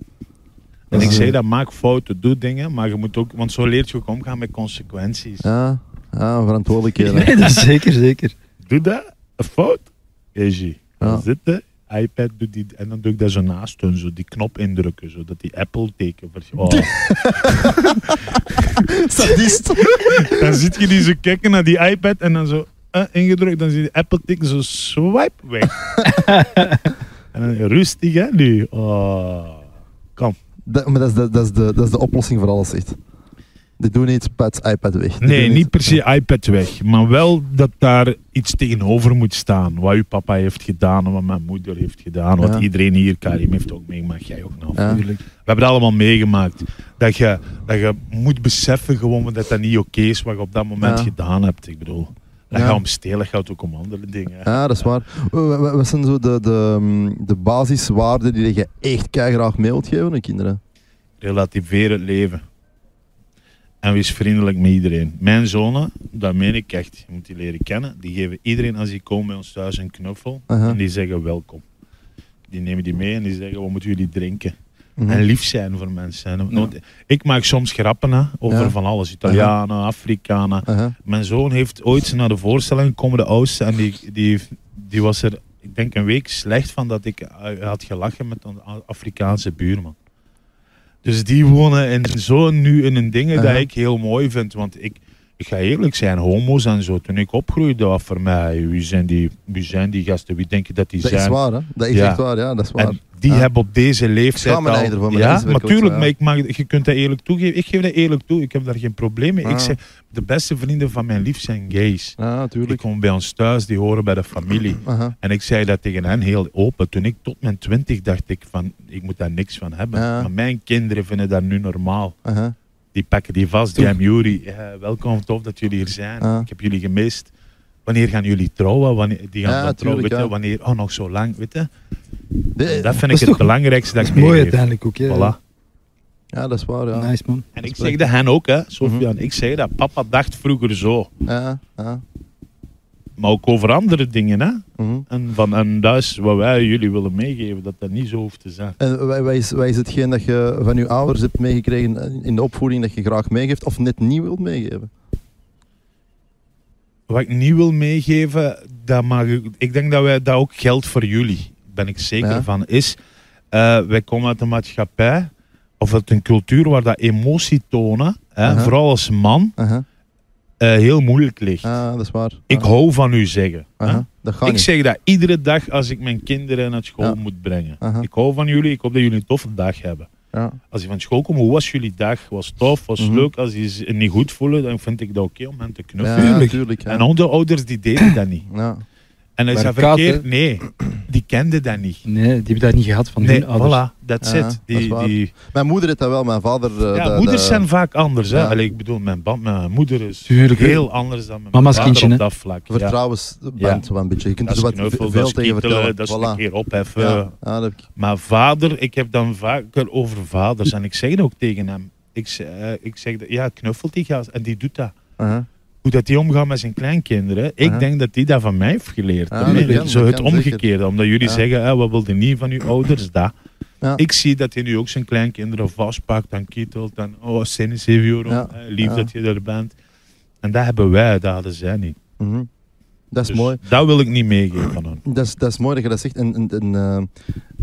S1: en
S3: is,
S1: ik
S3: eh,
S1: zeg dat, maak fouten, doe dingen, maar je moet ook, want zo leert je ook omgaan met consequenties.
S3: Ja, ja verantwoordelijkheden.
S2: Nee, dat is zeker, zeker.
S1: Doe dat, een fout, easy.
S3: Ja.
S1: Dan zitten, iPad, doe die, en dan doe ik dat zo naast hun, zo die knop indrukken, zo dat die Apple teken. vers- Oh.
S3: Sadist.
S1: dan zit je die zo kijken naar die iPad en dan zo eh, ingedrukt, dan zie je Apple tikken zo swipe weg. en dan rustig hè nu. Oh. Kom.
S3: Dat, maar dat is, de- dat, is de, dat is de oplossing voor alles, echt. Dit doen niet, pads, iPad weg. Dit
S1: Nee,
S3: doen
S1: niet per se iPad weg, maar wel dat daar iets tegenover moet staan. Wat uw papa heeft gedaan, en wat mijn moeder heeft gedaan, wat
S3: Ja.
S1: iedereen hier, Karim heeft ook meegemaakt, jij ook nog.
S3: Ja.
S2: Tuurlijk.
S1: We hebben het allemaal meegemaakt. Dat je, dat je moet beseffen gewoon dat dat niet oké is wat je op dat moment
S3: Ja.
S1: gedaan hebt. Ik bedoel, dat
S3: Ja.
S1: gaat om stelen, gaat ook om andere dingen. hè.
S3: Ja, dat is waar. W- w- Wat zijn zo de, de, mm, de basiswaarden die je echt graag mee wilt geven aan je kinderen?
S1: relativeer het leven. En wees vriendelijk met iedereen. Mijn zonen, dat meen ik echt, je moet die leren kennen, die geven iedereen als die komen bij ons thuis een knuffel
S3: Aha.
S1: en die zeggen welkom. Die nemen die mee en die zeggen, wat moeten jullie drinken?
S3: Mhm.
S1: En lief zijn voor mensen. En want Ik maak soms grappen hè, over
S3: Ja.
S1: van alles. Italianen, Afrikanen.
S3: Aha.
S1: Mijn zoon heeft ooit naar de voorstelling gekomen, de oudste, en die, die, die was er, ik denk een week slecht van dat ik eh, had gelachen met een A- Afrikaanse buurman. Dus die wonen in zo'n nu in een dingen
S3: Aha.
S1: dat ik heel mooi vind, want ik, ik ga eerlijk zijn, homo's en zo, toen ik opgroeide, was voor mij, wie zijn die, wie zijn die gasten, wie denk je dat die
S3: Dat
S1: zijn?
S3: is waar, hè? Dat is
S1: Ja.
S3: echt waar, ja, dat is waar.
S1: En die
S3: Ja.
S1: hebben op deze leeftijd
S3: schaam me daar
S1: al...
S3: eigenlijk voor, maar dat
S1: ja,
S3: is werkelijk
S1: natuurlijk,
S3: zo,
S1: maar
S3: ja.
S1: ik mag, je kunt dat eerlijk toegeven. Ik geef dat eerlijk toe, ik heb daar geen probleem mee. Ik
S3: Ah.
S1: zeg, de beste vrienden van mijn lief zijn gays.
S3: Ja,
S1: Die
S3: natuurlijk.
S1: komen bij ons thuis, die horen bij de familie.
S3: Aha.
S1: En ik zei dat tegen hen heel open. Toen ik tot mijn twintig dacht ik van, ik moet daar niks van hebben.
S3: Ja.
S1: Maar mijn kinderen vinden dat nu normaal.
S3: Aha.
S1: Die pakken die vast. Die hebben jullie, eh, welkom, tof dat jullie hier zijn.
S3: Ja.
S1: Ik heb jullie gemist. Wanneer gaan jullie trouwen? Wanneer, die gaan
S3: Ja,
S1: dan trouwen,
S3: tuurlijk,
S1: weet je.
S3: ja.
S1: Wanneer, oh nog zo lang, weet je.
S3: De-
S1: Dat vind
S2: is
S1: ik het
S3: Eh,
S2: toch-
S1: belangrijkste dat ik
S2: Mooi
S1: meegeef.
S2: uiteindelijk ook, hè.
S1: Voilà.
S3: Ja, dat is waar. Ja.
S2: Nice man.
S1: En ik zegde hen ook, hè, Sofian. Ik zei dat. Papa dacht vroeger zo.
S3: Ja, ja.
S1: Maar ook over andere dingen, hè.
S3: mhm.
S1: En, van, en dat is wat wij jullie willen meegeven, dat dat niet zo hoeft te zijn.
S3: En wa- wat is, wat is hetgeen dat je van je ouders hebt meegekregen in de opvoeding dat je graag meegeeft of net niet wilt meegeven?
S1: Wat ik niet wil meegeven, dat mag, ik- ik denk dat wij dat ook geldt voor jullie, ben ik zeker
S3: Ja.
S1: van, is eh, wij komen uit een maatschappij of uit een cultuur waar dat emotie tonen, hè,
S3: Aha.
S1: vooral als man,
S3: Aha.
S1: eh, heel moeilijk ligt.
S3: Ah, dat is waar.
S1: Ik
S3: Ah.
S1: hou van u zeggen. hè.
S3: Aha. Dat gaat
S1: Ik
S3: niet.
S1: zeg dat iedere dag als ik mijn kinderen naar school
S3: Ja.
S1: moet brengen.
S3: Aha.
S1: Ik hou van jullie, ik hoop dat jullie een toffe dag hebben.
S3: Ja.
S1: Als je van school komt, hoe was jullie dag? Was tof, was
S3: Mhm.
S1: leuk? Als je ze niet goed voelen, dan vind ik dat oké om hen te knuffelen.
S3: Ja, natuurlijk. Ja.
S1: En onze ouders die deden dat niet.
S3: Ja.
S1: En hij
S2: Maar
S1: zei
S2: Kaat,
S1: verkeerd, nee, die kende dat niet.
S2: Nee, die hebben dat niet gehad van
S1: Nee,
S2: hun ouders.
S1: voilà, that's
S3: Ja,
S1: it.
S3: dat is
S1: Die,
S3: waar.
S1: die,
S3: Mijn moeder heeft dat wel, mijn vader. eh,
S1: ja,
S3: dat-
S1: moeders
S3: dat-
S1: zijn vaak anders. Hè?
S3: Ja.
S1: Allee, ik bedoel, mijn band met mijn moeder is
S2: Tuurlijk, hè.
S1: heel anders dan met mijn
S2: Mama's
S1: vader
S2: kindje,
S1: op
S2: hè.
S1: dat vlak. Ja.
S3: Vertrouwensband zo een beetje. Je kunt
S1: Dat
S3: er
S1: is
S3: wat
S1: knuffel,
S3: veel
S1: dat is
S3: tegen
S1: kietelen,
S3: vertellen.
S1: dat is eh.
S3: Voilà.
S1: een keer opheffen.
S3: Ja, ja, dat heb ik.
S1: Maar vader, ik heb dan vaker over vaders. En ik zeg dat ook tegen hem. Ik, ze- eh, ik zeg, dat, ja, knuffelt die gast. En die doet dat.
S3: Aha.
S1: Hoe dat die omgaat met zijn kleinkinderen. Ik
S3: Aha. Ah,
S1: denk dat die dat van mij heeft geleerd.
S3: Ja,
S1: Dat meen
S3: dat
S1: ik.
S3: kan,
S1: Zo
S3: dat
S1: het
S3: kan, zeker.
S1: omgekeerde. Omdat jullie
S3: Ja.
S1: zeggen, hè, wat wilde niet van uw ouders? Dat.
S3: Ja.
S1: Ik zie dat hij nu ook zijn kleinkinderen vastpakt en kietelt. En oh, zin is even, joh,
S3: Ja.
S1: hè, eh, lief
S3: Ja.
S1: dat je er bent. En dat hebben wij, dat hadden zij niet.
S3: Mhm. Dat is
S1: Dus
S3: mooi.
S1: Dat wil ik niet meegeven van hen.
S3: Dat is, dat is mooi dat je dat zegt. En, en, en, eh,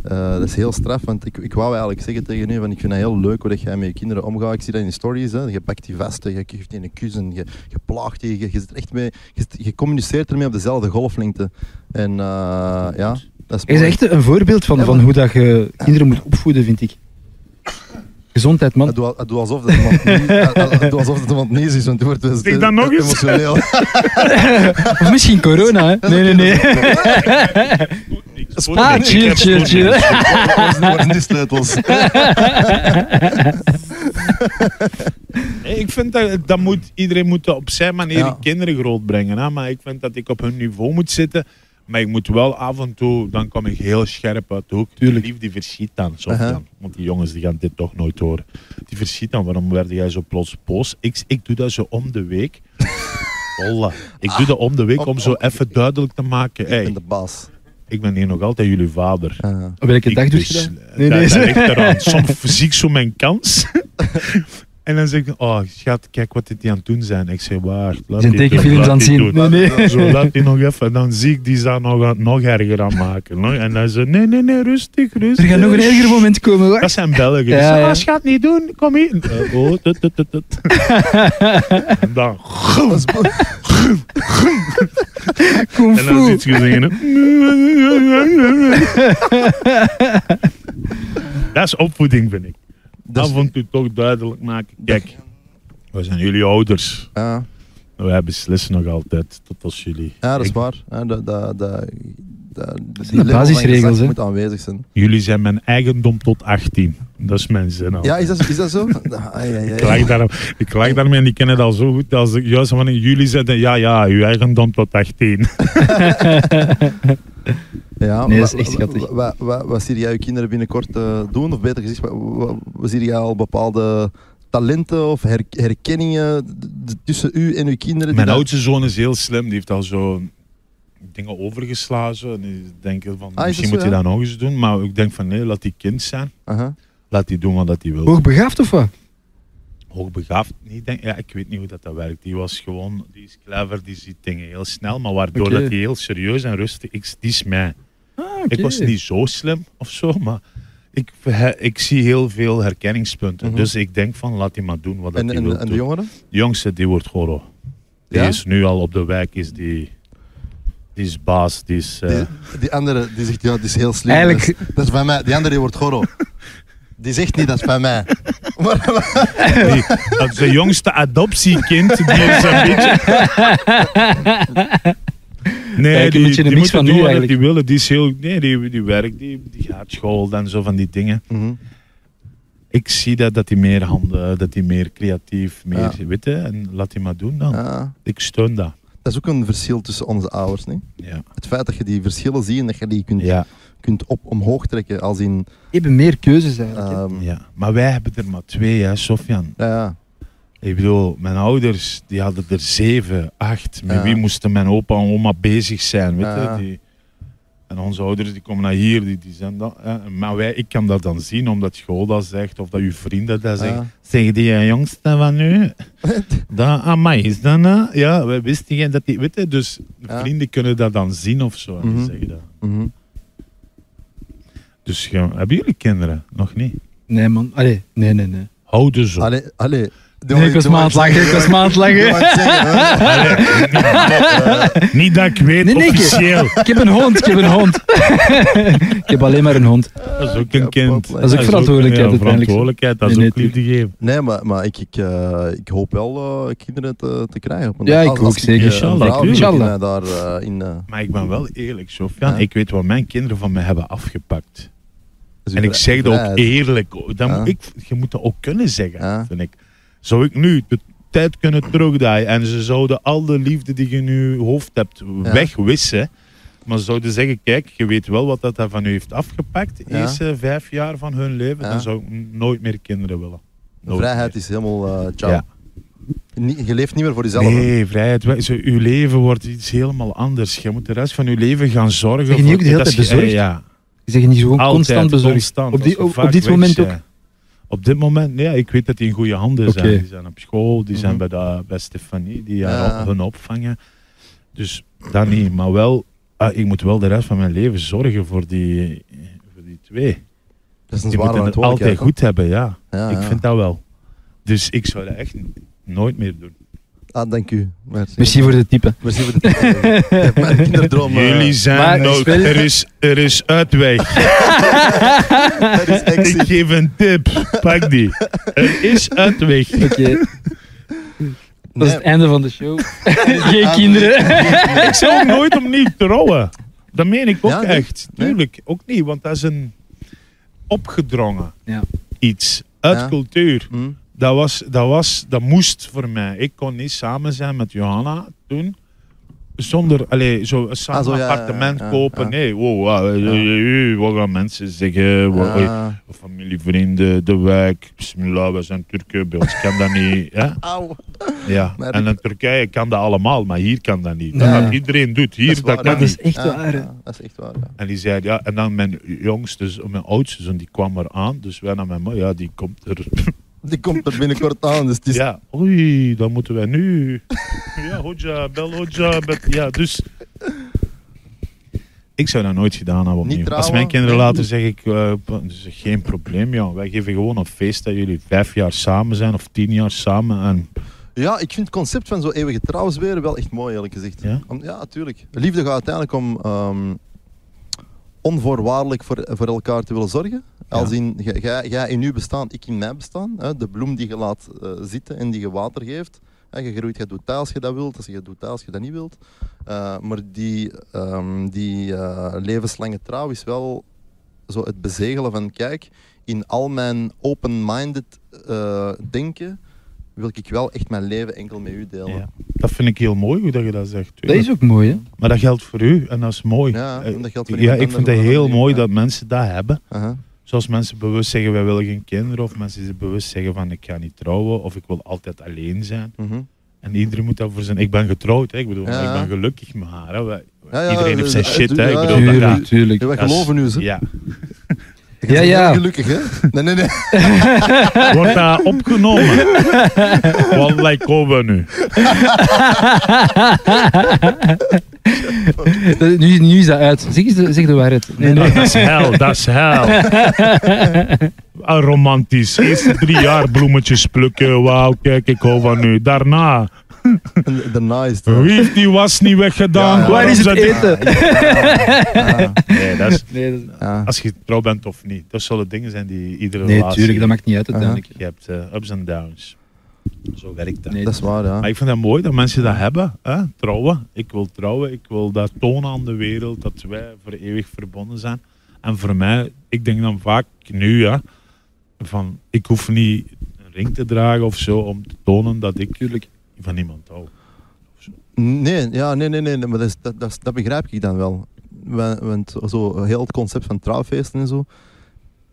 S3: eh, dat is heel straf, want ik, ik wou eigenlijk zeggen tegen u, van ik vind het heel leuk hoe dat jij met je kinderen omgaat. Ik zie dat in de stories, hè. je pakt die vast, hè. je geeft die een kus en je, je plaagt die, je, je, zit er echt mee, je, zit- je communiceert ermee op dezelfde golflengte. En eh, ja, dat is
S2: Er is
S3: mooi.
S2: echt een voorbeeld van,
S3: Ja,
S2: van
S3: maar-
S2: hoe dat je kinderen moet opvoeden, vind ik. Gezondheid, man.
S3: Ah, Doe, ah, doe alsof dat iemand niet- ah, ah, doe alsof dat iemand niet is, want het wordt wel
S1: Zeg dat nog eens.
S3: emotioneel.
S2: Of misschien corona, hè? Nee, nee, nee. Ah, cheer, cheer, cheer.
S3: Dat is de sleutels.
S1: Nee, ik vind dat, dat moet, iedereen moet op zijn manier
S3: Ja.
S1: de kinderen grootbrengen. Hè? Maar ik vind dat ik op hun niveau moet zitten. Maar ik moet wel af en toe, dan kom ik heel scherp uit de hoek. Tuurlijk. Lief, die verschiet dan soms
S3: Aha.
S1: dan. Want die jongens die gaan dit toch nooit horen. Die verschiet dan, waarom werd jij zo plots boos? Ik, ik doe dat zo om de week. Holla. Ik doe dat om de week
S3: Op-
S1: om zo
S3: op-
S1: even duidelijk te maken.
S3: Ik
S1: Hey,
S3: ben de baas.
S1: ik ben hier nog altijd jullie vader.
S3: Ah.
S2: Op welke
S1: Ik
S2: dag doe je
S1: dus-
S2: dat? Nee,
S1: dat,
S2: nee.
S1: dat ligt eraan. Soms zie ik zo mijn kans. en dan zeg ik, oh schat, kijk wat dit die aan het doen zijn. Ik zeg, wacht, laat
S2: Zijn
S1: die doen,
S2: tekenfilms
S1: laat
S2: aan het
S1: die
S2: zien.
S1: doen.
S2: Nee, nee.
S1: Zo, laat die nog even. En dan zie ik die ze nog, aan- nog erger aan maken. hoor. En dan ze, nee, nee, nee, rustig,
S2: Dus Er
S1: rustig.
S2: gaat nog een erger moment komen, hoor.
S1: Dat zijn Belgen.
S2: Ja,
S1: Ja,
S2: ja.
S1: Ah, schat, niet doen, kom hier. Eh, oh, tut, tut, tut, tut. en dan,
S3: Dat is mooi.
S2: Kung
S1: en dan
S2: fu.
S1: zit je Dat is opvoeding, vind ik.
S2: Ah,
S3: Dat is-
S1: af en toe toch duidelijk maken. Kijk, we zijn jullie ouders.
S3: Ah.
S1: Wij beslissen nog altijd, tot als jullie.
S3: Ja, dat is
S1: Ik-
S3: waar. Ja, dat, dat, dat, dat, die
S2: zijn de
S3: level van
S2: basisregels,
S3: gezag
S2: hè.
S3: moet aanwezig zijn.
S1: Jullie zijn mijn eigendom tot 18. Dat is mijn zin al.
S3: Ja, is dat, is dat zo? Ah, ja, ja,
S1: Ik
S3: ja.
S1: lag, daarom, ik lag daarmee en die kennen dat zo goed. Als ik juist van jullie zeiden, ja, ja, uw eigendom tot 18.
S3: Ja,
S2: Nee, dat
S3: wa-
S2: is echt
S3: wa-
S2: schattig.
S3: wa- wa- wa- Wat, zie jij je kinderen binnenkort eh, doen? Of beter gezegd, wa- wa- wat zie jij al bepaalde talenten of her- herkenningen d- d- tussen u en uw kinderen?
S1: Mijn
S3: die
S1: oudste zoon is heel slim. Die heeft al zo dingen overgeslagen. En die denken van,
S3: Ah, dat
S1: misschien
S3: zo,
S1: moet hij
S3: ja?
S1: dat nog eens doen. Maar ik denk van, nee, laat die kind zijn.
S3: dat- Aha.
S1: Laat die doen wat dat hij wil.
S2: Hoogbegaafd of wat?
S1: hoogbegaafd. Nee, ik denk, ja, ik weet niet hoe dat, dat werkt. Die was gewoon, die is clever, die ziet dingen heel snel, maar waardoor
S2: Oké.
S1: dat die heel serieus en rustig is, die is mij.
S2: Ah,
S1: Ik was niet zo slim of zo, maar ik, he- ik zie heel veel herkenningspunten.
S3: Mhm.
S1: Dus ik denk van, laat die maar doen wat dat
S3: En,
S1: hij wil
S3: en, en
S1: doen.
S3: de jongeren?
S1: De jongste, die wordt goro. Die
S3: Ja?
S1: is nu al op de wijk, is die, die is baas, die is... eh,
S3: Die, die andere die zegt, ja, die is heel slim.
S2: Eigenlijk-
S3: Dat, is, dat is van mij. Die andere die wordt goro. Die zegt niet, dat is van mij. Maar,
S1: die- dat is de jongste adoptiekind. Die is een beetje. Nee,
S2: Kijk, een
S1: die,
S2: beetje een
S1: die
S2: mix
S1: moet het
S2: van nu
S1: doen wat
S2: eigenlijk.
S1: die willen. Die is heel, nee, die, die werkt, die, die gaat school en zo van die dingen.
S3: Mhm.
S1: Ik zie dat, dat die meer handen, dat die meer creatief, meer
S3: Ja.
S1: witte en laat die maar doen dan.
S3: Ja.
S1: Ik steun dat.
S3: dat is ook een verschil tussen onze ouders. Nee?
S1: Ja.
S3: Het feit dat je die verschillen ziet en dat je die kunt,
S1: Ja,
S3: kunt op, omhoog trekken als in...
S2: Je hebt meer keuzes eigenlijk. hè.
S3: ehm,
S1: ja. Maar wij hebben er maar twee, hè, Sofian.
S3: ja, ja.
S1: Ik bedoel, mijn ouders die hadden er zeven, acht. Met
S3: Ja.
S1: wie moesten mijn opa en oma bezig zijn? Weet
S3: Ja.
S1: je? Die, en onze ouders die komen naar hier, die, die zijn dan. hè. Maar wij, ik kan dat dan zien, omdat school dat zegt, of dat je vrienden dat zeggen.
S3: Ja.
S1: Zeg die eh, jongste van nu, dat amai, is dat nou? Ja, wij wisten geen dat die, weet je, dus
S3: Ja.
S1: vrienden kunnen dat dan zien of zo. en die
S3: Mhm.
S1: zeggen dat.
S3: Mhm.
S1: Dus ja, hebben jullie kinderen? Nog niet?
S2: Nee, man. Allee, nee, nee, nee.
S1: Houden ze.
S3: Allee, allee.
S2: Nee,
S3: Doe maar-
S2: ik was
S3: doe maar
S2: maandlanger. Ik
S3: zeggen,
S2: was
S3: doe
S2: maandlanger.
S3: maar zeggen, hè.
S1: Niet dat ik weet,
S2: Nee, nee, ik-
S1: officieel.
S2: Ik heb een hond, ik heb een hond. ik heb alleen maar een hond.
S1: Dat is ook een kind.
S3: Dat is ook
S2: verantwoordelijkheid
S1: ja,
S2: uiteindelijk.
S1: verantwoordelijkheid, dat is
S2: Nee,
S1: ook
S2: nee,
S1: liefde geven.
S3: Nee, maar, maar ik, ik, eh, ik hoop wel eh, kinderen te, te krijgen. op een
S2: Ja,
S3: dag.
S2: ik
S3: Als-
S2: ook
S3: als
S2: zeker.
S3: eh,
S1: Inshallah,
S3: een vrouw
S1: tuurlijk.
S3: die
S2: Inshallah.
S3: mij daar eh, in... eh,
S1: Maar ik ben wel eerlijk, Sofian.
S3: Ja.
S1: Ik weet wat mijn kinderen van mij hebben afgepakt.
S3: is
S1: En ik zeg dat ook
S3: vrijheid.
S1: eerlijk. hoor. Dat
S3: Ja.
S1: moet ik, je moet dat ook kunnen zeggen,
S3: Ja.
S1: vind ik. Zou ik nu de tijd kunnen terugdraaien en ze zouden al de liefde die je nu je hoofd hebt wegwissen. Maar ze zouden zeggen, kijk, je weet wel wat dat daar van u heeft afgepakt. De
S3: Ja.
S1: eerste vijf jaar van hun leven,
S3: Ja.
S1: dan zou ik n- nooit meer kinderen willen.
S3: De
S1: Nooit
S3: vrijheid
S1: meer.
S3: is helemaal eh ciao.
S1: Ja.
S3: Niet- je leeft niet meer voor jezelf. hè.
S1: Nee, vrijheid. weg. Zo, uw leven wordt iets helemaal anders. Je moet de rest van uw leven gaan zorgen.
S2: Zeg je niet ook de hele
S1: dat is-
S2: tijd bezorgd?
S1: Ja,
S2: Ik zeg niet gewoon
S1: altijd,
S2: constant bezorgd.
S1: constant,
S2: Op, die,
S1: als we
S2: op, op
S1: vaak
S2: dit
S1: weg
S2: moment ook.
S1: zijn. Op dit moment, nee, ik weet dat die in goede handen zijn.
S2: Oké.
S1: Die zijn op school, die zijn bij,
S3: Mhm.
S1: de, bij Stefanie, die
S3: Ja.
S1: haar op- hun opvangen. Dus dat niet, maar wel, ah, ik moet wel de rest van mijn leven zorgen voor die, voor die twee.
S3: Dat is een
S1: Die moeten
S3: zware
S1: het altijd
S3: verantwoordelijkheid.
S1: goed hebben, ja.
S3: hè. Ja,
S1: ik
S3: ja.
S1: vind dat wel. Dus ik zou dat echt nooit meer doen.
S3: Ah, dank u. Merci.
S2: Merci voor de type.
S3: Merci voor de Ik heb mijn kinderdroom. eh,
S1: Jullie zijn
S2: maar-
S1: nooit-
S2: Spel-
S1: er, is, er is uitweg.
S3: er is actie.
S1: ik geef een tip, pak die. Er is uitweg.
S2: Oké, dat
S3: Nee,
S2: is het einde van de show. Geen kinderen.
S1: ik zou ook nooit opnieuw trouwen. Dat meen ik ook
S3: Ja, nee.
S1: echt.
S3: Nee.
S1: Tuurlijk, ook niet. Want dat is een opgedrongen
S2: Ja.
S1: iets uit
S3: Ja.
S1: cultuur.
S3: hm,
S1: Dat, was, dat, was, dat moest voor mij. Ik kon niet samen zijn met Johanna toen. Zonder, allee, zo samen
S3: Ah, zo, ja, ja, ja,
S1: appartement
S3: ja,
S1: kopen.
S3: ja.
S1: Nee, wow, ah, eh,
S3: Ja.
S1: eh, eh, wat gaan mensen zeggen? Wat, eh,
S3: ah.
S1: Familie, vrienden, de wijk. Bismillah, we zijn Turken, bij ons kan dat niet. Hè?
S3: Auw.
S1: Ja.
S3: Maar
S1: En
S3: ik-
S1: in Turkije kan dat allemaal, maar hier kan dat niet.
S2: Nee.
S1: Dat iedereen doet, hier dat,
S3: waar,
S1: kan
S3: hè.
S2: Dat
S1: niet.
S2: is echt
S3: Ja,
S2: waar. hè.
S3: ja, Ah, dat is echt waar. ja.
S1: En die zei, ja, en dan mijn jongste, zo- mijn oudste zoon, die kwam er aan. Dus wij naar mijn ma, ja, die komt er.
S3: Die komt er binnenkort aan, dus het is
S1: Ja, oei, dan moeten wij nu. Ja, Hoja, bel Hoja. bel- Ja, dus. Ik zou dat nooit gedaan hebben opnieuw. Als
S3: trouwen?
S1: mijn kinderen
S3: Nee.
S1: later zeg ik, eh, p- dus geen probleem, ja. Wij geven gewoon een feest dat jullie vijf jaar samen zijn of tien jaar samen. En
S3: Ja, ik vind het concept van zo'n eeuwige trouwsweer wel echt mooi, eerlijk gezegd.
S1: Ja?
S3: Om- ja, tuurlijk. Liefde gaat uiteindelijk om ehm, onvoorwaardelijk voor, voor elkaar te willen zorgen.
S1: Ja.
S3: Als in, jij- jij jij in uw bestaan, ik in mijn bestaan. Hè, de bloem die je laat eh, zitten en die je water geeft. Hè, je groeit, je doet dat als je dat wilt, als je doet dat als je dat niet wilt. Eh, maar die, ehm, die eh, levenslange trouw is wel zo het bezegelen van, kijk, in al mijn open-minded eh, denken wil ik wel echt mijn leven enkel met u delen.
S1: ja. dat vind ik heel mooi hoe dat je dat zegt.
S2: Dat is ook mooi, hè?
S1: Maar dat geldt voor u en dat is mooi. Eh,
S3: Ja, en dat geldt voor
S1: ja
S3: iemand
S1: ik vind
S3: anders
S1: het
S3: op een
S1: heel
S3: manier,
S1: mooi
S3: ja.
S1: dat mensen dat hebben.
S3: Aha.
S1: Zoals mensen bewust zeggen, wij willen geen kinderen. Of mensen die bewust zeggen van, ik ga niet trouwen. Of ik wil altijd alleen zijn.
S3: Mhm.
S1: En iedereen moet dat voor zijn... Ik ben getrouwd, hè. Ik bedoel, ik
S3: Ja.
S1: ben gelukkig met haar. Hè. Wij-
S3: Ja, ja,
S1: iedereen heeft zijn
S3: eh,
S1: shit,
S3: eh,
S1: hè. Ik
S3: ja,
S1: bedoel, dat-
S3: ja.
S2: Tuurlijk,
S1: dat-
S2: tuurlijk.
S3: Ja, wij
S1: dat is-
S3: geloven nu, ze.
S1: Ja.
S3: Je bent
S2: ja.
S3: heel Gelukkig, hè? Nee, nee, nee.
S1: Wordt dat opgenomen? Wallah, komen we nu.
S2: Dat- Nu, nu is dat uit. Zeg, eens de- zeg de waarheid. Nee, nee.
S1: Dat is hel, dat is hel. Ah, romantisch. Eerste drie jaar bloemetjes plukken. Wauw, kijk, ik hou van u. Daarna...
S3: En Daarna is het.
S1: Wie heeft die was niet weggedaan?
S3: Ja, ja.
S2: Waar is het
S1: Waarom
S3: Ah,
S1: zijn die-
S2: eten?
S1: Nee, dat is,
S2: Nee, dat is-
S3: Ja.
S1: als je trouw bent of niet, dat zullen dingen zijn die iedere
S2: nee,
S1: relatie...
S2: tuurlijk, dat maakt niet uit uiteindelijk.
S1: Je hebt eh, ups en downs. Zo werkt dat.
S2: Nee,
S3: Dat is waar, ja.
S1: Maar ik vind dat mooi dat mensen dat hebben. Hè? Trouwen. Ik wil trouwen. Ik wil dat tonen aan de wereld dat wij voor eeuwig verbonden zijn. En voor mij, ik denk dan vaak nu, hè, van ik hoef niet een ring te dragen of zo om te tonen dat ik
S2: tuurlijk.
S1: van iemand hou. Of
S3: Nee, ja, nee, nee, nee, nee, maar dat, is- dat, dat, is- dat begrijp ik dan wel. Wa- Want zo, heel het concept van trouwfeesten en zo,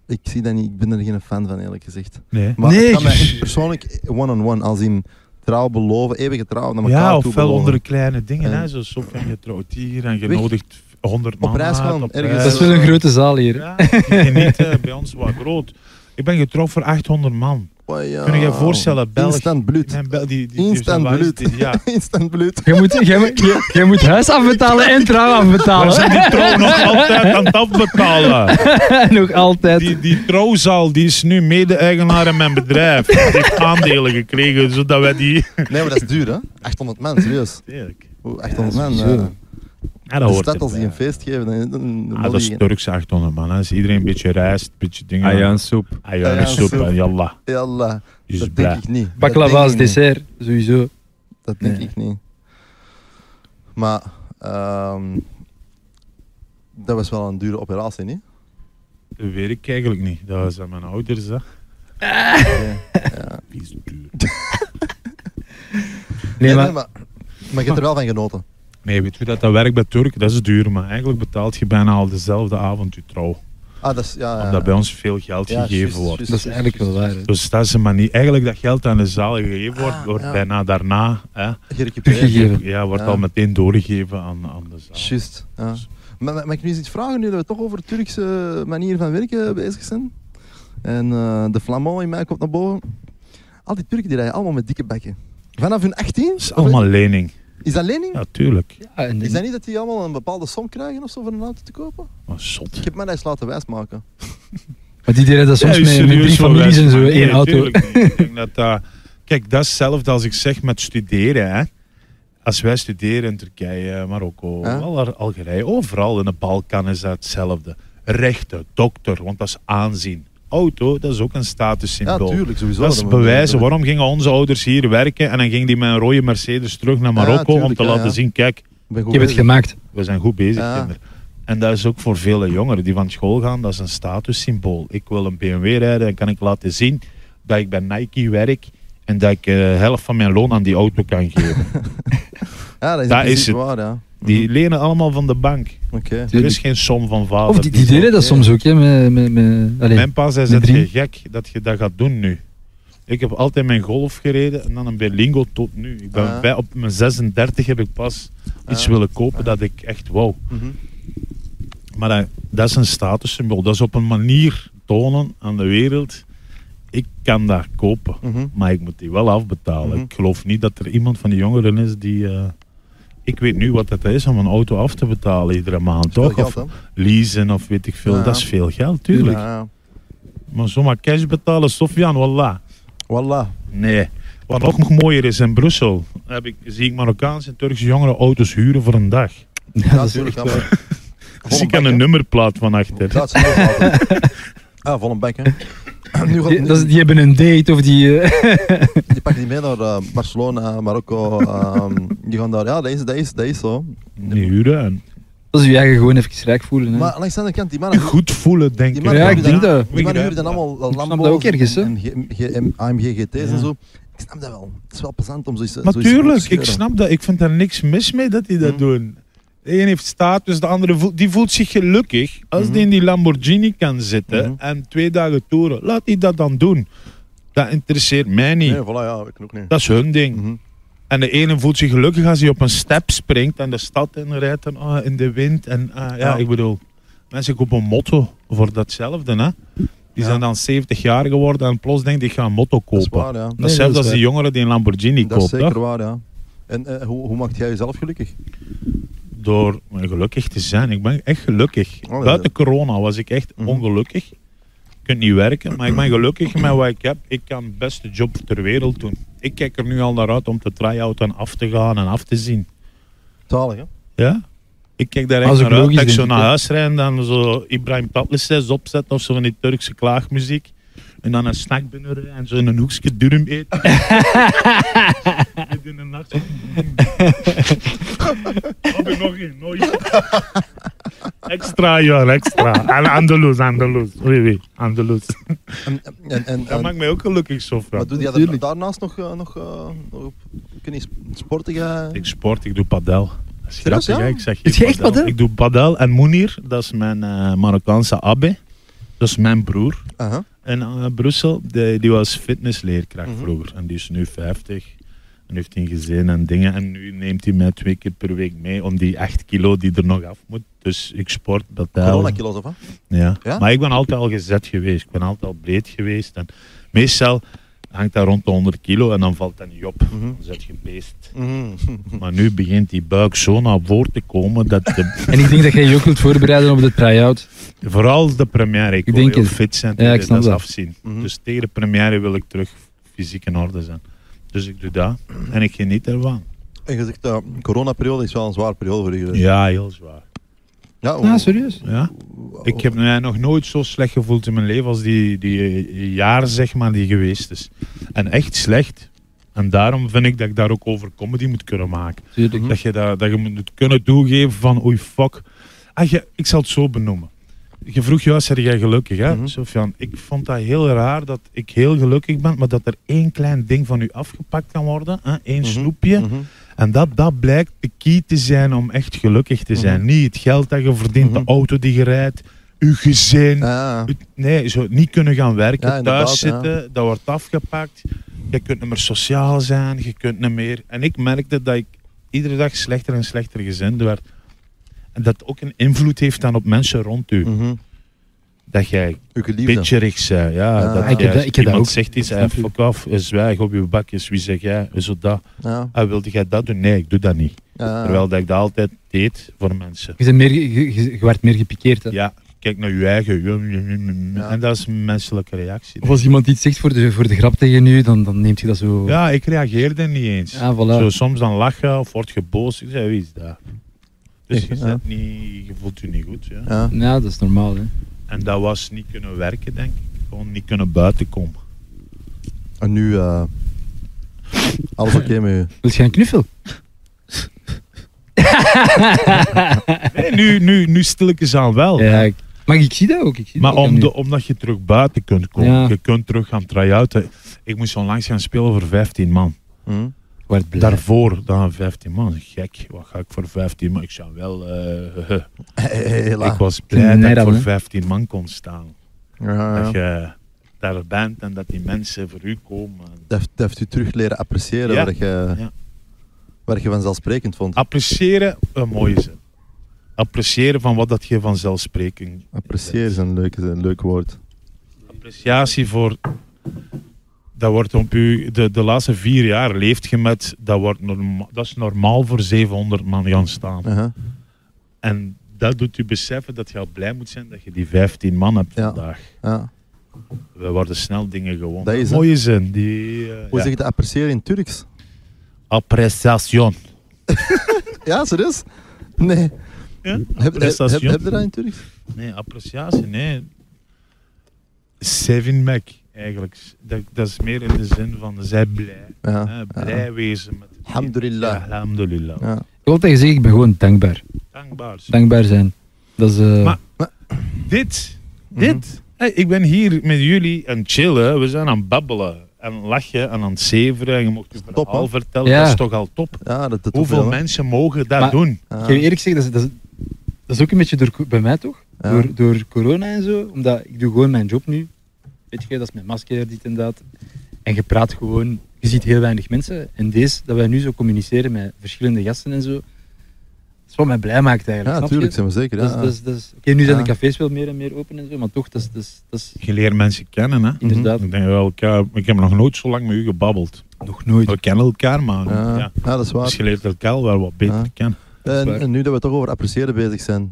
S3: ik, zie dat niet, ik ben er geen fan van, eerlijk gezegd.
S1: Nee.
S3: Maar
S2: Nee.
S3: het kan mij persoonlijk one-on-one, als in trouw beloven, eeuwige trouw, naar elkaar
S1: Ja,
S3: toe
S1: ofwel
S3: beloven.
S1: onder de kleine dingen, hè,
S3: Eh.
S1: zoals zo van je trouwt hier en je
S3: Weg.
S1: nodigt 100 man
S3: Op reis
S1: uit,
S3: gaan,
S1: op
S3: ergens.
S1: reis.
S2: Dat is wel een grote zaal hier. hè.
S1: Ja, geniet hè, bij ons wat groot. Ik ben getrouwd voor 800 man.
S3: Oh, ja.
S1: Kun je je voorstellen, België-
S3: Instant bloed.
S1: Mijn bel, die, die, die-
S3: Instant
S1: waar is
S3: bloed.
S1: die- Ja.
S3: Instant bloed.
S2: Jij moet, jij, moet- jij- jij moet huis afbetalen en trouw
S1: Daar
S2: afbetalen.
S1: zijn die trouw nog altijd aan het afbetalen.
S2: Nog altijd.
S1: Die, die trouwzaal die is nu mede-eigenaar in mijn bedrijf. Die heeft aandelen gekregen, zodat wij die...
S3: Nee, maar dat is duur, hè? 800 man, serieus. Oeh, 800 man.
S2: sowieso.
S3: eh.
S1: Ja, dat
S3: De
S1: hoort
S3: stad, als die
S1: erbij.
S3: een feest geven, dan, dan, dan
S1: Ah, dat
S3: moet
S1: is
S3: die-
S1: Turks 800 man. hè. Als iedereen een beetje rijst, Ah, een beetje dingen...
S4: Ayaan soep.
S1: Ayaan
S3: Ayaan
S1: soep,
S3: soep.
S1: en yallah.
S3: Jalla,
S1: Die is
S3: dat denk
S1: blij.
S3: ik niet. Dat
S2: Baklava
S3: denk
S2: als
S3: ik niet.
S2: dessert, sowieso.
S3: Dat denk
S2: Nee.
S3: ik niet. Maar ehm, dat was wel een dure operatie, niet?
S1: Dat weet ik eigenlijk niet. Dat zijn mijn ouders, hè.
S3: Ja.
S1: Die is duur.
S2: Nee, maar
S3: maar, maar je hebt er wel van genoten.
S1: Nee, weet je hoe dat, dat werkt bij Turk? Dat is duur, maar eigenlijk betaalt je bijna al dezelfde avond je trouw.
S3: Ah, dat is, ja, ja.
S1: Omdat bij ons veel geld
S3: Ja,
S1: gegeven
S3: juist,
S1: wordt.
S3: juist,
S2: dat is
S3: juist,
S2: eigenlijk wel
S3: juist.
S2: waar. hè.
S1: Dus dat is een manier. Eigenlijk dat geld aan de zaal gegeven wordt,
S3: Ah,
S1: wordt
S3: ja.
S1: bijna daarna, hè,
S3: Gerecupereerd.
S2: Gegeven.
S1: ja, wordt
S3: Ja.
S1: al meteen doorgegeven aan, aan de zaal.
S3: Juist. Ja. Maar, maar, mag ik nu eens iets vragen, nu dat we toch over de Turkse manier van werken bezig zijn? En eh, de Flamand in mij komt naar boven. Al die Turken die rijden allemaal met dikke bekken. Vanaf hun 18?
S1: Dat is allemaal lening.
S3: Is dat lening?
S1: Oh, Ja, tuurlijk.
S2: Ja, en
S3: Is dat niet dat die allemaal een bepaalde som krijgen of zo voor een auto te kopen?
S1: Maar zot.
S3: Ik heb mij dat eens laten wijsmaken.
S2: Want die deden dat soms
S1: Ja,
S2: met, met
S1: serieus,
S2: drie families
S1: wel,
S2: en zo,
S1: nee,
S2: één auto.
S1: tuurlijk niet. Ik denk dat, dat- kijk, dat is hetzelfde als ik zeg met studeren. Hè. Als wij studeren in Turkije, Marokko,
S3: Ja.
S1: wel Al- Algerije, overal in de Balkan is dat hetzelfde. Rechten, dokter, want dat is aanzien. Auto, dat is ook een
S3: Ja,
S1: statussymbool.
S3: tuurlijk, sowieso.
S1: dat is
S3: moet-
S1: bewijzen. Waarom gingen onze ouders hier werken en dan ging die met een rode Mercedes terug naar
S3: Ja,
S1: Marokko om
S3: tuurlijk,
S1: te
S3: ja,
S1: laten
S3: ja.
S1: zien, kijk,
S3: Ben
S2: Je
S3: goed
S2: hebt het
S3: bezig.
S2: gemaakt.
S1: we zijn goed bezig,
S3: Ja.
S1: kinderen. En dat is ook voor vele jongeren die van school gaan, dat is een statussymbool. Ik wil een BMW rijden en kan ik laten zien dat ik bij Nike werk en dat ik eh, helft van mijn loon aan die auto kan geven.
S3: Ja, dat is,
S1: Daar
S3: in principe
S1: is
S3: waar, ja.
S1: Die lenen allemaal van de bank.
S3: Oké.
S1: Er is geen som van vader. Dus-
S2: Of die, die deden dat soms ook, hè, met, met, met, allee,
S1: Mijn pa zei,
S2: Met
S1: zet je
S2: drie.
S1: gek dat je dat gaat doen nu. Ik heb altijd mijn golf gereden en dan een Berlingo tot nu. Ik ben
S3: Ah.
S1: bij, op mijn 36 heb ik pas iets
S3: Ah.
S1: willen kopen dat ik echt wou.
S3: Mhm.
S1: Maar dat, dat is een statussymbool. Dat is op een manier tonen aan de wereld. Ik kan dat kopen,
S3: Mhm.
S1: maar ik moet die wel afbetalen.
S3: Mhm.
S1: Ik geloof niet dat er iemand van die jongeren is die... eh, ik weet nu wat het is om een auto af te betalen iedere maand,
S3: Veel
S1: toch?
S3: geld,
S1: Of
S3: hè?
S1: leasen of weet ik veel.
S3: Ja.
S1: Dat is veel geld, tuurlijk.
S3: Ja.
S1: Maar zomaar cash betalen, Sofian, wallah.
S3: Voilà.
S1: Nee. Wat ook nog mooier is, in Brussel heb ik, zie ik Marokkaanse en Turkse jongeren auto's huren voor een dag.
S2: ja, dat is
S3: tuurlijk,
S2: echt
S3: ja,
S2: waar.
S3: maar-
S1: Dus
S3: Volle
S1: ik heb
S3: bak,
S1: een
S3: hè?
S1: nummerplaat van achter.
S3: Dat is heel laat, hè. Ah, vol een bek, hè. Nu gaat,
S2: Die, dat is-
S3: nu,
S2: die hebben een date of die... eh,
S3: die pakken die mee naar eh, Barcelona, Marokko. ehm, die gaan daar, ja, dat is, dat is, dat is zo.
S1: Die huren en
S2: dat is je eigen gewoon even rijk voelen. Hè.
S3: Maar aan de andere kant, die mannen,
S1: goed voelen, denk
S3: Die
S1: ik.
S3: mannen
S2: ja, ik
S3: huren
S2: denk
S3: dan-
S2: dat.
S3: die mannen huren dan allemaal eh,
S2: snap
S3: Lambo's
S2: dat ook ergens, hè.
S3: en, en G- G- M- AMG GT's
S1: Ja.
S3: en zo. Ik snap dat wel. Het is wel plezant om zoiets zoiets rond
S1: Natuurlijk,
S3: te
S1: ik
S3: scheuren.
S1: snap dat. Ik vind daar niks mis mee dat die dat
S3: Mhm.
S1: doen. De een heeft status, de andere voelt, die voelt zich gelukkig als
S3: Hmm.
S1: die in die Lamborghini kan zitten
S3: Mhm.
S1: en twee dagen toeren. Laat die dat dan doen. Dat interesseert mij niet.
S3: Nee, voilà, ja, ik ook niet.
S1: Dat is hun ding.
S3: Mhm.
S1: En de ene voelt zich gelukkig als hij op een step springt en de stad inrijdt en ah, in de wind. En, ah, ja,
S3: Ja.
S1: ik bedoel, mensen kopen een motto voor datzelfde. Hè? Die
S3: Ja.
S1: zijn dan 70 jaar geworden en plots denk ik, ik ga een motto kopen.
S3: Dat is waar, ja.
S2: Nee,
S1: Hetzelfde
S2: dat is
S1: als die jongeren die een Lamborghini
S3: Dat is
S1: koopt.
S3: zeker
S1: hè?
S3: waar, ja. En eh, hoe, hoe maakt jij jezelf gelukkig?
S1: Door gelukkig te zijn. Ik ben echt gelukkig.
S3: Oh, ja.
S1: Buiten corona was ik echt
S3: Mhm.
S1: ongelukkig. Ik kan niet werken, maar ik ben gelukkig met wat ik heb. Ik kan de beste job ter wereld doen. Ik kijk er nu al naar uit om te try-outen af te gaan en af te zien.
S3: Zalig, hè?
S1: Ja? Ik kijk daar
S2: Dat
S1: echt
S2: is ook
S1: naar uit.
S2: logisch,
S1: Dat ik zo
S2: denk ik,
S1: naar
S2: hè.
S1: huis rijd en dan zo Ibrahim Tatlises opzet of zo van die Turkse klaagmuziek. En dan een snack binnenrijden en zo in een hoekje durum eten. Midden in de nacht. Heb ik nog één, nog één. Extra, ja, extra. En Andalus, Andalus. Oui, oui, Andalus.
S3: En, en, en,
S1: Dat
S3: en-
S1: maakt mij ook gelukkig, Sofra.
S3: wat doe je daar-
S2: Natuurlijk.
S3: daarnaast nog, eh, nog, eh, nog op kun je sp- sporten gaan?
S1: Ik sport, ik doe padel. Dat is
S3: Serieus,
S1: grappig,
S3: ja?
S1: hè? ik zeg
S2: Doe je echt padel?
S1: Ik doe padel en Mounir, dat is mijn eh, Marokkaanse abbe. Dat is mijn broer
S3: Aha.
S1: in eh, Brussel. Die, die was fitnessleerkracht
S3: Mhm.
S1: vroeger en die is nu 50. En heeft een gezin en dingen. En nu neemt hij mij twee keer per week mee om die 8 kilo die er nog af moet. Dus ik sport, padel.
S3: Corona-kilo's of wat?
S1: Ja.
S3: Ja?
S1: maar ik ben altijd al gezet geweest. Ik ben altijd al breed geweest. En meestal hangt dat rond de 100 kilo en dan valt dat niet op.
S3: Mhm.
S1: Dan zet je beest. Maar nu begint die buik zo naar voren te komen dat de-
S2: En ik denk dat jij je ook wilt voorbereiden op de try-out.
S1: vooral de première. Ik,
S2: Ik
S1: wil
S2: denk
S1: heel
S2: het.
S1: fit zijn.
S2: Ja, ik snap
S1: is
S2: dat.
S1: afzien.
S3: Mhm.
S1: Dus tegen de première wil ik terug fysiek in orde zijn. Dus ik doe dat en ik geniet ervan.
S3: En je zegt, eh, coronaperiode is wel een zwaar periode voor oh. u.
S1: Ja, heel zwaar.
S3: Ja,
S2: Ja, Nou, serieus.
S1: Ja? Ik heb mij nog nooit zo slecht gevoeld in mijn leven als die, die eh, jaar zeg maar, die geweest is. En echt slecht. En daarom vind ik dat ik daar ook over comedy moet kunnen maken.
S2: Tuurlijk.
S1: Dat, je daar, dat je moet kunnen toegeven van oei fuck. Ah, je, ik zal het zo benoemen. Je vroeg juist, zeg jij gelukkig hè,
S3: Mhm.
S1: Sofian? Ik vond dat heel raar dat ik heel gelukkig ben, maar dat er één klein ding van u afgepakt kan worden. Hè? Eén
S3: Mhm.
S1: snoepje.
S3: Mhm.
S1: En dat, dat blijkt de key te zijn om echt gelukkig te zijn.
S3: Mhm.
S1: Niet het geld dat je verdient,
S3: Mhm.
S1: de auto die je rijdt, je gezin.
S3: Ah,
S1: Het- Nee, zo niet kunnen gaan werken,
S3: Ja, inderdaad,
S1: thuis zitten, dat wordt afgepakt. Je kunt niet meer sociaal zijn, je kunt niet meer... En ik merkte dat ik iedere dag slechter en slechter gezind werd. En dat ook een invloed heeft dan op mensen rond u.
S3: mhm.
S1: Dat jij
S3: Uw geliefde.
S1: bitcherig bent. Ja,
S3: Ah.
S1: dat
S3: Ik heb
S1: jij-
S2: dat- ik heb dat
S1: iemand
S2: ook.
S1: zegt iets,
S2: Dat
S1: hey,
S2: snap
S1: fuck af, zwijg op je bakjes, wie zeg jij, zo dat.
S3: Ja,
S1: Ah, wilde jij dat doen? Nee, ik doe dat niet.
S3: ja.
S1: Terwijl dat ik dat altijd deed voor mensen.
S2: Je, bent meer, ge- ge- ge- je werd meer gepikeerd. Hè?
S1: Ja, kijk naar je eigen.
S3: Ja.
S1: En dat is een menselijke reactie.
S2: Of als iemand iets zegt voor de, voor de grap tegen je, dan, dan neemt je dat zo...
S1: Ja, ik reageerde niet eens.
S2: Ja, voilà.
S1: Zo, soms dan lachen of word je boos. Ik zei, wie is dat? Dus je,
S3: Ja.
S1: zet niet, je voelt je niet goed. Ja.
S3: Ja.
S2: Ja, dat is normaal. Hè?
S1: En dat was niet kunnen werken, denk ik. Gewoon niet kunnen buiten komen.
S3: En nu, eh, alles oké met u?
S2: Wil je een knuffel?
S1: Nee, nu, nu, nu stilletjes aan wel.
S2: Ja, ik- maar ik zie dat ook. Ik zie
S1: Maar
S2: dat ook aan
S1: om
S2: u.
S1: de, omdat je terug buiten kunt komen.
S2: Ja.
S1: Je kunt terug gaan try-outen. Ik moest onlangs gaan spelen voor 15 man.
S3: Hm?
S2: Ik werd blij.
S1: Daarvoor dan 15 man. Gek, wat ga ik voor 15 man? Ik zou wel... eh,
S3: Hela.
S1: ik was blij dat ik
S2: Nerab,
S1: voor
S2: hè?
S1: 15 man kon staan.
S3: Ja,
S1: Dat
S3: ja.
S1: je daar bent en dat die mensen voor u komen.
S3: Dat heeft- dat heeft u terug leren appreciëren
S1: Ja. Ah.
S3: waar, je,
S1: Ja.
S3: waar je vanzelfsprekend vond.
S1: Appreciëren, een mooie zin. Appreciëren van wat dat je vanzelfsprekend.
S3: Appreciëren is een leuk, is een leuk woord.
S1: Appreciatie voor. Dat wordt op u, de, de laatste vier jaar leeft je met. Dat, wordt norma- dat is normaal voor 700 man gaan staan.
S3: Aha.
S1: En dat doet u beseffen dat je al blij moet zijn dat je die 15 man hebt
S3: Ja.
S1: vandaag.
S3: ja.
S1: We worden snel dingen gewoon.
S3: Dat is het.
S1: mooie zin. Die, eh,
S3: Hoe
S1: ja.
S3: zeg je dat appreciëren in Turks?
S1: Appreciation.
S3: Ja, serieus? Nee.
S1: Ja?
S3: Heb, heb, heb,
S1: Appreciation.
S3: heb je dat in Turks?
S1: Nee, appreciatie, nee. Saving Mac, eigenlijk. Dat, dat is meer in de zin van, zij blij.
S3: Ja.
S1: hè, blij wezen met het
S3: Alhamdulillah.
S1: Ja, alhamdulillah.
S3: Ja.
S2: Ik wil tegen zeggen, ik ben gewoon dankbaar.
S1: Dankbaar.
S2: Dankbaar zijn. Dat is... eh,
S1: Maar- Dit,
S3: Mhm.
S1: dit. Hey, ik ben hier met jullie aan het chillen. We zijn aan het babbelen. En lachen en aan het zeveren. En je mocht je
S3: Top,
S1: verhaal
S3: hè?
S1: vertellen.
S2: Ja.
S1: Dat is toch al top.
S3: Ja, dat, dat
S1: Hoeveel
S3: hoeft wel, hè.
S1: mensen mogen dat
S2: Maar-
S1: doen?
S2: Ik
S3: Ja.
S2: ga je eerlijk zeggen, dat is, dat is, dat is ook een beetje door, bij mij toch?
S3: Ja.
S2: Door, door corona en zo. Omdat ik doe gewoon mijn job nu. Weet je, dat is mijn masker, dit en dat. En je praat gewoon, je ziet heel weinig mensen. En deze, dat wij nu zo communiceren met verschillende gasten en zo. Dat is wat mij blij maakt eigenlijk.
S3: Ja,
S2: snap je?
S3: natuurlijk, zijn we zeker.
S2: Dat is,
S3: ja.
S1: Dus-
S2: dat is, dat is- Oké, nu zijn
S3: Ja.
S2: de cafés wel meer en meer open en zo, maar toch, dat is, dat is, dat is
S1: Je leert mensen kennen, hè?
S2: inderdaad
S1: Ik denk wel, ik, eh, ik heb nog nooit zo lang met u gebabbeld.
S2: nog nooit.
S1: We kennen elkaar, maar... ja.
S3: Ja. Ja, dat is waar.
S1: Dus je leert elkaar wel wat beter
S3: Ja.
S1: kennen.
S2: is
S3: En,
S2: waar.
S3: en nu dat we toch over appreciëren bezig zijn.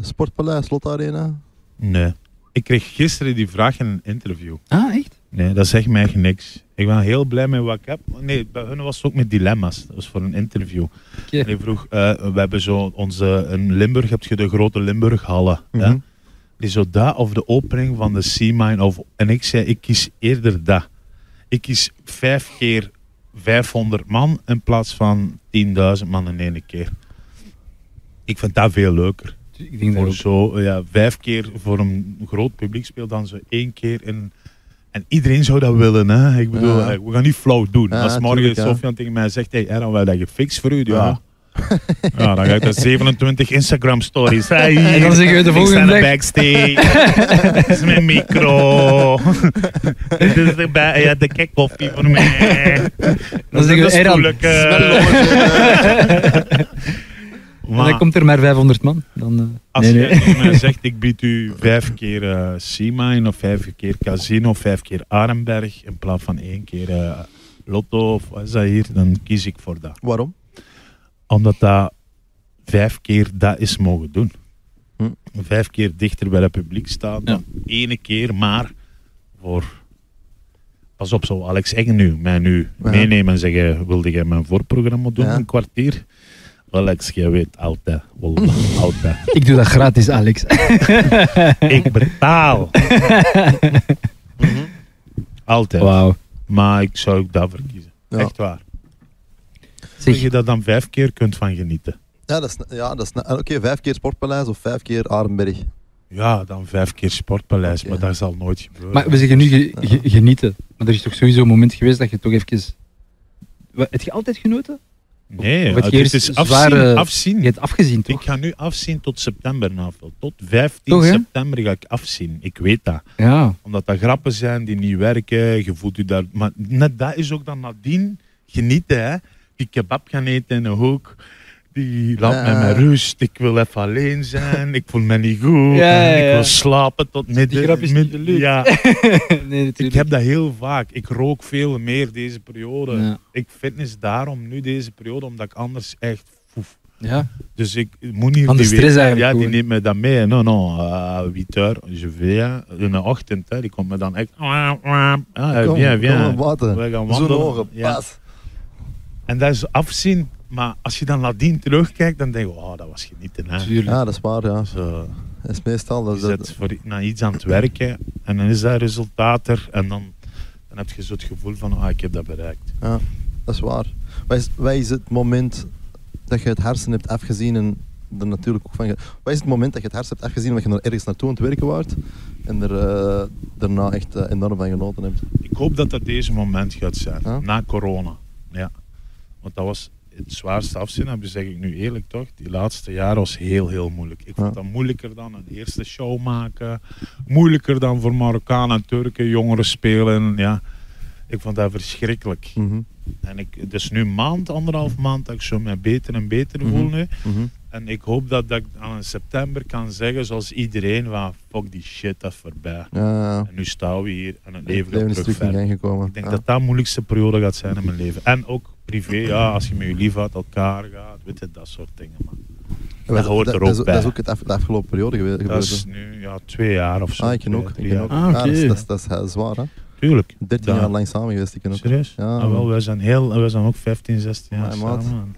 S3: Sportpaleis, Slot Arena.
S1: Nee. Ik kreeg gisteren die vraag in een interview.
S2: Ah, echt?
S1: Nee, dat zegt mij echt niks. Ik ben heel blij met wat ik heb. Nee, bij hun was het ook met dilemma's. Dat was voor een interview.
S2: Oké.
S1: En ik vroeg, eh, we hebben zo onze, in Limburg heb je de grote Limburghallen.
S3: Mhm.
S1: hè? Die zo dat of de opening van de C-mine. Of, en ik zei, ik kies eerder dat. Ik kies vijf keer 500 man in plaats van 10.000 man in één keer. Ik vind dat veel leuker.
S2: Ik denk dat
S1: Voor
S2: ook.
S1: zo, ja, vijf keer voor een groot publiek speelt dan ze één keer in En iedereen zou dat willen, hè. Ik bedoel,
S3: Ja.
S1: eh, we gaan niet flauw doen.
S3: Ja,
S1: Als morgen
S3: tuurlijk, ja.
S1: Sofian tegen mij zegt, hey, Aaron, we hebben dat gefixt voor u. Ja.
S3: Ja.
S1: Ja, dan ga ik dat 27 Instagram stories. Hey,
S2: En dan zeggen we de volgende
S1: ik sta in
S2: dag-
S1: backstage. Dit is mijn micro. Dit is de, ba- ja, de kekkoffie voor mij.
S2: Dan
S1: is eh."
S2: zeggen we, Aaron,
S1: Maar
S2: dan komt er maar 500 man. Dan, eh,
S1: als
S2: nee, nee.
S1: jij tegen mij zegt, ik bied u vijf keer eh C-Mine of vijf keer Casino of vijf keer Arenberg in plaats van één keer eh, Lotto of wat is dat hier, dan kies ik voor dat.
S3: Waarom?
S1: Omdat dat vijf keer dat is mogen doen.
S3: Hm.
S1: Vijf keer dichter bij het publiek staan dan ene keer maar voor... Pas op, zo Alex Engen nu, mij nu
S3: Ja.
S1: meenemen en zeggen, wilde jij mijn voorprogramma doen,
S3: Ja.
S1: een kwartier? Alex, jij weet altijd, wallah, altijd.
S2: Ik doe dat gratis, Alex.
S1: Ik betaal. Mhm. Altijd.
S2: Wauw.
S1: Maar ik zou ook dat verkiezen.
S3: Ja.
S1: Echt waar. Dat
S2: Zeg,
S1: je daar dan vijf keer kunt van genieten.
S3: Ja, dat is... Ja, dat is... ah, Oké, vijf keer Sportpaleis of vijf keer Arenberg.
S1: Ja, dan vijf keer Sportpaleis,
S3: Oké.
S1: maar dat zal nooit gebeuren.
S2: maar we zeggen nu ge- ge- genieten. Maar er is toch sowieso een moment geweest dat je toch even... Wat, heb je altijd genoten?
S1: nee,
S2: Wat
S1: het
S2: je
S1: is dus
S2: eerst
S1: afzien.
S2: zware-
S1: afzien.
S2: Je hebt afgezien,
S1: Ik
S2: toch?
S1: ga nu afzien tot september, Navel. Tot 15
S2: Toch, hè?
S1: september ga ik afzien. Ik weet dat.
S2: Ja.
S1: Omdat dat grappen zijn die niet werken. Je voelt je daar... Maar net dat is ook dan nadien genieten, hè. Die kebab gaan eten in een hoek. Die laat mij
S3: Ja.
S1: met rust. Ik wil even alleen zijn. Ik voel me niet goed.
S2: Ja, ja,
S1: Ik
S2: ja.
S1: wil slapen tot midden.
S2: grap is
S1: midden-
S2: niet de lucht.
S1: Ja,
S2: nee,
S1: ik
S2: natuurlijk.
S1: heb dat heel vaak. Ik rook veel meer deze periode.
S2: Ja.
S1: Ik fitness daarom nu deze periode, omdat ik anders echt... foef.
S2: Ja.
S1: Dus ik ik moet niet...
S2: Van de
S1: die
S2: stress
S1: weet-
S2: eigenlijk
S1: Ja, die
S2: gewoon.
S1: neemt me dan mee. No, no. eh, 8 uur, je vais. In de ochtend, hè, die komt me dan echt... Ah, eh,
S3: Kom,
S1: viens, viens.
S3: kom, water.
S1: We gaan
S3: Zo'n
S1: wandelen.
S3: ogen,
S1: Ja.
S3: pas.
S1: En dat is afzien. Maar als je dan nadien terugkijkt, dan denk je... Oh, dat was genieten, hè.
S3: Ja. dat is waar, ja.
S1: Zo,
S3: Dat is meestal... Dat,
S1: je
S3: dat-
S1: zet voor i- naar iets aan het werken. En dan is dat resultaat er. En dan, dan heb je zo het gevoel van... Ah, ik heb dat bereikt.
S3: Ja, dat is waar. Wat is, wat is het moment dat je het hersen hebt afgezien en er natuurlijk ook van... ge- Wat is het moment dat je het hersen hebt afgezien omdat je er ergens naartoe aan het werken waart en er eh, daarna echt eh, enorm van genoten hebt?
S1: Ik hoop dat dat deze moment gaat zijn.
S3: Ja?
S1: Na corona. Ja. Want dat was het zwaarste afzien, dat zeg ik nu eerlijk toch. Die laatste jaar was heel, heel moeilijk. Ik vond
S3: Ja.
S1: dat moeilijker dan een eerste show maken. Moeilijker dan voor Marokkanen en Turken jongeren spelen. Ja. Ik vond dat verschrikkelijk.
S3: Mhm,
S1: En ik, het is nu een maand, anderhalf maand, dat ik zo mij beter en beter
S3: Mhm.
S1: voel nu.
S3: mhm.
S1: En ik hoop dat, dat ik aan september kan zeggen, zoals iedereen, van fuck die shit, dat is voorbij.
S3: Ja, ja.
S1: En nu staan we hier en het
S3: Het
S1: leven gaat
S3: leven is
S1: terug
S3: terug in
S1: verder.
S3: gang gekomen.
S1: Ik denk
S3: Ja.
S1: dat dat de moeilijkste periode gaat zijn in mijn leven. En ook privé, ja, als je met je lief uit elkaar gaat, weet je, dat soort dingen. Maar
S3: Maar
S1: dat hoort er ook
S3: dat is,
S1: bij.
S3: Dat is ook het af, de afgelopen periode gewe- gebeurd.
S1: dat is
S3: hè.
S1: nu ja, twee jaar of zo.
S3: Ah, ik ken
S1: twee,
S3: ook. Ik
S1: drie
S3: ken
S1: jaar.
S3: ook.
S2: Ah,
S3: Ja, dat,
S2: oké.
S3: is, dat, is, dat, is, dat is waar, hè.
S1: Tuurlijk.
S3: 13
S1: Ja.
S3: jaar lang samen geweest, ik ken ook.
S1: Serieus?
S3: Ja,
S1: Ah, wel, wij zijn, heel, wij zijn ook 15, 16 jaar
S3: Amai, maat.
S1: samen.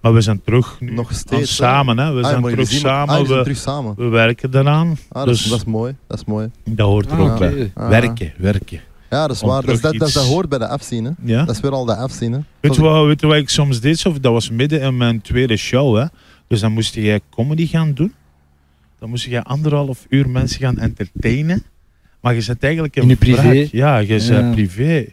S1: Maar we zijn terug nu.
S3: Nog
S1: aan
S3: steeds, hè?
S1: samen, hè. We
S3: Ah,
S1: zijn
S3: maar
S1: terug
S3: jullie zien- ah,
S1: samen.
S3: jullie zijn
S1: we,
S3: terug samen.
S1: we werken daaraan.
S3: Ah, dat, is,
S1: dus-
S3: dat is mooi, dat is mooi.
S1: Dat hoort er
S2: Ah,
S1: ook
S2: oké.
S1: bij.
S3: Ah.
S1: Werken, werken.
S3: Ja, dat is
S1: Om
S3: waar. Dat, is-
S1: terug
S3: dat, dat, dat
S1: iets-
S3: hoort bij de afzien, hè.
S1: Ja?
S3: Dat is weer al de afzien, hè.
S1: Weet je, wat, weet je wat ik soms deed? Sof? Dat was midden in mijn tweede show. Hè? Dus dan moest jij comedy gaan doen. Dan moest jij anderhalf uur mensen gaan entertainen. Maar je zit eigenlijk
S2: In je
S1: een
S2: privé?
S1: wraak. Ja, je zit
S2: Ja.
S1: privé.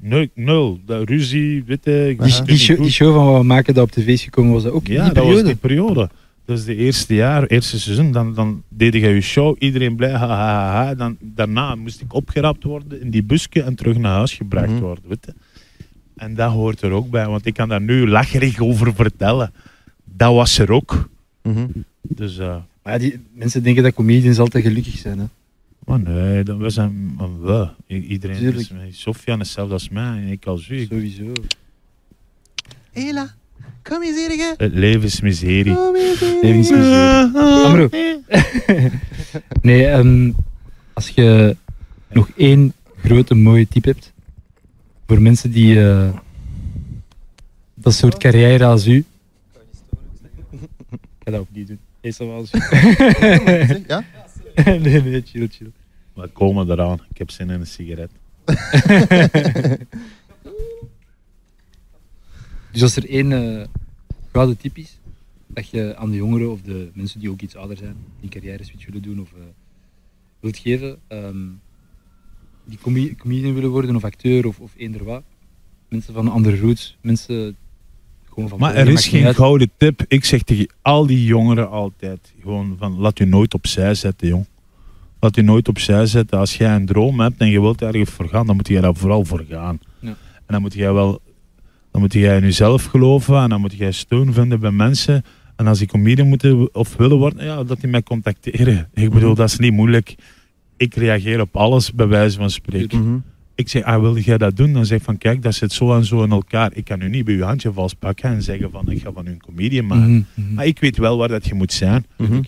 S1: Nul, nul. De ruzie, witte. je
S3: Die-
S1: kunt
S2: Die
S1: niet
S2: show,
S1: goed.
S2: die show van wat we maken dat op tv is gekomen, was dat ook
S1: Ja,
S2: die
S1: dat was
S2: periode?
S1: die periode. Dus de eerste jaar, eerste seizoen, dan, dan deed je je show, iedereen blij, ha, ha, ha, ha. Dan, daarna moest ik opgeraapt worden in die busje en terug naar huis gebracht
S3: Mhm.
S1: worden. Weet je? En dat hoort er ook bij, want ik kan daar nu lacherig over vertellen. Dat was er ook.
S3: Mhm.
S1: Dus, eh
S2: Maar ja, die, mensen denken dat comedians altijd gelukkig zijn. Hè?
S1: maar oh nee, dan, we zijn maar we. I- Iedereen is,
S2: Tuurlijk.
S1: Sofian is zelf als mij en ik als u. Ik-
S2: Sowieso.
S3: Hela, kom eens hier, hè.
S1: Het leven is miserie.
S3: Kom eens hier.
S2: Levens- Amro. Nee, ehm, als je nog één grote mooie tip hebt voor mensen die eh, dat soort carrière als u. Ik ga dat opnieuw doen. Eerst dat was.
S3: Zeg, Ja?
S2: Nee, nee, chill, chill.
S1: We komen eraan. Ik heb zin in een sigaret.
S2: Dus als er één eh, gouden tip is, dat je aan de jongeren of de mensen die ook iets ouder zijn, die carrière switch willen doen of eh, wilt geven, ehm, die comedi- comedian willen worden of acteur of, of eender wat. Mensen van andere roots, mensen gewoon van
S1: Maar
S2: België,
S1: er is
S2: maakt niet
S1: geen
S2: uit.
S1: gouden tip. Ik zeg tegen al die jongeren altijd: gewoon van laat je nooit opzij zetten, jong. Laat je nooit opzij zetten. Als jij een droom hebt en je wilt ergens voor gaan, dan moet je daar vooral voor gaan.
S2: Ja.
S1: En dan moet jij wel, dan moet jij in jezelf geloven en dan moet jij steun vinden bij mensen. En als die comedian moeten of willen worden, ja, dat die mij contacteren. Ik
S2: Mhm.
S1: bedoel, dat is niet moeilijk. Ik reageer op alles bij wijze van spreken.
S3: Mhm.
S1: Ik zeg, ah, wil jij dat doen? Dan zeg ik van, kijk, dat zit zo en zo in elkaar. Ik kan u niet bij uw handje vastpakken en zeggen van, ik ga van u een comedian maken.
S2: Mhm, mhm.
S1: Maar ik weet wel waar dat je moet zijn.
S3: Mhm.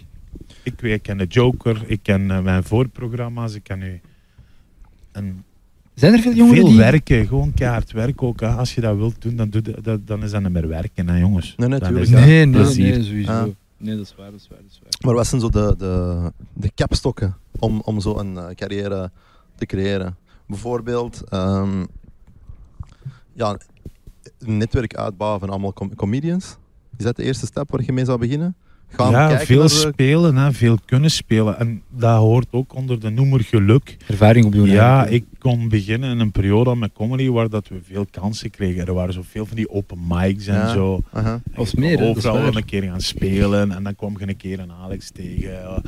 S1: Ik, weet, ik ken de Joker, ik ken eh, mijn voorprogramma's, ik ken u... En
S2: Zijn er veel jongeren
S1: veel
S2: die...
S1: werken, gewoon keihard werken ook. hè. Als je dat wilt doen, dan, doe je dat, dan is dat niet meer werken, hè, jongens.
S3: Nee, nee,
S1: Dan
S3: tuurlijk.
S1: is Dus dat
S2: Nee, nee,
S1: plezier.
S2: nee, sowieso.
S3: Ah.
S2: Nee, dat is waar, dat is waar, dat is waar.
S3: Maar wat zijn zo de, de, de kapstokken om, om zo een eh, carrière te creëren? Bijvoorbeeld, ehm, ja, een netwerk uitbouwen van allemaal com- comedians. Is dat de eerste stap waar je mee zou beginnen? Gaan
S1: Ja,
S3: kijken
S1: veel
S3: naar de-
S1: spelen, hè, veel kunnen spelen. En dat hoort ook onder de noemer geluk.
S2: Ervaring opdoen.
S1: Ja,
S2: eigenlijk,
S1: ik kon beginnen in een periode al met comedy waar dat we veel kansen kregen. Er waren zoveel van die open mics en
S3: Ja.
S1: zo.
S3: Aha.
S1: En
S2: Als
S1: je kon
S2: meer, hè, dat is
S1: overal
S2: waar.
S1: wel een keer gaan spelen en dan kwam je een keer een Alex tegen. eh,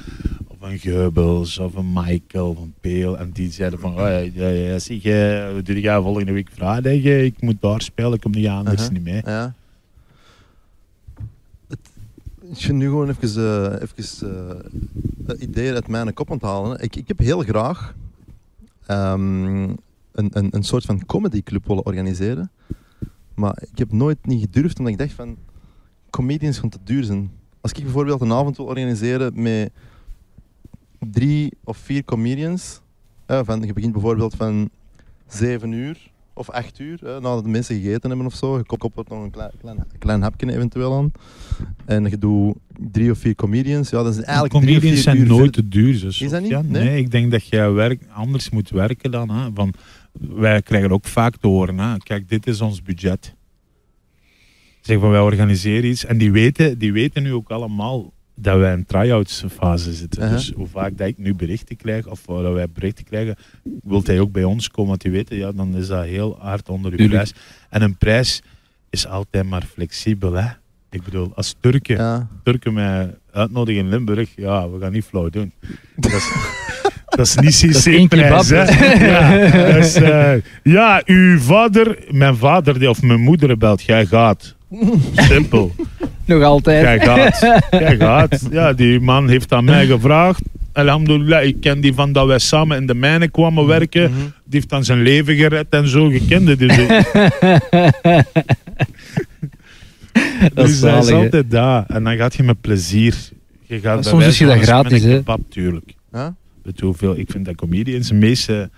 S1: Of een Geubels, of een Michael, of een Peel. En die zeiden van, oh, ja, ja, ja, zie je, we doen gaan volgende week vrijdag. eh, Ik moet daar spelen, ik kom niet aan, anders
S3: Aha.
S1: niet mee.
S3: Ja. Het, ik vind nu gewoon even, eh, even eh, dat idee uit mijn kop onthalen. hè. Ik, ik heb heel graag ehm, een, een, een soort van comedyclub willen organiseren. Maar ik heb nooit niet gedurfd, omdat ik dacht van... Comedians gaan te duur zijn. Als ik bijvoorbeeld een avond wil organiseren met drie of vier comedians... eh, van, je begint bijvoorbeeld van zeven uur of acht uur, hè, nadat de mensen gegeten hebben of zo. Je kop- koppelt nog een klein, klein, klein hapje eventueel aan. En je doet drie of vier comedians. Ja, dat is eigenlijk drie of
S1: Comedians
S3: vier
S1: zijn
S3: uur
S1: nooit
S3: verder.
S1: te duur. Dus,
S3: Is dat niet?
S1: Ja,
S3: Nee?
S1: nee? ik denk dat jij werk, anders moet werken dan. Hè, van, wij krijgen ook vaak te horen, hè, kijk, dit is ons budget. Zeg van, wij organiseren iets. En die weten, die weten nu ook allemaal dat wij in try-outs fase zitten.
S3: Aha.
S1: Dus hoe vaak dat ik nu berichten krijg, of eh, dat wij berichten krijgen, wilt hij ook bij ons komen, want die weten, ja, dan is dat heel hard onder uw
S2: Tuurlijk.
S1: prijs. En een prijs is altijd maar flexibel, hè. Ik bedoel, als Turken
S3: Ja.
S1: Turken mij uitnodigen in Limburg, ja, we gaan niet flauw doen. Dat is, dat is niet
S2: is één
S1: CC-prijs,
S2: kebab,
S1: hè. Ja, dat is, eh, ja, uw vader, mijn vader die- of mijn moeder belt, jij gaat. Simpel,
S2: hè. Nog altijd.
S1: jij gaat. Jij gaat. Ja, die man heeft aan mij gevraagd. Alhamdulillah, ik ken die van dat wij samen in de mijnen kwamen werken.
S3: Mhm.
S1: Die heeft dan zijn leven gered en zo. Je Dus, kende die zo.
S2: Dat is
S1: dus dat is
S2: zalig, hè.
S1: altijd daar. En dan gaat je met plezier. Je gaat bij
S2: soms
S1: wijze
S2: is je dat
S1: van een
S2: gratis, hè.
S1: spinnekebab, tuurlijk.
S3: Ja?
S1: Weet je hoeveel? Ik vind dat comedians de meeste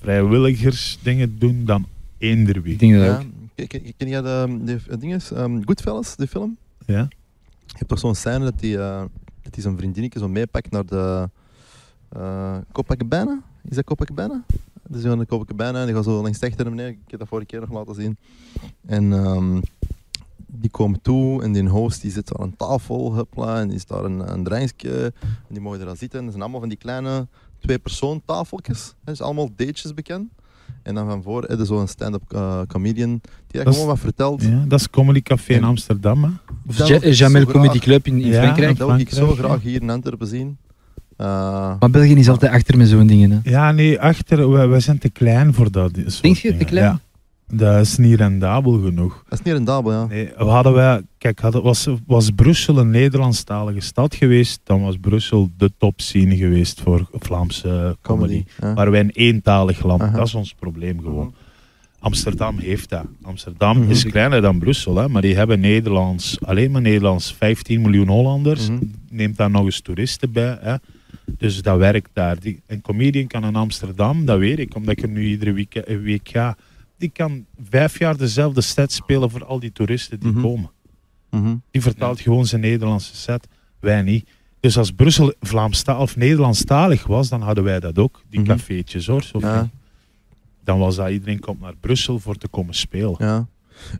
S1: vrijwilligers dingen doen dan eender wie.
S2: Ik denk dat
S3: Ja.
S2: ook.
S3: Ken- Ken ken jij de, de, de dinges, ehm, Goodfellas, de film?
S1: Ja?
S3: Je hebt toch zo'n scène dat die, eh, dat die zo'n vriendinnetje zo meepakt naar de eh Copacabana? Is dat Copacabana? Dus die gaan naar Copacabana en die gaan zo langs de achter beneden. Ik heb dat vorige keer nog laten zien. En ehm, die komen toe en die host die zit zo aan een tafel, hupla, en die is daar een, een drankje. En die mogen eraan zitten. En dat zijn allemaal van die kleine twee-persoon tafeltjes. Dat is allemaal datejes bekend. En dan van voor heb je zo'n stand-up eh, comedian die dat
S1: Dat is-
S3: gewoon wat vertelt.
S1: ja, dat is Comedy Café in
S3: En-
S1: Amsterdam. Hè?
S2: Of
S3: Dat
S2: Ja-
S3: wil ik
S2: Jamel
S3: zo graag.
S2: Comedy Club in, in
S1: Ja.
S2: Frankrijk.
S3: Dat wil ik zo
S1: Frankrijk, ja.
S3: graag hier in Antwerpen zien. Eh,
S2: Maar België is altijd achter met zo'n dingen. Hè.
S1: Ja, nee, achter, wij, wij zijn te klein voor dat. soort
S2: Denk je, te
S1: dingen.
S2: klein?
S1: Ja. Dat is niet rendabel genoeg.
S3: dat is niet rendabel, ja.
S1: Nee, we hadden wij, kijk, hadden, was, was Brussel een Nederlandstalige stad geweest, dan was Brussel de top scene geweest voor Vlaamse comedy.
S3: Comedy. ja.
S1: Maar wij een eentalig land,
S3: Aha.
S1: dat is ons probleem gewoon. Amsterdam heeft dat. Amsterdam
S3: Mhm.
S1: is kleiner dan Brussel, hè, maar die hebben Nederlands, alleen maar Nederlands, 15 miljoen Hollanders.
S3: Mhm.
S1: Neemt daar nog eens toeristen bij. Hè. Dus dat werkt daar. Die, een comedian kan in Amsterdam, dat weet ik, omdat ik er nu iedere week, eh, week ga. Die kan vijf jaar dezelfde set spelen voor al die toeristen die
S3: Mhm.
S1: komen.
S3: Mhm.
S1: Die vertaalt gewoon zijn Nederlandse set, wij niet. Dus als Brussel Vlaamstaal of Nederlandstalig was, dan hadden wij dat ook. Die
S3: Mhm.
S1: cafeetjes hoor. Zo
S3: Ja,
S1: dan was dat iedereen komt naar Brussel voor te komen spelen.
S3: ja.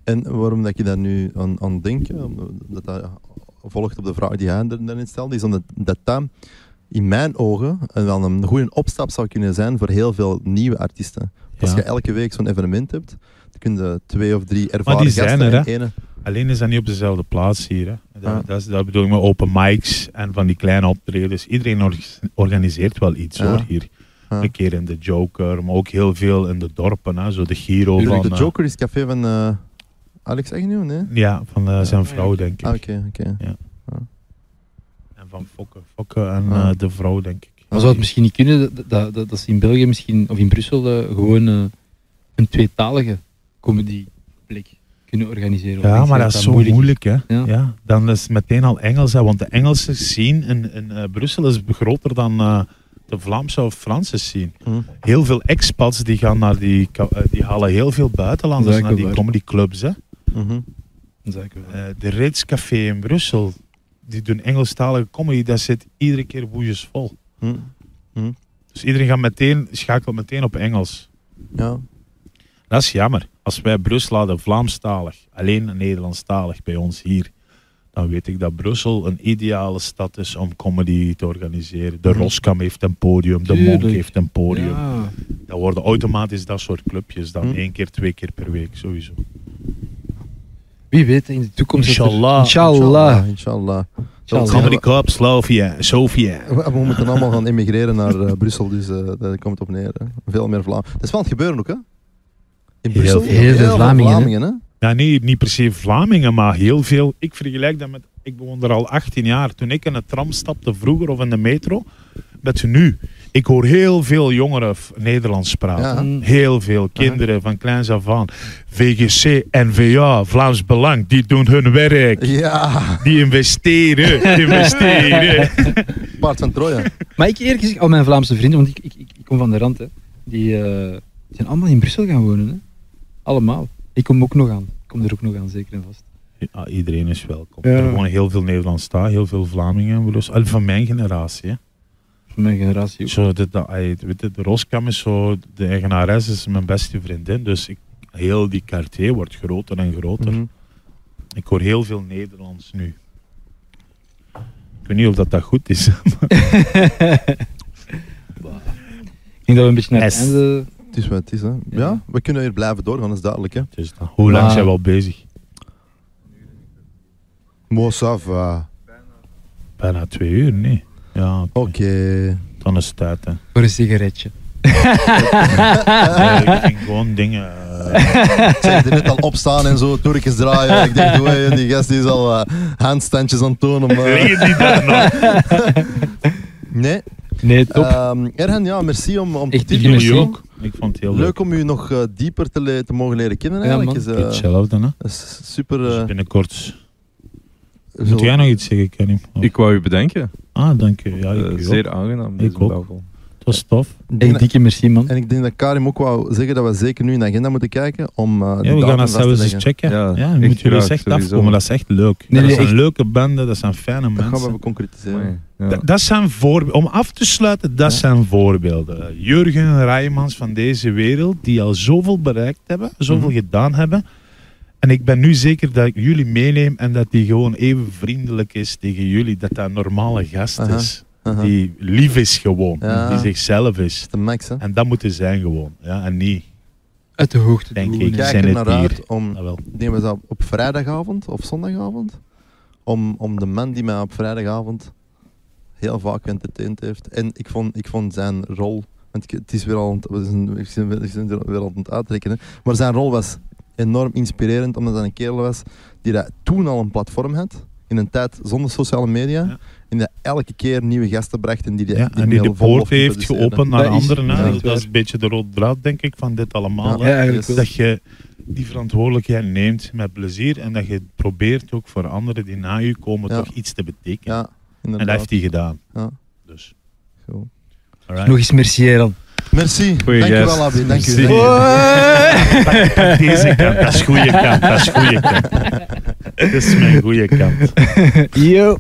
S3: En waarom dat je daar nu aan, aan denkt, eh, omdat dat volgt op de vraag die hij er- daarin stelde, is omdat dat dat in mijn ogen een, wel een goede opstap zou kunnen zijn voor heel veel nieuwe artiesten. Als
S1: Ja.
S3: je elke week zo'n evenement hebt, dan kun je twee of drie ervaren
S1: die zijn
S3: gasten
S1: er,
S3: en
S1: hè?
S3: ene-
S1: Alleen is dat niet op dezelfde plaats hier. Hè. Dat,
S3: Ah.
S1: dat, is- dat bedoel ik met open mics en van die kleine optredens. Iedereen org- organiseert wel iets
S3: Ja.
S1: hoor hier.
S3: Ja.
S1: Een keer in de Joker, maar ook heel veel in de dorpen. Hè. Zo de Giro
S3: Tuurlijk,
S1: van,
S3: de
S1: eh,
S3: Joker is het café van eh, Alex Agnew, nee?
S1: ja, van eh, zijn vrouw, denk ik.
S3: Ah, oké, oké.
S1: En van Fokke, Fokke en
S3: Ah.
S1: eh, de vrouw, denk ik.
S2: Maar zou het misschien niet kunnen dat, dat, dat, dat ze in België misschien, of in Brussel, eh, gewoon eh, een tweetalige comedyplek kunnen organiseren? Want
S1: Ja,
S2: ik
S1: maar
S2: denk
S1: dat is zo moeilijk, hè. Ja.
S2: Ja.
S1: dan is het meteen al Engels, hè, want de Engelse scene in, in eh, Brussel is groter dan eh, de Vlaamse of Franse scene.
S3: Hm.
S1: Heel veel expats die gaan naar die, ka- eh, die halen heel veel buitenlanders
S2: Zeker
S1: naar die
S2: waar.
S1: comedyclubs, hè.
S3: Mhm.
S2: is. Zeker wel.
S1: Eh, de Ritz Café in Brussel, die doen Engelstalige comedy, daar zit iedere keer boejes vol.
S3: Hm.
S1: Dus iedereen gaat meteen, schakelt meteen op Engels.
S3: Ja.
S1: Dat is jammer. Als wij Brussel hadden Vlaamstalig, alleen Nederlandstalig bij ons hier, dan weet ik dat Brussel een ideale stad is om comedy te organiseren. De
S3: Mhm.
S1: Roskam heeft een podium, de
S2: Tuurlijk.
S1: Monk heeft een podium.
S2: Ja.
S1: Dat worden automatisch dat soort clubjes dan
S3: Mhm.
S1: één keer, twee keer per week sowieso.
S2: Wie weet, in de toekomst. dat er-
S1: Inshallah.
S2: Inshallah.
S3: Inshallah.
S2: Inshallah.
S3: Kan
S1: Comedy
S3: ja.
S1: Club, Slovia, Sofia.
S3: We, we moeten allemaal gaan emigreren naar eh, Brussel, dus eh daar komt het op neer. Hè. Veel meer Vlaam. Dat is wel aan het gebeuren ook, hè? In
S1: Heel
S3: Brussel.
S1: veel.
S2: Heel veel Vlamingen, hè?
S3: hè?
S1: Ja, nee, niet per se Vlamingen, maar heel veel. Ik vergelijk dat met. Ik woon er al 18 jaar. Toen ik in de tram stapte vroeger of in de metro, met nu. Ik hoor heel veel jongeren f- Nederlands praten.
S3: Ja.
S1: Heel veel kinderen van kleins af aan. VGC, NVA, Vlaams Belang, die doen hun werk.
S3: Ja,
S1: Die investeren, investeren.
S3: paard van Troje.
S2: Maar ik eerlijk gezegd, al mijn Vlaamse vrienden, want ik, ik, ik, ik kom van de rand, hè, die eh, zijn allemaal in Brussel gaan wonen. Hè. Allemaal. Ik kom ook nog aan. Ik kom er ook nog aan, zeker en vast.
S1: Ja, iedereen is welkom.
S2: Ja.
S1: Er wonen heel veel Nederlands daar, heel veel Vlamingen. Dus, al van mijn generatie. Hè.
S2: Van mijn generatie ook.
S1: Zo, de, de, ey, weet je, de Roskam is zo, de eigenares is mijn beste vriendin. Dus ik, heel die quartier wordt groter en groter.
S3: Mhm.
S1: Ik hoor heel veel Nederlands nu. Ik weet niet of dat, dat goed is.
S2: Ik denk dat we een beetje naar het
S1: S.
S2: einde...
S3: Het is wat het is, hè? Ja, we kunnen hier blijven doorgaan, dat is duidelijk, hè?
S1: Dus dan, hoe lang
S2: Maar-
S1: zijn we al bezig?
S3: Mo Sava.
S1: Bijna twee uur, nee. Ja, oké.
S3: Oké.
S1: dan is het tijd. Hè.
S2: Voor een sigaretje.
S1: Eh, ik ging gewoon dingen... eh,
S3: Ik zei er net al opstaan en zo, toerkens draaien. Ik denk, doei, die gast die is al eh, handstandjes aan het tonen. om, eh,
S1: liggen die daar nog?
S3: Nee.
S2: Nee, top.
S3: Ehm, Erhan, ja, merci om, om
S2: Echt,
S3: te
S2: jullie
S1: Jullie
S2: zien.
S1: ook? Ik vond het heel leuk.
S3: Leuk om u nog eh, dieper te, le- te mogen leren kennen.
S2: Ja,
S3: Eigenlijk.
S2: man.
S3: Is, eh,
S1: Hetzelfde, hè?
S3: is super.
S1: Dus
S3: eh,
S1: binnenkort...
S3: zo-
S1: Moet jij nog iets zeggen, Kenny?
S4: Ik wou u bedanken.
S1: Ah, dank je. Ja,
S4: Eh,
S1: ik ook.
S4: zeer aangenaam. deze
S1: Ik ook.
S4: babbel.
S1: Het was tof.
S3: ik denk
S2: Echt
S3: dat-
S2: dikke merci, man.
S3: en ik denk dat Karim ook wou zeggen dat we zeker nu in de agenda moeten kijken om eh die
S1: Ja, we gaan
S3: datum
S1: dat
S3: vast te
S1: zelfs eens
S3: leggen.
S1: checken. Ja,
S4: Ja,
S1: ja
S4: echt
S1: moet jullie eens
S4: graag,
S1: echt
S4: sowieso.
S1: afkomen. Dat is echt leuk.
S2: Nee,
S1: dat
S2: nee,
S1: zijn
S2: echt.
S1: leuke banden, dat zijn fijne
S3: Dat gaan we
S1: mensen.
S3: even concretiseren.
S4: Mooi. Ja.
S1: Dat, dat zijn voorbeelden. Om af te sluiten, dat
S3: Ja.
S1: zijn voorbeelden. Jurgen Rijmans van deze wereld, die al zoveel bereikt hebben, zoveel
S3: Mhm.
S1: gedaan hebben. En ik ben nu zeker dat ik jullie meeneem en dat die gewoon even vriendelijk is tegen jullie. Dat dat een normale gast
S3: Aha,
S1: is.
S3: Aha.
S1: Die lief is gewoon.
S3: Ja.
S1: Die zichzelf is.
S3: Dat is de max, hè?
S1: En dat moeten zijn gewoon. Ja, en niet.
S2: Uit de hoogte.
S1: Denk ik.
S2: doen, hè.
S1: Kijk,
S3: Kijk
S1: zijn
S3: er
S1: het
S3: naar
S1: hier.
S3: uit om.
S1: Dat nou wel.
S3: Ik denk we dat op vrijdagavond of zondagavond. Om, om de man die mij op vrijdagavond heel vaak geënterteind heeft. En ik vond, ik vond zijn rol. Want ik- het is weer al aan het- we zijn- we zijn- we zijn er weer al aan het uitrekenen. Maar zijn rol was enorm inspirerend. Omdat hij een kerel was die dat toen al een platform had. In een tijd zonder sociale media.
S1: Ja.
S3: En dat elke keer nieuwe gasten bracht. En die, die,
S1: Ja,
S3: die
S1: en die de
S3: heel vol
S1: poort
S3: lof
S1: heeft
S3: introduceerde.
S1: geopend naar
S2: Dat is-
S1: anderen. hè.
S3: dat is
S1: Dat,
S2: waar.
S1: is een beetje de rode draad, denk ik, van dit allemaal.
S2: Ja,
S1: hè.
S2: eigenlijk wel.
S1: Dat je die verantwoordelijkheid neemt met plezier en dat je probeert ook voor anderen die na je komen
S3: Ja.
S1: toch iets te betekenen.
S3: Ja,
S1: en dat
S3: inderdaad.
S1: heeft hij gedaan.
S3: Ja.
S1: Dus,
S3: Goed.
S1: alright.
S2: Nog eens merci, Eran.
S3: Merci.
S4: Goeie
S3: Dankjewel,
S4: gast.
S3: Abi.
S1: Merci.
S3: Dankjewel.
S1: Pak deze kant, dat is goede kant, dat is goede kant. Dit is mijn goede kant.
S2: Yo.